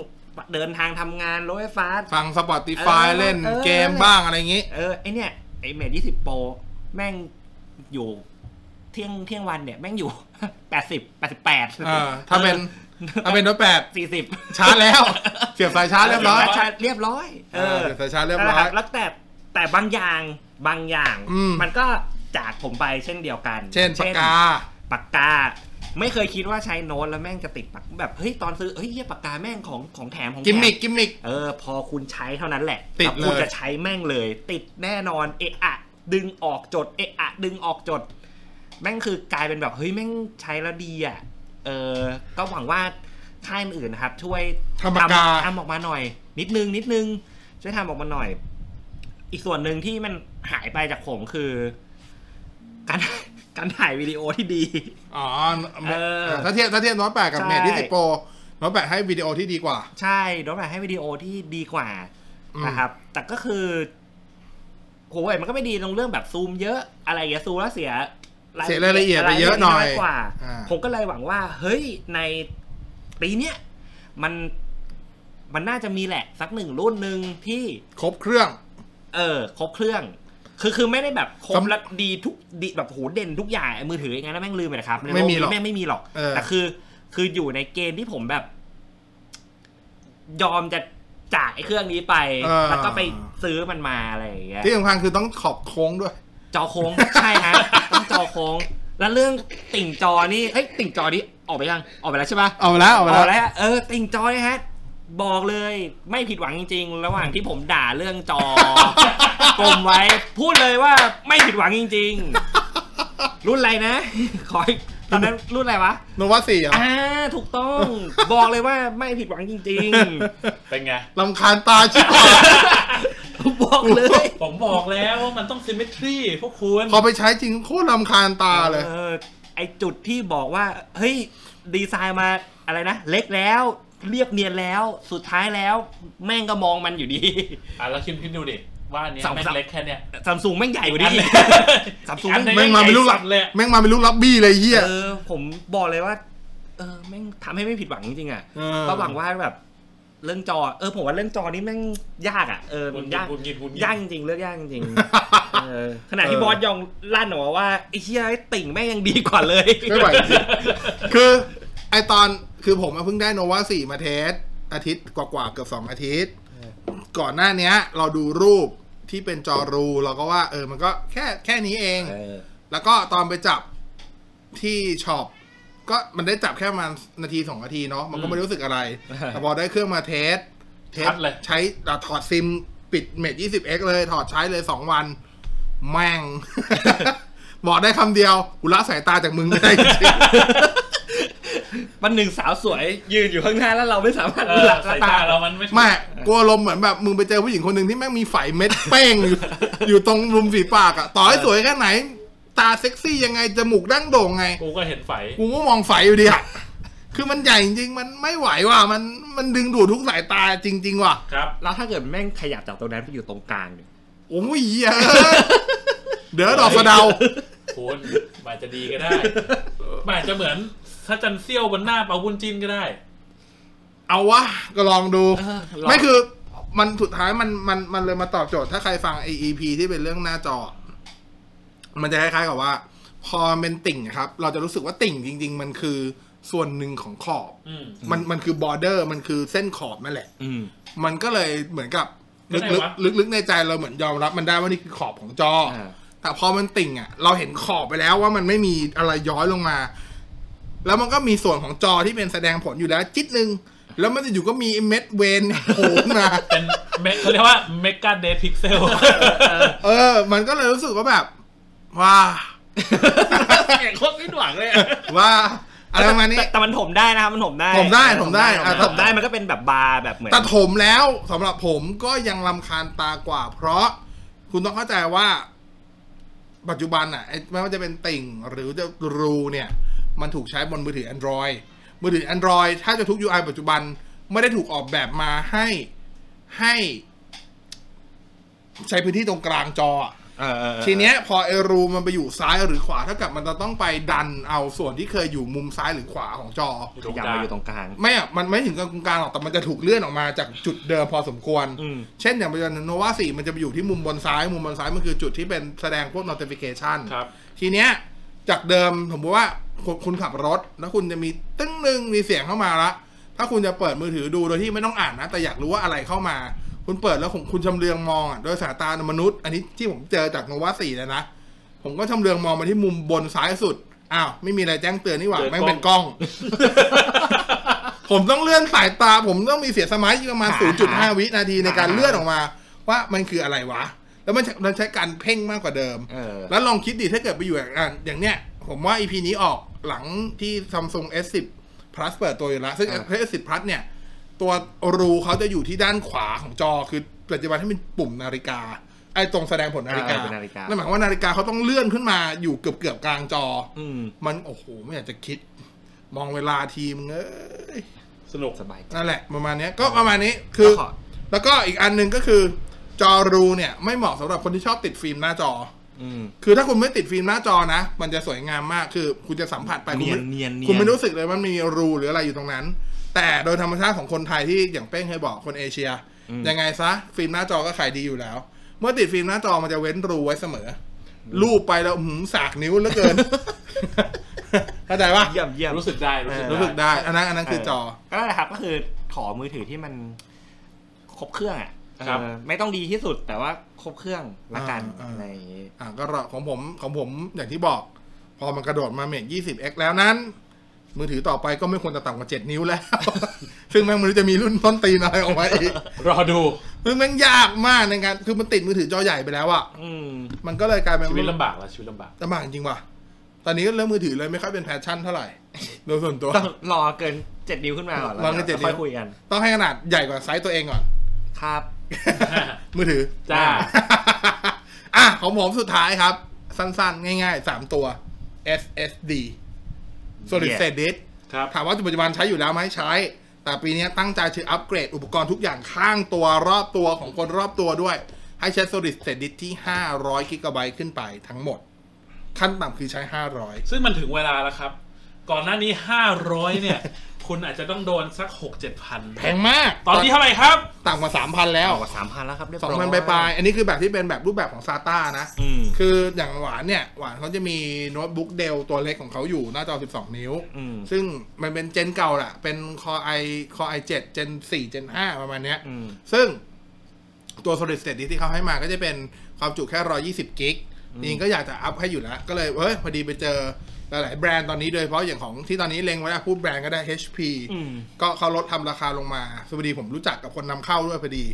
เดินทางทำงานรถไฟฟ้า ฟัง Spotify เออ เล่น เออ เกมบ้างอะไรอย่างงี้ เออไอเนี่ยไอเมทยี่สิบโปรแม่งอยู่ เที่ยงเที่ยงวันเนี่ย แม่งอยู่ แปดสิบแปดสิบแปด เออ ถ้าเป็นถ้าเป็นโน้ตแปด สี่สิบ ชาร์จแล้ว เสียบสายชาร์จเรียบร้อย ชาเรียบร้อยเออ เออแต่ชาเรียบร้อย นั่นแหละคแล้วแต่แต่บางอย่างบางอย่าง อืม มันก็จากผมไปเช่นเดียวกัน เช่นปากกา ปากกา ไม่เคยคิดว่าใช้โน้ตแล้วแม่งจะติดปากแบบเฮ้ยตอนซื้อเฮ้ยเหี้ยปากกาแม่งของของแถมของแถ กิมมิกกิมมิก เออ พอคุณใช้เท่านั้นแหละ ติด แล้วคุณ เลย จะใช้แม่งเลย ติดแน่นอนเอะอะ ดึงออกจดเอะอะดึงออกจด แม่งคือกลายเป็นแบบเฮ้ยแม่งใช้แล้วดีอ่ะเออ ก็หวังว่าค่ายอื่นนะครับ ช่วย ทำปากกา ทำออกมาหน่อย นิดนึงนิดนึงช่วยทำออกมาหน่อย อีกส่วนหนึ่งที่มันหายไปจากผมคือ การการถ่ายวิดีโอที่ดี อ๋อ เออ ถ้าเทียบถ้าเทียบโน้ตแปดกับ ใช่ เมทที่สิบโปรโน้ตแปดให้วิดีโอที่ดีกว่า ใช่โน้ตแปดให้วิดีโอที่ดีกว่า อืม นะครับ แต่ก็คือโหยมันก็ไม่ดีตรงเรื่องแบบซูมเยอะอะไรอย่างเงี้ยซูมแล้วเสีย เสียรายละเอียดไปเยอะหน่อย รละเดน้กว่า อ่า ผมก็เลยหวังว่า เฮ้ย ในปีเนี้ยมันมันน่าจะมีแหละ สักหนึ่งรุ่นหนึ่งที่ ครบเครื่อง เออ ครบเครื่อง คือคือไม่ได้แบบครบ สำ แล้วดีทุกดีแบบโหเด่นทุกอย่างไอ้มือถืออย่างนั้นแล้วแม่งลืมไปนะครับในโล ไม่มีหรอก นี้แม่งไม่มีหรอก เออ แต่คือ คืออยู่ในเกณฑ์ที่ผมแบบ ยอมจะจ่ายเครื่องนี้ไป เออ แล้วก็ไปซื้อมันมาอะไรอย่างเงี้ย ที่สำคัญคือต้องขอบโค้งด้วย จอโค้ง ใช่ฮะต้องจอโค้ง แล้วเรื่องติ่งจอนี่เอ้ยติ่งจอนี่ออกไปยังออกไปแล้วใช่ปะ เอาไปแล้วเอาไป เอา แล้ว แล้วเออติ่งจอนะฮะ บอกเลยไม่ผิดหวังจริงๆ ระหว่างที่ผมด่าเรื่อง จอ กลมไว้ พูดเลยว่าไม่ผิดหวังจริง ๆ รุ่นอะไรนะ ขออีกตอนนั้นรุ่นอะไรวะ โนวาสี่อ่ะ อ่าถูกต้อง บอกเลยว่าไม่ผิดหวังจริง เป็นไง ลำคาญตาชิบหาย ๆ บอกเลย ผมบอกแล้วว่ามันต้องซิมเมทรีพวกคุณ พอไปใช้จริงโคตรลำคาญตาเลย เออไอจุดที่บอกว่า เฮ้ย ดีไซน์มาอะไรนะ เล็กแล้ว เรียบเนียนแล้ว สุดท้ายแล้ว แม่งก็มองมันอยู่ดี อ่ะแล้วคิมคิดดูดิ ว่าอันเนี้ย สอง แม่ง สาม เล็กแค่เนี้ย ซัมซุงแม่งใหญ่กว่า อัน นี้ เนี้ย ซัมซุง อันเนี้ย แม่งมาเป็นลูกหลัก ใหญ่สัตว์เลย แม่งมาเป็นลูกรับบี้เลยเฮีย เออผมบอกเลยว่า เออแม่งทำให้ไม่ผิดหวังจริงๆอ่ะ เออ ก็หวังว่าแบบ เรื่องจอ เออผมว่าเรื่องจอนี่แม่งยากอ่ะเออ คุ มั ณยายนาก ก คุณกินคุณ ยากจริงๆเลือกยากจริงๆเออขณะที่บอสยองลั่นออกมาว่าไอ้เชี่ยไอ้ติ่งแม่งยังดีกว่าเลย ไม่ไหวจริงคือไอตอนคือผมอะเพิ่งได้โนวาสี่มาเทสอาทิตย์กว่าๆเกือบสองอาทิตย์ ก่อนหน้าเนี้ย เราดูรูปที่เป็นจอรู เราก็ว่า เออมันก็แค่แค่นี้เอง เออ แล้วก็ตอนไปจับที่ช็อปก็มันได้จับแค่ประมาณนาทีสองนาทีเนาะมันก็ไม่รู้สึกอะไร แต่พอได้เครื่องมาเทสเทสใช้อ่ะถอดซิมปิดเมท 20x เลย ถอดใช้เลยสองวัน แม่ง บอกได้คำเดียวกูละสายตาจากมึงไม่ได้จริง มันหนึ่งสาวสวยยืนอยู่ข้างหน้าแล้วเราไม่สามารถ เออ หลับ สาย ตา ตาเรามันไม่ ๆแม่ กลัวลมณ์เหมือนแบบ มึงไปเจอผู้หญิงคนหนึ่งที่แม่งมีไฝเม็ดเป้ง อยู่ อยู่ตรงมุมฝีปากอะต่อให้สวยแค่ไหน ตาเซ็กซี่ยังไงจมูกดั้งโด่งไง กูก็เห็นไฟ กูก็มองไฟอยู่ดีอะคือมันใหญ่จริง มันไม่ไหวว่ะ มัน มันดึงดูดทุกสายตาจริง ๆ ว่ะ ครับ แล้วถ้าเกิดแม่งขยับจากตรงนั้นไปอยู่ตรงกลางเนี่ย โอ้ยเหี้ยเดี๋ยวดอกสะเดา คุณมันอาจจะดีก็ ได้มันอาจจะเหมือนถ้าจันเซี่ยวบนหน้าเปาบุญจินก็ได้ เอาวะ ก็ลองดู เออลง ไม่คือ มันสุดท้ายมัน มัน มันเลยมาตอบโจทย์ ถ้าใครฟังไอ EP ที่เป็นเรื่องหน้าจอ มันจะคล้ายๆกับว่า พอมันเป็นติ่งอะครับ เราจะรู้สึกว่าติ่งจริง ๆ มันคือส่วนหนึ่งของขอบ อืม มัน มันคือบอร์เดอร์ มันคือเส้นขอบนั่นแหละ อืม มันก็เลยเหมือนกับลึก แล้วไงวะ ๆลึกๆในใจเราเหมือนยอมรับมันได้ว่านี่คือขอบของจออา แต่พอมันติ่งอ่ะ เราเห็นขอบไปแล้วว่ามันไม่มีอะไรย้อยลงมา แล้วมันก็มีส่วนของจอที่เป็นแสดงผลอยู่แล้วจิตนึง แล้วมันจะอยู่ก็มีเม็ดเวนโผล่ขึ้นมา เป็นเมเขาเรียกว่าเมกาเดพิกเซ ล เออ มันก็เลยรู้สึกว่าแบบ ว่า แข่งโคตรสิ้นหวังเลยอะ ว่าอะไรประมาณนี้ แต่แต่มันถมได้นะครับมันถมได้ ถมได้ถมได้อ่ะ ถมได้มันก็เป็นแบบบาร์แบบเหมือน แต่ผมแล้วสำหรับผมก็ยังลำคาญตากว่า เพราะคุณต้องเข้าใจว่า ปัจจุบันอ่ะไอ้ไม่ว่าจะเป็นติ่งหรือจะรูเนี่ย มันถูกใช้บนมือถือ Android มือถือ Android ถ้าจะทุก UI ปัจจุบันไม่ได้ถูกออกแบบมาให้ให้ ใช้พื้นที่ตรงกลางจออะทีเนี้ย พอไอรูมันไปอยู่ซ้ายหรือขวาเท่ากับมันจะต้องไปดันเอาส่วนที่เคยอยู่มุมซ้ายหรือขวาของจอ ขยับมาอยู่ตรงกลาง ไม่อะมันไม่ถึงกับตรงกลางหรอก แต่มันจะถูกเลื่อนออกมาจากจุดเดิมพอสมควร อืม เช่นอย่างปัจจุบันโนวาสี่มันจะไปอยู่ที่มุมบนซ้าย มุมบนซ้ายมันคือจุดที่เป็นแสดงพวก notification ครับ ทีเนี้ย จากเดิมสมมติว่าคุณคุณขับรถ แล้วคุณจะมีตึ้งหนึ่งมีเสียงเข้ามาละ ถ้าคุณจะเปิดมือถือดูโดยที่ไม่ต้องอ่านนะ แต่อยากรู้ว่าอะไรเข้ามา คุณเปิดแล้วคุณคุณชำเลืองมองอะโดยสายตามนุษย์ อันนี้ที่ผมเจอจากโนวาสี่เลยนะ ผมก็ชำเลืองมองมาที่มุมบนซ้ายสุด อ้าวไม่มีอะไรแจ้งเตือนนี่หว่า เจอกล้อง แม่งเป็นกล้อง ผมต้องเลื่อนสายตา ผมต้องมีเสียสมาธิประมาณ 0.5 วินาทีในการเลื่อนออกมา ว่ามันคืออะไรวะ แล้วมันใช้มันใช้การเพ่งมากกว่าเดิม เออ แล้วลองคิดดิถ้าเกิดไปอยู่อย่างอ่ะอย่างเนี้ย ผมว่า EP นี้ออกหลังที่ Samsung S10 Plus เปิดตัวอยู่แล้ว ซึ่ง อ่ะ S10 Plus เนี่ย ตัวรูเขาจะอยู่ที่ด้านขวาของจอ คือปัจจุบันให้เป็นปุ่มนาฬิกา ไอ้ตรงแสดงผลนาฬิกา อ่าเป็นนาฬิกานั่ นหมายความว่านาฬิกาเขาต้องเลื่อนขึ้นมาอยู่เกือบเกือบๆกลางจออ อืม มันโอ้โหไม่อยากจะคิด มองเวลาทีมงเอ้ย สนุก สบายใจ นั่นแหละประมาณเนี้ยก็ประมาณนี้คือ แล้วขอ แล้วก็อีกอันหนึ่งก็คือ จอรูเนี่ย ไม่เหมาะสำหรับคนที่ชอบติดฟิล์มหน้าจอ อืม คือถ้าคุณไม่ติดฟิล์มหน้าจอนะ มันจะสวยงามมากคือคุณจะสัมผัสไปคุณไม่ เนียนๆเนียน คุณไม่รู้สึกเลยว่ามีรูหรืออะไรอยู่ตรงนั้น แต่โดยธรรมชาติของคนไทยที่อย่างเป้งเคยบอกคนเอเชีย ยังไงซะฟิล์มหน้าจอก็ขายดีอยู่แล้ว เมื่อติดฟิล์มหน้าจอ มันจะเว้นรูไว้เสมอ รูปไปแล้วหืมสากนิ้วเหลือเกิน เข้าใจปะ เยี่ยมเยี่ยม รู้สึกได้รู้สึก เออ รู้สึกได้ อันนั้นอันนั้นคือจอ ก็นั่นแหละครับ ก็คือขอมือถือที่มันครบเครื่องอ่ะ ครับ เออไม่ต้องดีที่สุดแต่ว่าครบเครื่องละกัน อ่าอ่า อะไรอย่างงี้ อ่าก็รอของผมของผมอย่างที่บอก พอมันกระโดดมาเมท 20x แล้วนั้น มือถือต่อไปก็ไม่ควรจะต่ำกว่า 7 นิ้วแล้ว ซึ่งแม่งไมันจะมีรุ่นต้นตีนอะไรออกมาอีก รอดู ซึ่งแม่งยากมากในการคือมันติดมือถือจอใหญ่ไปแล้วอะ อืม มันก็เลยกลายเป็น ชีวิตลำบากละชีวิตลำบาก ลำบากจริงว่ะตอนนี้ก็เรื่องมือถือเลยไม่ค่อยเป็นแพชชั่นเท่าไหร่โดยส่วนตัว ต้องรอเกินเจ็ดนิ้วขึ้นมาก่อนแล้ว รอเกิน7นิ้ว ค่อยคุยกัน ต้องให้ขนาดใหญ่กว่าไซส์ตัวเอง ก่อน ครับ มือถือ จ้า อ่ะของผมสุดท้ายครับ สั้นๆ ง่ายๆ 3 ตัว SSD Solid Yeah State Disk ครับ ถามว่าปัจจุบันใช้อยู่แล้วไหมใช้ แต่ปีนี้ตั้งใจจะอัปเกรดอุปกรณ์ทุกอย่างข้างตัวรอบตัวของคนรอบตัวด้วย ให้ใช้ Solid State Disk ที่ 500กิกะไบต์ขึ้นไปทั้งหมด ขั้นต่ำคือใช้ 500 ซึ่งมันถึงเวลาแล้วครับ ก่อนหน้านี้ห้าร้อยเนี่ย คุณอาจจะต้องโดนสักหกเจ็ดพัน แพงมาก ตอนที่เท่าไหร่ครับ ต่ำกว่า 3,000 แล้ว ต่อกว่าสามพันแล้วครับเรียบ ส ร้ อ อย งพันปลายๆอันนี้คือแบบที่เป็นแบบรูปแบบของซาต้านะ อืม คืออย่างหวานเนี่ย หวานเขาจะมีโน้ตบุ๊กเดลตัวเล็กของเขาอยู่หน้าจอ 12 นิ้ว อืม ซึ่งมันเป็นเจนเก่าแหละเป็น Core i Core i 7 Gen 4 Gen 5 ประมาณเนี้ย อืม ซึ่งตัว Solid State Disk ที่เขาให้มาก็จะเป็นความจุแค่ 120 กิกจริงๆก็อยากจะอัพให้อยู่แล้ว ก็เลยเอ้ยพอดีไปเจอหลายๆแบรนด์ตอนนี้โดยเฉพาะอย่างของที่ตอนนี้เล็งไว้นะพูดแบรนด์ก็ได้ HP อืม ก็เขาลดทำราคาลงมาสวัสดีผมรู้จักกับคนนำเข้าด้วยพอดี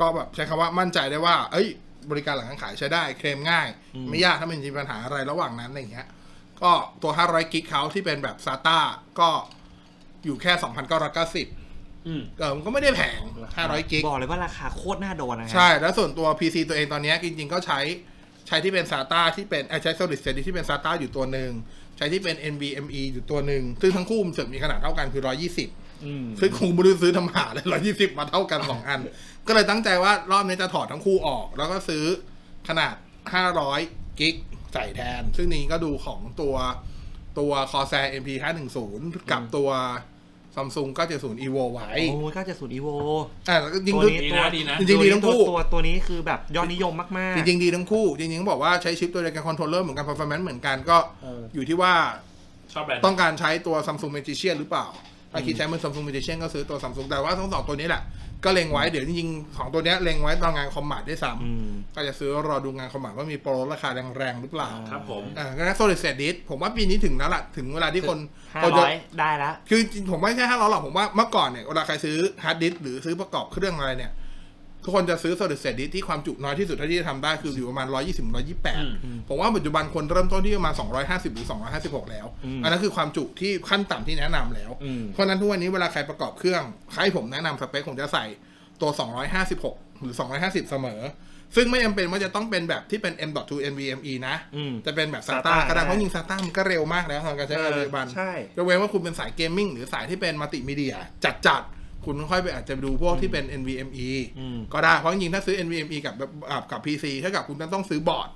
ก็แบบใช้คำว่ามั่นใจได้ว่า เอ้ย บริการหลังการขายใช้ได้เคลมง่าย ไม่ยากถ้ามันมีปัญหาอะไรระหว่างนั้นอะไรอย่างเงี้ย ก็ตัว 500 กิกเขาที่เป็นแบบ SATA ก็อยู่แค่ 2,990 อืม เออมันก็ไม่ได้แพง500กิก บอกเลยว่าราคาโคตรน่าโดนนะฮะ ใช่ แล้วส่วนตัว PC ตัวเองตอนเนี้ยจริงๆ ก็ใช้ใช้ที่เป็น SATA ที่เป็นเอ่อใช้ Solid State Disk ที่เป็น SATA อยู่ตัวหนึ่ง ใช้ที่เป็น NVMe อยู่ตัวหนึ่ง ซึ่งทั้งคู่มันเสอกมีขนาดเท่ากันคือ 120 อืม ซึ่งคงไม่รู้ ซื้อทำหาเลย120 มาเท่ากัน 2 อัน ก็เลยตั้งใจว่ารอบนี้จะถอดทั้งคู่ออก แล้วก็ซื้อขนาด 500 กิกใส่แทน ซึ่งนี้ก็ดูของตัวตัว Corsair MP510 กับตัว Samsung 970 EVO ไว้ โอ้ย970 EVO อ่าแล้วก็จริง ตัๆวนี้ ดี ตัว นะดีนะ จริงๆดีทั้งคู่ ตัวตัวนี้คือแบบยอดนิยมมาก จริงๆดีทั้งคู่ จริงๆต้องบอกว่าใช้ชิปตัวเดียวกันคอนโทรลเลอร์เหมือนกัน performance เหมือนกันก็ เออ อยู่ที่ว่า ชอบแบรนด์ ต้องการใช้ตัว Samsung Magician หรือเปล่า ถ้าคิดใช้มือ Samsung Magician ก็ซื้อตัว Samsung แต่ว่าทั้งสองตัวนี้แหละ ก็เล็งไว้เดี๋ยวจริงๆของตัวเนี้ยเล็งไว้ตอนงานคอมมาดด้วยซ้ อืม ำก็จะซื้อรอดูงานคอมมาดว่ามีโปรลดราคาแรงๆหรือเปล่า ครับผม อ่าก็นะ solid state disk ผมว่าปีนี้ถึงแล้วล่ะ ถึงเวลาที่คน ๆห้า คน ร้ จะ อยได้ละ คือจริงๆผมไม่ใช่ห้าร้อยหรอกผมว่าเมื่อก่อนเนี่ยเวลาใครซื้อฮาร์ดดิสก์หรือซื้อประกอบเครื่องอะไรเนี่ย ทุกคนจะซื้อ solid state disk ที่ความจุน้อยที่สุดเท่าที่จะทำได้คืออยู่ประมาณ 120 อืม 128 ผมว่าปัจจุบันคนเริ่มต้นที่ประมาณ 250 หรือ 256 แล้ว อืม อันนั้นคือความจุที่ขั้นต่ำที่แนะนำแล้ว อืม เพราะฉะนั้นทุกวันนี้เวลาใครประกอบเครื่องใครผมแนะนำสเปคผมจะใส่ตัว 256 หรือ 250 เสมอ ซึ่งไม่จำเป็นว่าจะต้องเป็นแบบที่เป็น M.2 NVMe นะ อืม จะเป็นแบบ SATA SATA ก็ได้ ได้ เพราะยิง SATA มันก็เร็วมากแล้วทางการใช้งาน เออ ปัจจุบัน ใช่ ยกเว้นว่าคุณเป็นสายเกมมิ่งหรือสายที่เป็นมัลติมีเดียจัดๆ คุณค่อยไปอาจจะดูพวกที่เป็น NVMe อืม ก็ได้ เพราะจริงๆถ้าซื้อ NVMe กับแบบอ่ากับ PC เท่ากับคุณต้องซื้อบอร์ด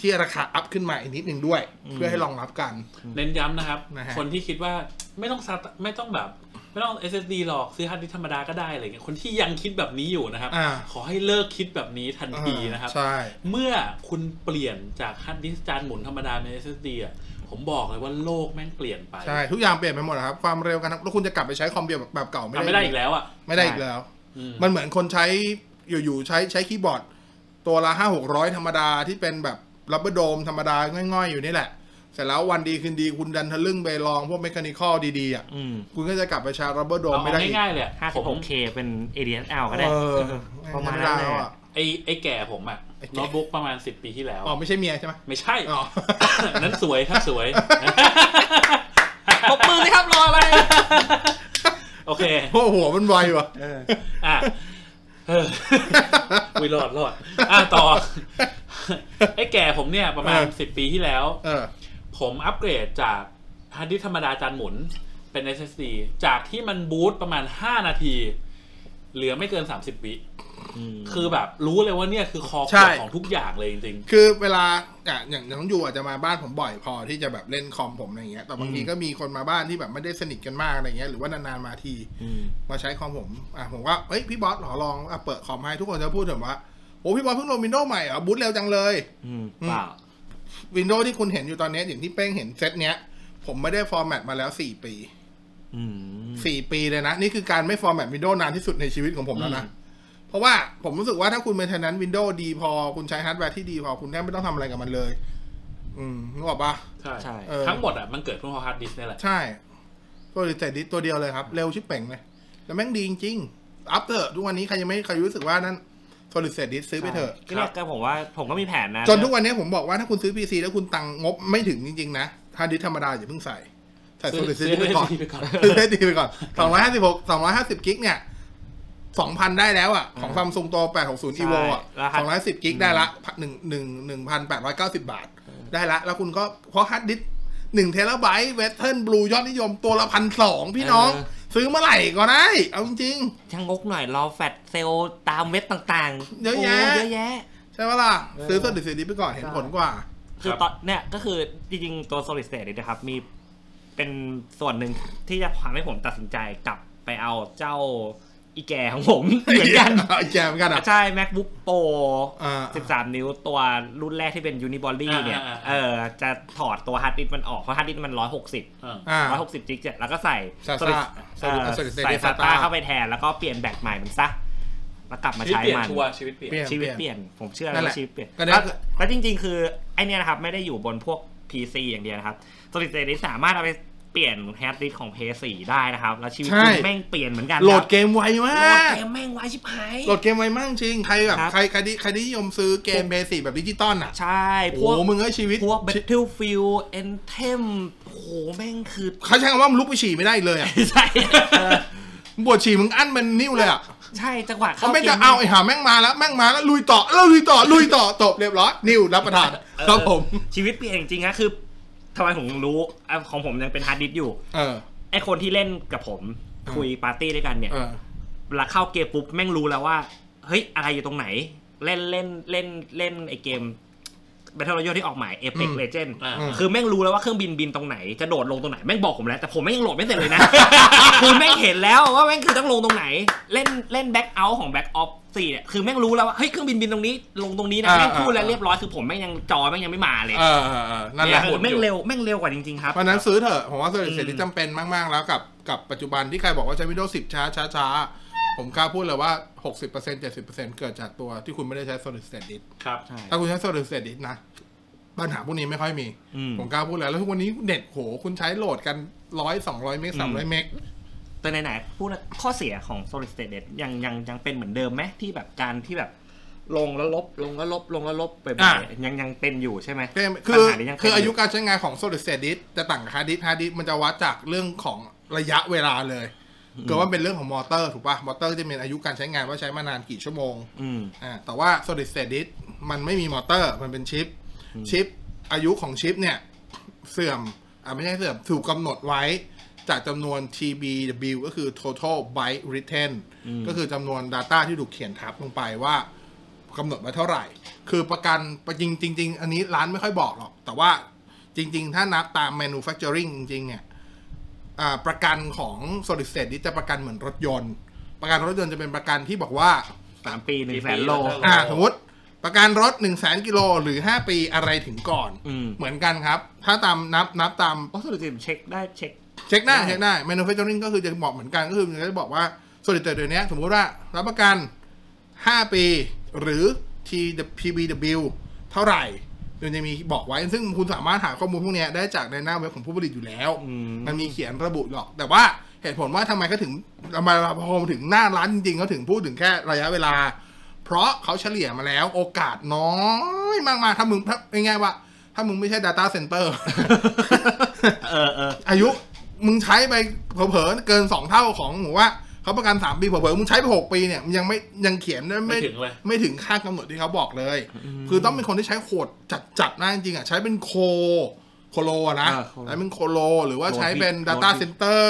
ที่ราคาอัพขึ้นมาอีกนิดนึงด้วย เพื่อให้รองรับกัน เน้นย้ำนะครับ นะฮะ คนที่คิดว่าไม่ต้อง SATA ไม่ต้องแบบ ไม่ต้อง SSD หรอกซื้อฮาร์ดดิสก์ธรรมดาก็ได้อะไรเงี้ยคนที่ยังคิดแบบนี้อยู่นะครับ อ่า ขอให้เลิกคิดแบบนี้ทันทีนะครับ ใช่ เมื่อคุณเปลี่ยนจากฮาร์ดดิสก์จานหมุนธรรมดาเป็น SSD อ่ะผมบอกเลยว่าโลกแม่งเปลี่ยนไป ใช่ ทุกอย่างเปลี่ยนไปหมดนะครับ ความเร็วกันทั้งแล้วคุณจะกลับไปใช้คอมเดียวแบบเก่าไม่ ทำ ได้ ไม่ได้อีกแล้วอ่ะ ไม่ได้อีกแล้ว อืม มันเหมือนคนใช้อยู่ๆใช้ใช้คีย์บอร์ด ตัวละห้าหกร้อยธรรมดาที่เป็นแบบรับเบอร์โดมธรรมดาง่อยๆ อยู่นี่แหละ เสร็จแล้ววันดีคืนดีคุณดันทะลึ่งไปลองพวกเมคานิคอลดีๆอ่ะ อืม คุณก็จะกลับไปใช้รับเบอร์โดม เอา ไม่ได้อีก ง่ายๆเลยอะผม 56K เป็น ADSL ก็ได้ เออ ประมาณ ไ นั้นแห แล้ว ละ อ่ะ ไอไอแก่ผมอะ ไอ้แก่ โน้ตบุ๊กประมาณสิบปีที่แล้ว อ๋อไม่ใช่เมียใช่ไหม ไม่ใช่ อ๋อ นั้นสวยครับส วย ปรบมือเลยครับรออะไร โอเค โอ้โหมันไวว่ะ อ่ะเอออุ้ยรอดรอดอ่ะต่อ ไอ้แก่ผมเนี่ยประมาณ เออ สิบปีที่แล้ว เออ ผมอัปเกรดจากฮาร์ดดิสก์ธรรมดาจานหมุนเป็น SSD จากที่มันบูตประมาณ 5 นาที เหลือไม่เกิน 30 วิคือแบบรู้เลยว่าเนี่ยคือคอ ใช่ ของทุกอย่างเลยจริง คือเวลาอ่ะอย่างน้องยูอาจจะมาบ้านผมบ่อยพอที่จะแบบเล่นคอมผมอะไรอย่างเงี้ยแต่บางทีก็มีคนมาบ้านที่แบบไม่ได้สนิทกันมากอะไรเงี้ยหรือว่านานๆมาที มาใช้คอมผม อ่ะผมว่าเฮ้ยพี่บอสขอลองอ่ะเปิดคอมให้ทุกคนจะพูดถึงว่า โอ้พี่บอสเพิ่งลงวินโดว์ใหม่เหรอ่ะบูตเร็วจังเลย อืม อืม เปล่า วินโดว์ที่คุณเห็นอยู่ตอนเนี้ยอย่างที่เป้งเห็นเซตเนี้ย ผมไม่ได้ฟอร์แมตมาแล้วสี่ปี อืม สี่ปีเลยนะ นี่คือการไม่ฟอร์แมตวินโดว์นานที่สุดในชีวิตของผมแล้วนะ เพราะว่าผมรู้สึกว่าถ้าคุณเป็นทน n นวินโดว์ดีพอคุณใช้ฮาร์ดแวร์ที่ดีพอคุณแทบไม่ต้องทำอะไรกับมันเลย อืมนึกออกปะ ใช่ ใช่ เออ ทั้งหมดอ่ะมันเกิดเพราะฮาร์ดดิสก์นี่แหละ ใช่ตัวดีแต่ดิตัวเดียวเลยครับ เร็วชิบเป่งเลย แล้วแม่งดีจริงๆอัพเถอะทุกวันนี้ใครยังไม่ใครรู้สึกว่านั้นโซลิดเซตดิสซื้อไปเถอะ ก็เนี่ยก็ผมว่าผมก็มีแผนนะ จนทุกวันนี้ผมบอกว่าถ้าคุณซื้อ PC แล้วคุณตังงบไม่ถึงจริงๆนะฮาร์ดดิสธรรมดาอย่าเพิ่งใส่ ใส่โซลิดเซตดิสไปก่อน ซื้อ SSD ไปก่อน ซื้อได้ดีไปก่อน256 250 กิกเนี่ย2,000 ได้แล้วอ่ะ ของซัมซุงตัว860 evo อ่ะ210 กิกได้ละหนึ่งหนึ่งหนึ่งพันแปดร้อยเก้าสิบบาท ได้ละ แล้วคุณก็เพราะฮาร์ดดิสก์หนึ่งเทราไบต์เวสเทิร์นบลูยอดนิยมตัวละพันสองพี่น้อง ซื้อเมื่อไหร่ก็ได้ เอาจริง ช่างงกหน่อยรอแฟดเซลล์ตามเว็บต่างๆ เยอะ โ แยะ เยอะแยะ ๆ ใช่ปะล่ะ ซื้อโซลิดเซตดิสไปก่อนเห็นผลกว่า คือตอนเนี่ยก็คือจริงๆ ตัว solid state เนี่ยนะครับ มีเป็นส่วนหนึ่งที่จะทำให้ผมตัดสินใจกลับไปเอาเจ้าอีแกของผม เหมือนกัน ไอ้แจมเหมือนกันอ่ะ ใช่ macbook pro อ่า 13 นิ้วตัวรุ่นแรกที่เป็น unibody อ่า เนี่ย อ่าอ่า เออจะถอดตัวฮาร์ดดิสก์มันออก เพราะฮาร์ดดิสก์มัน 160 อ่า อ่า 160จิกเจ็ดแล้วก็ใส่ SATA solid- เอ่อ solid state ใส่ SATA ซาต้าเข้าไปแทน แล้วก็เปลี่ยนแบตใหม่มันซะ แล้วกลับมา ชีวิต ใช้ เปลี่ยน มัน ชัวร์ชีวิตเปลี่ยน ชีวิตเปลี่ยนผมเชื่อ นั่นแหละแล้วว่าชีวิตเปลี่ยน ก็ได้ แล้วแล้วจริง ๆ คือไอเนี่ยนะครับ ไม่ได้อยู่บนพวก PC อย่างเดียวนะครับ Solid State นี่สามารถเอาไปเปลี่ยนแฮร์ดดิสก์ของ PS4 ได้นะครับ แล้วชีวิตจริงแม่งเปลี่ยนเหมือนกัน โหลด ครับ เกมไวม โหล า ด ก เกมแม่งไวชิบหาย โหลดเกมไวมากจริง ใครแบบ ครับ ใครใครที่ใครที่นิยมซื้อเกมเบสิกแบบดิจิตอลอ่ะ ใช่พ โอ้ วก โหมึงเอ้ยชีวิต พวก Battlefield Anthem โอ้โหแม่งคือ เขาใช้คำว่ามึงลุกไปฉี่ไม่ได้อีกเลยอ่ะ ใช่เออ มึงปวดฉี่มึงอั้นมันนิ้วเลยอ่ะ ใช่จังหวะ เขา เข้า ไม่ ก จะ ม เอาไอ้หาแม่งมาแล้วแม่งมาแล้วลุยต่อแล้วลุยต่อลุยต่อจบเรียบร้อยนิ้วรับประทานครับผม ชีวิตเปลี่ยนจริงๆนะคือทำไมผมถึงรู้อ่ะของผมยังเป็นฮาร์ดดิสก์อยู่ เออ ไอคนที่เล่นกับผม อ่า คุยปาร์ตี้ด้วยกันเนี่ย เออ เวลาเข้าเกมปุ๊บแม่งรู้แล้วว่า เฮ้ย อะไรอยู่ตรงไหน เล่นเล่นเล่นเล่นไอเกม Battle Royale ที่ออกใหม่ Apex อืม Legend อ่า คือแม่งรู้แล้วว่าเครื่องบินบินตรงไหน จะโดดลงตรงไหน แม่งบอกผมแล้ว แต่ผมแม่งยังโหลดไม่เสร็จเลย นะ คือแม่งเห็นแล้วว่าแม่งคือต้องลงตรงไหน เล่นเล่นแบ็กเอาของแบ็กออฟสี่เนี่ยคือแม่งรู้แล้วว่าเฮ้ยเครื่องบินบินตรงนี้ลงตรงนี้นะ อ่า แม่งพูดแล้ว อ่า เรียบร้อยคือผมแม่งยังจอแม่งยังไม่มาเลย เออเออเออนั่นแหละ เออแม่งเร็วแม่งเร็วกว่าจริงๆครับ เพราะฉะนั้นซื้อเถอะผมว่าส่วนเสร็จ อืม ที่จำเป็นมากๆแล้วกับกับปัจจุบันที่ใครบอกว่าใช้ Windows 10 ช้าช้าช้าผมกล้าพูดเลยว่า 60% 70%เกิดจากตัวที่คุณไม่ได้ใช้ Solid State Disk ครับ ใช่ ถ้าคุณใช้ Solid State Disk นะปัญหาพวกนี้ไม่ค่อยมี อืม ผมกล้าพูดแล้วแล้วทุกวันนี้เน็ตโหคุณใช้โหลดกันร้อยสองร้อยเมกสามร้อยเมก แต่ไหนๆพูดนะข้อเสียของ solid state เนี่ยยังยังยังเป็นเหมือนเดิมไหมที่แบบการที่แบบลงแล้วลบลงแล้วลบลงแล้วลบไป อ่ะ ยังยังเป็นอยู่ใช่ไหม คือ ปัญหานี้ยัง คืออายุ เป็น การใช้งานของ solid state disk จะต่างกับ hard disk hard disk มันจะวัดจากเรื่องของระยะเวลาเลย เกิดว่าเป็นเรื่องของมอเตอร์ถูกปะมอเตอร์จะมีอายุการใช้งานว่าใช้มานานกี่ชั่วโมง อืม อ่าแต่ว่า solid state disk มันไม่มีมอเตอร์มันเป็นชิป ชิปอายุของชิปเนี่ย เสื่อมอ่าไม่ใช่เสื่อมถูกกำหนดไว้จากจำนวน TBW ก็คือ total byte written อืม ก็คือจำนวน Data ที่ถูกเขียนทับลงไปว่า กำหนดไว้เท่าไหร่ คือประกันจริงจริง ๆ อันนี้ร้านไม่ค่อยบอกหรอก แต่ว่าจริง ๆ ถ้านับตาม manufacturing จริง ๆ เนี่ยอ่าประกันของ solid state นี่จะประกันเหมือนรถยนต์ ประกันรถยนต์จะเป็นประกันที่บอกว่า สามปีหนึ่งแสน ปี โล แล้ว อ่าสมมติประกันรถ 1 0 0 0 0แกิโลหรือ 5 ปีอะไรถึงก่อน อืม เหมือนกันครับ ถ้าตามนับนับตาม เพราะ solid state เช็คได้เช็ค เช็คได้ ได้ เช็คได้ manufacturing ก็คือจะบอกเหมือนกันก็คือมันจะบอกว่าส่วนใหญ่เดี๋ยวนี้สมมุติว่ารับประกัน 5 ปี หรือ TPBW เท่าไหร่มันจะมีบอกไว้ ซึ่งคุณสามารถหาข้อมูลพวกเนี้ยได้จากในหน้าเว็บของผู้ผลิตอยู่แล้ว อืม มันมีเขียนระบุหรอก แต่ว่าเหตุผลว่าทำไมก็ถึงทำไมเราพอมาถึงหน้าร้านจริงๆเขาถึงพูดถึงแค่ระยะเวลา เพราะเขาเฉลี่ยมาแล้วโอกาสน้อยมากๆถ้ามึงถ้าง่ายๆว่า ถ้ามึงไม่ใช่ Data Center เออเออ อายุมึงใช้ไปเผลอๆเกินสองเท่าของหมูว่าเขาประกันสามปีเผลอๆมึงใช้ไปหกปีเนี่ยมันยังไม่ยังเขียนได้ ไม่ถึงเลย ไม่ถึงค่ากำหนดที่เขาบอกเลย คือต้องเป็นคนที่ใช้โคดจัดๆนะจริงๆอ่ะใช้เป็นโคโคโลอะนะ อ่าโคโล ใช้เป็นโคโล หรือว่าใช้เป็น โคโล Data ที่ Center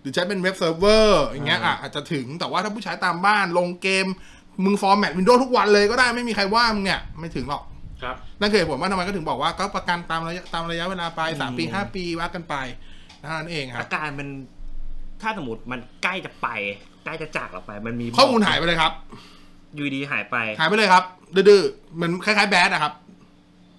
หรือใช้เป็นเว็บเซิร์ฟเวอร์อย่างเงี้ยอ่ะอาจจะถึงแต่ว่าถ้าผู้ใช้ตามบ้านลงเกม มึงฟอร์แมตวินโดว์ทุกวันเลยก็ได้ไม่มีใครว่ามึงเนี่ยไม่ถึงหรอก ครับ นั่นคือเหตุผลว่าทำไมก็ถึงบอกว่าก็ประกันตามระยะตามระยะเวลาไปสามปีห้าปีว่ากันไปนั่นเองครั อา บ การมัน ถ้าสมมติมันใกล้จะไป ใกล้จะจากเราไป มันมี ข้อมูลหายไปเลยครับ อยูดีหายไป หายไปเลยครับ ดื้อๆเหมือนคล้ายๆแบดอะครับ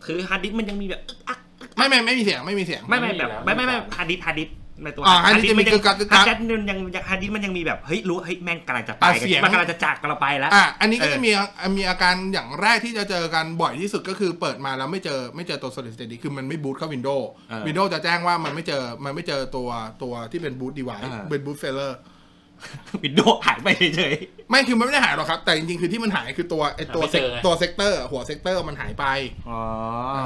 คือฮาร์ดดิสก์มันยังมีแบบอึกอักอึก ไม่ไม่ไม่มีเสียงไม่มีเสียง ไม่ไม่แบบ ไม่ ไม่ มี ไม่ แล้ว ไม่พาดิษพาดิษในตัว อ่า Hadid จะมี มัยัง กึกกักกึกกัก ฮัดดิษมันยังยังฮัดดิษมันยังมีแบบเฮ้ยรู้เฮ้ยแม่งกำลังจะไป อ่ะ กัน เสียง มันกำลังจะจากเราไปแล้ว อ่ะอันนี้ก็ เออ จะมีมีอาการอย่างแรกที่จะเจอกันบ่อยที่สุดก็คือเปิดมาแล้วไม่เจอไม่เจอตัว solid state ดีคือมันไม่บูตเข้า Windows เออ Windows จะแจ้งว่ามันไม่เจอมันไม่เจอตัวตัวที่เป็นบูต device อ่า เป็นบูตเฟลเลอร์ วินโดว์หายไปเฉย ไม่คือมันไม่ได้หายหรอกครับ แต่จริงๆคือที่มันหายคือตัวไอตัว ไม่เจอไง ตัวเซกเตอร์หัวเซกเตอร์มันหายไป ๆอ๋อ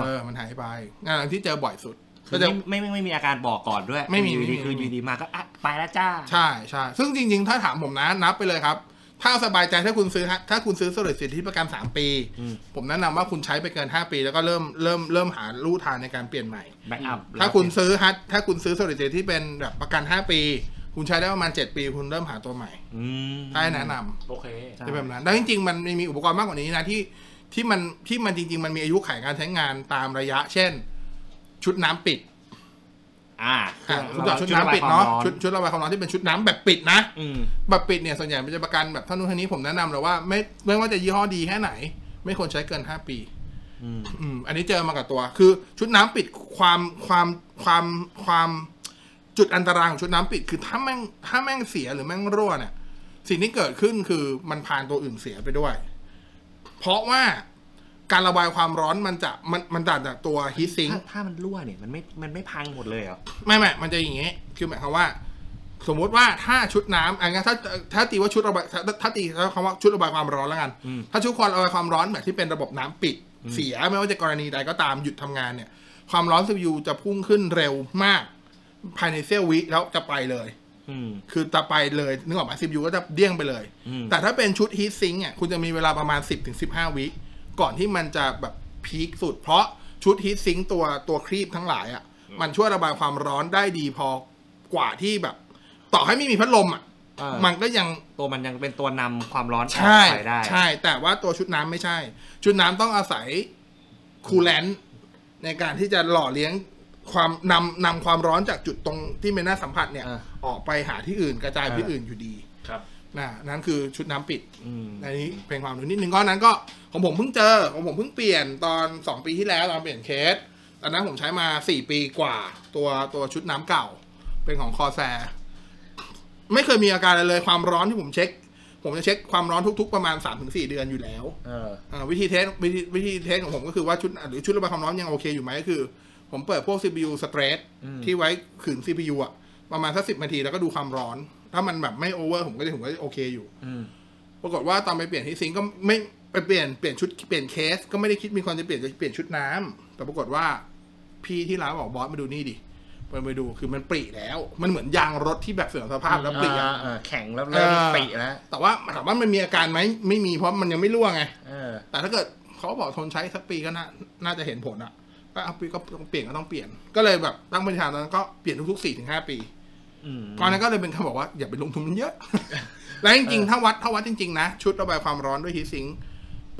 เออมันหายไปงานที่เจอบ่อยสุด คื ก็ อ จะ ไม่ไม่ไม่ไม่มีอาการบอกก่อนด้วย ไม่มี อยู่ดี ไม่มี คืออยู่ดีมาก็อ่ะไปแล้วจ้า ใช่ใช่ซึ่งจริง ๆ ถ้าถามผมนะนับไปเลยครับ ถ้าสบายใจถ้าคุณซื้อฮะถ้าคุณซื้อ solid state ที่ประกัน 3 ปี อืม ผมแนะนำว่าคุณใช้ไปเกิน 5 ปี แล้วก็เริ่มเริ่มเริ่มหาลู่ทางในการเปลี่ยนใหม่ แบ็กอัพ ถ้าคุณซื้อฮัทถ้าคุณซื้อ solid state ที่เป็นแบบประกัน 5 ปี คุณใช้ได้ประมาณ 7 ปี คุณเริ่มหาตัวใหม่ได้แนะนำ โอเค ใช่ จะเป็นแบบนั้นแล้วจริง ๆ มันมีอุปกรณ์มากกว่านี้นะที่ที่มันที่มันจริง ๆ มันมีอายุขัยการใช้งานตามระยะ เช่น ชุดน้ำปิด อ่า อ่ะคุณจอดชุด ร น้ำ บย ปิดเนาะ ควมร้อ ชุดชุดระบายความร้อนที่เป็นชุดน้ำแบบปิดนะ อืม บัตรปิดเนี่ยส่วนใหญ่มันจะประกันแบบเท่านู้นเท่านี้ผมแนะนำเลยว่าไม่ไม่ว่าจะยี่ห้อดีแค่ไหน ไม่ควรใช้เกิน 5 ปี อืม อืมอันนี้เจอมากับตัว คือชุดน้ำปิดความความความความจุดอันตรายของชุดน้ำปิด คือถ้าแม่งถ้าแม่งเสียหรือแม่งรั่วเนี่ยสิ่งที่เกิดขึ้นคือมันพานตัวอื่นเสียไปด้วย เพราะว่าการระบายความร้อนมันจะมันมันต่างจากตัวฮีทซิง ถ้าถ้ามันรั่วเนี่ยมันไม่มันไม่พังหมดเลยเหรอ ไม่ไม่มันจะอย่างงี้ คือหมายความว่า สมมุติว่าถ้าชุดน้ำอันนี้นถ้าถ้าตีว่าชุดระบายถ้าถ้าตีใช้คำว่าชุดระบายความร้อนแล้วกัน อืม ถ้าชุดความระบายความร้อนแบบที่เป็นระบบน้ำปิด เสียไม่ว่าจะกรณีใดก็ตามหยุดทำงานเนี่ย ความร้อน CPU จะพุ่งขึ้นเร็วมาก ภายในเสี้ยววิแล้วจะไปเลย อืม คือจะไปเลยนึกออกไหม CPU ก็จะเดี้ยงไปเลย อืม แต่ถ้าเป็นชุด Heat Sink เนี่ยคุณจะมีเวลาประมาณ 10-15 วิก่อนที่มันจะแบบพีคสุด เพราะชุด Heat Sink ตัวตัวครีบทั้งหลายอะ่ะ มันช่วยระบายความร้อนได้ดีพอกว่าที่แบบ ต่อให้ไม่มีพัดลมอะ เออ ่ะ มันก็ยัง ตัวมันยังเป็นตัวนำความร้อนออก ใช่ ไปได้ ใช่ แต่ว่าตัวชุดน้ำไม่ใช่ ชุดน้ำต้องอาศัยคูลแลนต์ในการที่จะหล่อเลี้ยงความนำนำความร้อนจากจุดตรงที่ไม่น่าสัมผัสเนี่ย เออ ออกไปหาที่อื่นกระจายไปที่อื่นอยู่ดี ครับ นะนั่นคือชุดน้ำปิด อืม อันนี้เพลงความรู้นิดนึงก็นั้นก็ของผมเพิ่งเจอของผมเพิ่งเปลี่ยนตอน 2 ปีที่แล้วตอนเปลี่ยนเคสตอนนั้นผมใช้มา 4 ปีกว่าตัวตัวชุดน้ำเก่า เป็นของคอแซไม่เคยมีอาการอะไรเลยความร้อนที่ผมเช็ค ผมจะเช็คความร้อนทุกๆประมาณ 3-4 เดือนอยู่แล้ว เออ อ่าวิธีเทสวิธีวิธีเทสของผมก็คือว่าชุดหรือชุดระบายความร้อนยังโอเคอยู่ไหมก็คือ ผมเปิดพวก CPU stress อืม ที่ไว้ขืน CPU อะประมาณสักสิบนาทีแล้วก็ดูความร้อน ถ้ามันแบบไม่โอเวอร์ผมก็จะผมก็จะโอเคอยู่ อืม ปรากฏว่าตอนไปเปลี่ยนที่ซิงก็ไม่ไปเปลี่ยนเปลี่ยนชุดเปลี่ยนเคส ก็ไม่ได้คิดมีคนจะเปลี่ยนจะเปลี่ยนชุดน้ำแต่ปรากฏว่าพี่ที่ร้านบอกบอสมาดูนี่ดิมันไปดูคือมันปรีแล้ว มันเหมือนยางรถที่แบบเสื่อมสภาพแล้วปรีอะ อ่าอ่าแข็งแล้วเริ่ม เออ ปริแล้ว แต่ว่าถามว่ามันมีอาการไหมไม่มีเพราะมันยังไม่รั่วไง เออ แต่ถ้าเกิดเขาบอกทนใช้สักปีก็น่าน่าจะเห็นผลอะก็เอาปีก็ต้องเปลี่ยนก็ต้องเปลี่ยน ก็เลยแบบตั้งปณิธานตอนนั้นก็เปลี่ยนทุกๆสี่ถึงห้าปี อืม ตอนนั้นก็เลยเป็นคำบอกว่าอย่าไปลงทุนมัน เยอะ แล้วจริงๆ ถ้าวัดถ้าวัดจริงๆ นะ ชุดระบายความร้อนด้วยฮีทซิงค์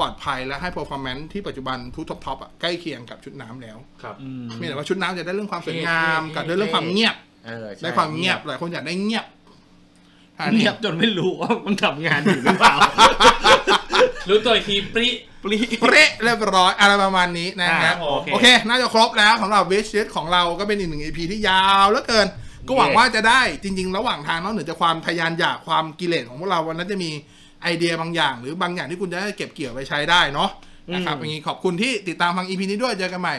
ปลอดภัยและให้ performance ที่ปัจจุบันทุกท็อปท็อปอะใกล้เคียงกับชุดน้ำแล้ว ครับ อืม มีแต่ว่าชุดน้ำจะได้เรื่องความสวยงามกับได้เรื่องความเงียบ เออใช่ ได้ความเงียบหลายคนอยากได้เงียบอันนี้ เงียบจนไม่รู้ว่ามันทำงานอยู่หรือ เปล่า รู้ตัวอีกทีปริ ปรี เปรเรียบร้อยอะไรประมาณนี้นะค อ่า รับ โอเค โอเค น่าจะครบแล้วสำหรับ wish list ของเราก็เป็นอีกหนึ่ง EP ที่ยาวเหลือเกิน ก็หวังว่าจะได้จริง ๆ ระหว่างทางนอกเหนือจากความทะยานอยากความกิเลสของพวกเราวันนั้นจะมีไอเดียบางอย่าง หรือบางอย่างที่คุณจะได้เก็บเกี่ยวไปใช้ได้เนาะนะครับ อืม อย่างนี้ขอบคุณที่ติดตามฟัง EP นี้ด้วยเจอกันใหม่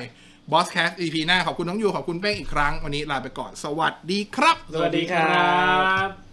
Boss Cast EP หน้าขอบคุณน้องยูขอบคุณเป้งอีกครั้งวันนี้ลาไปก่อนสวัสดีครับ สวัสดีครับ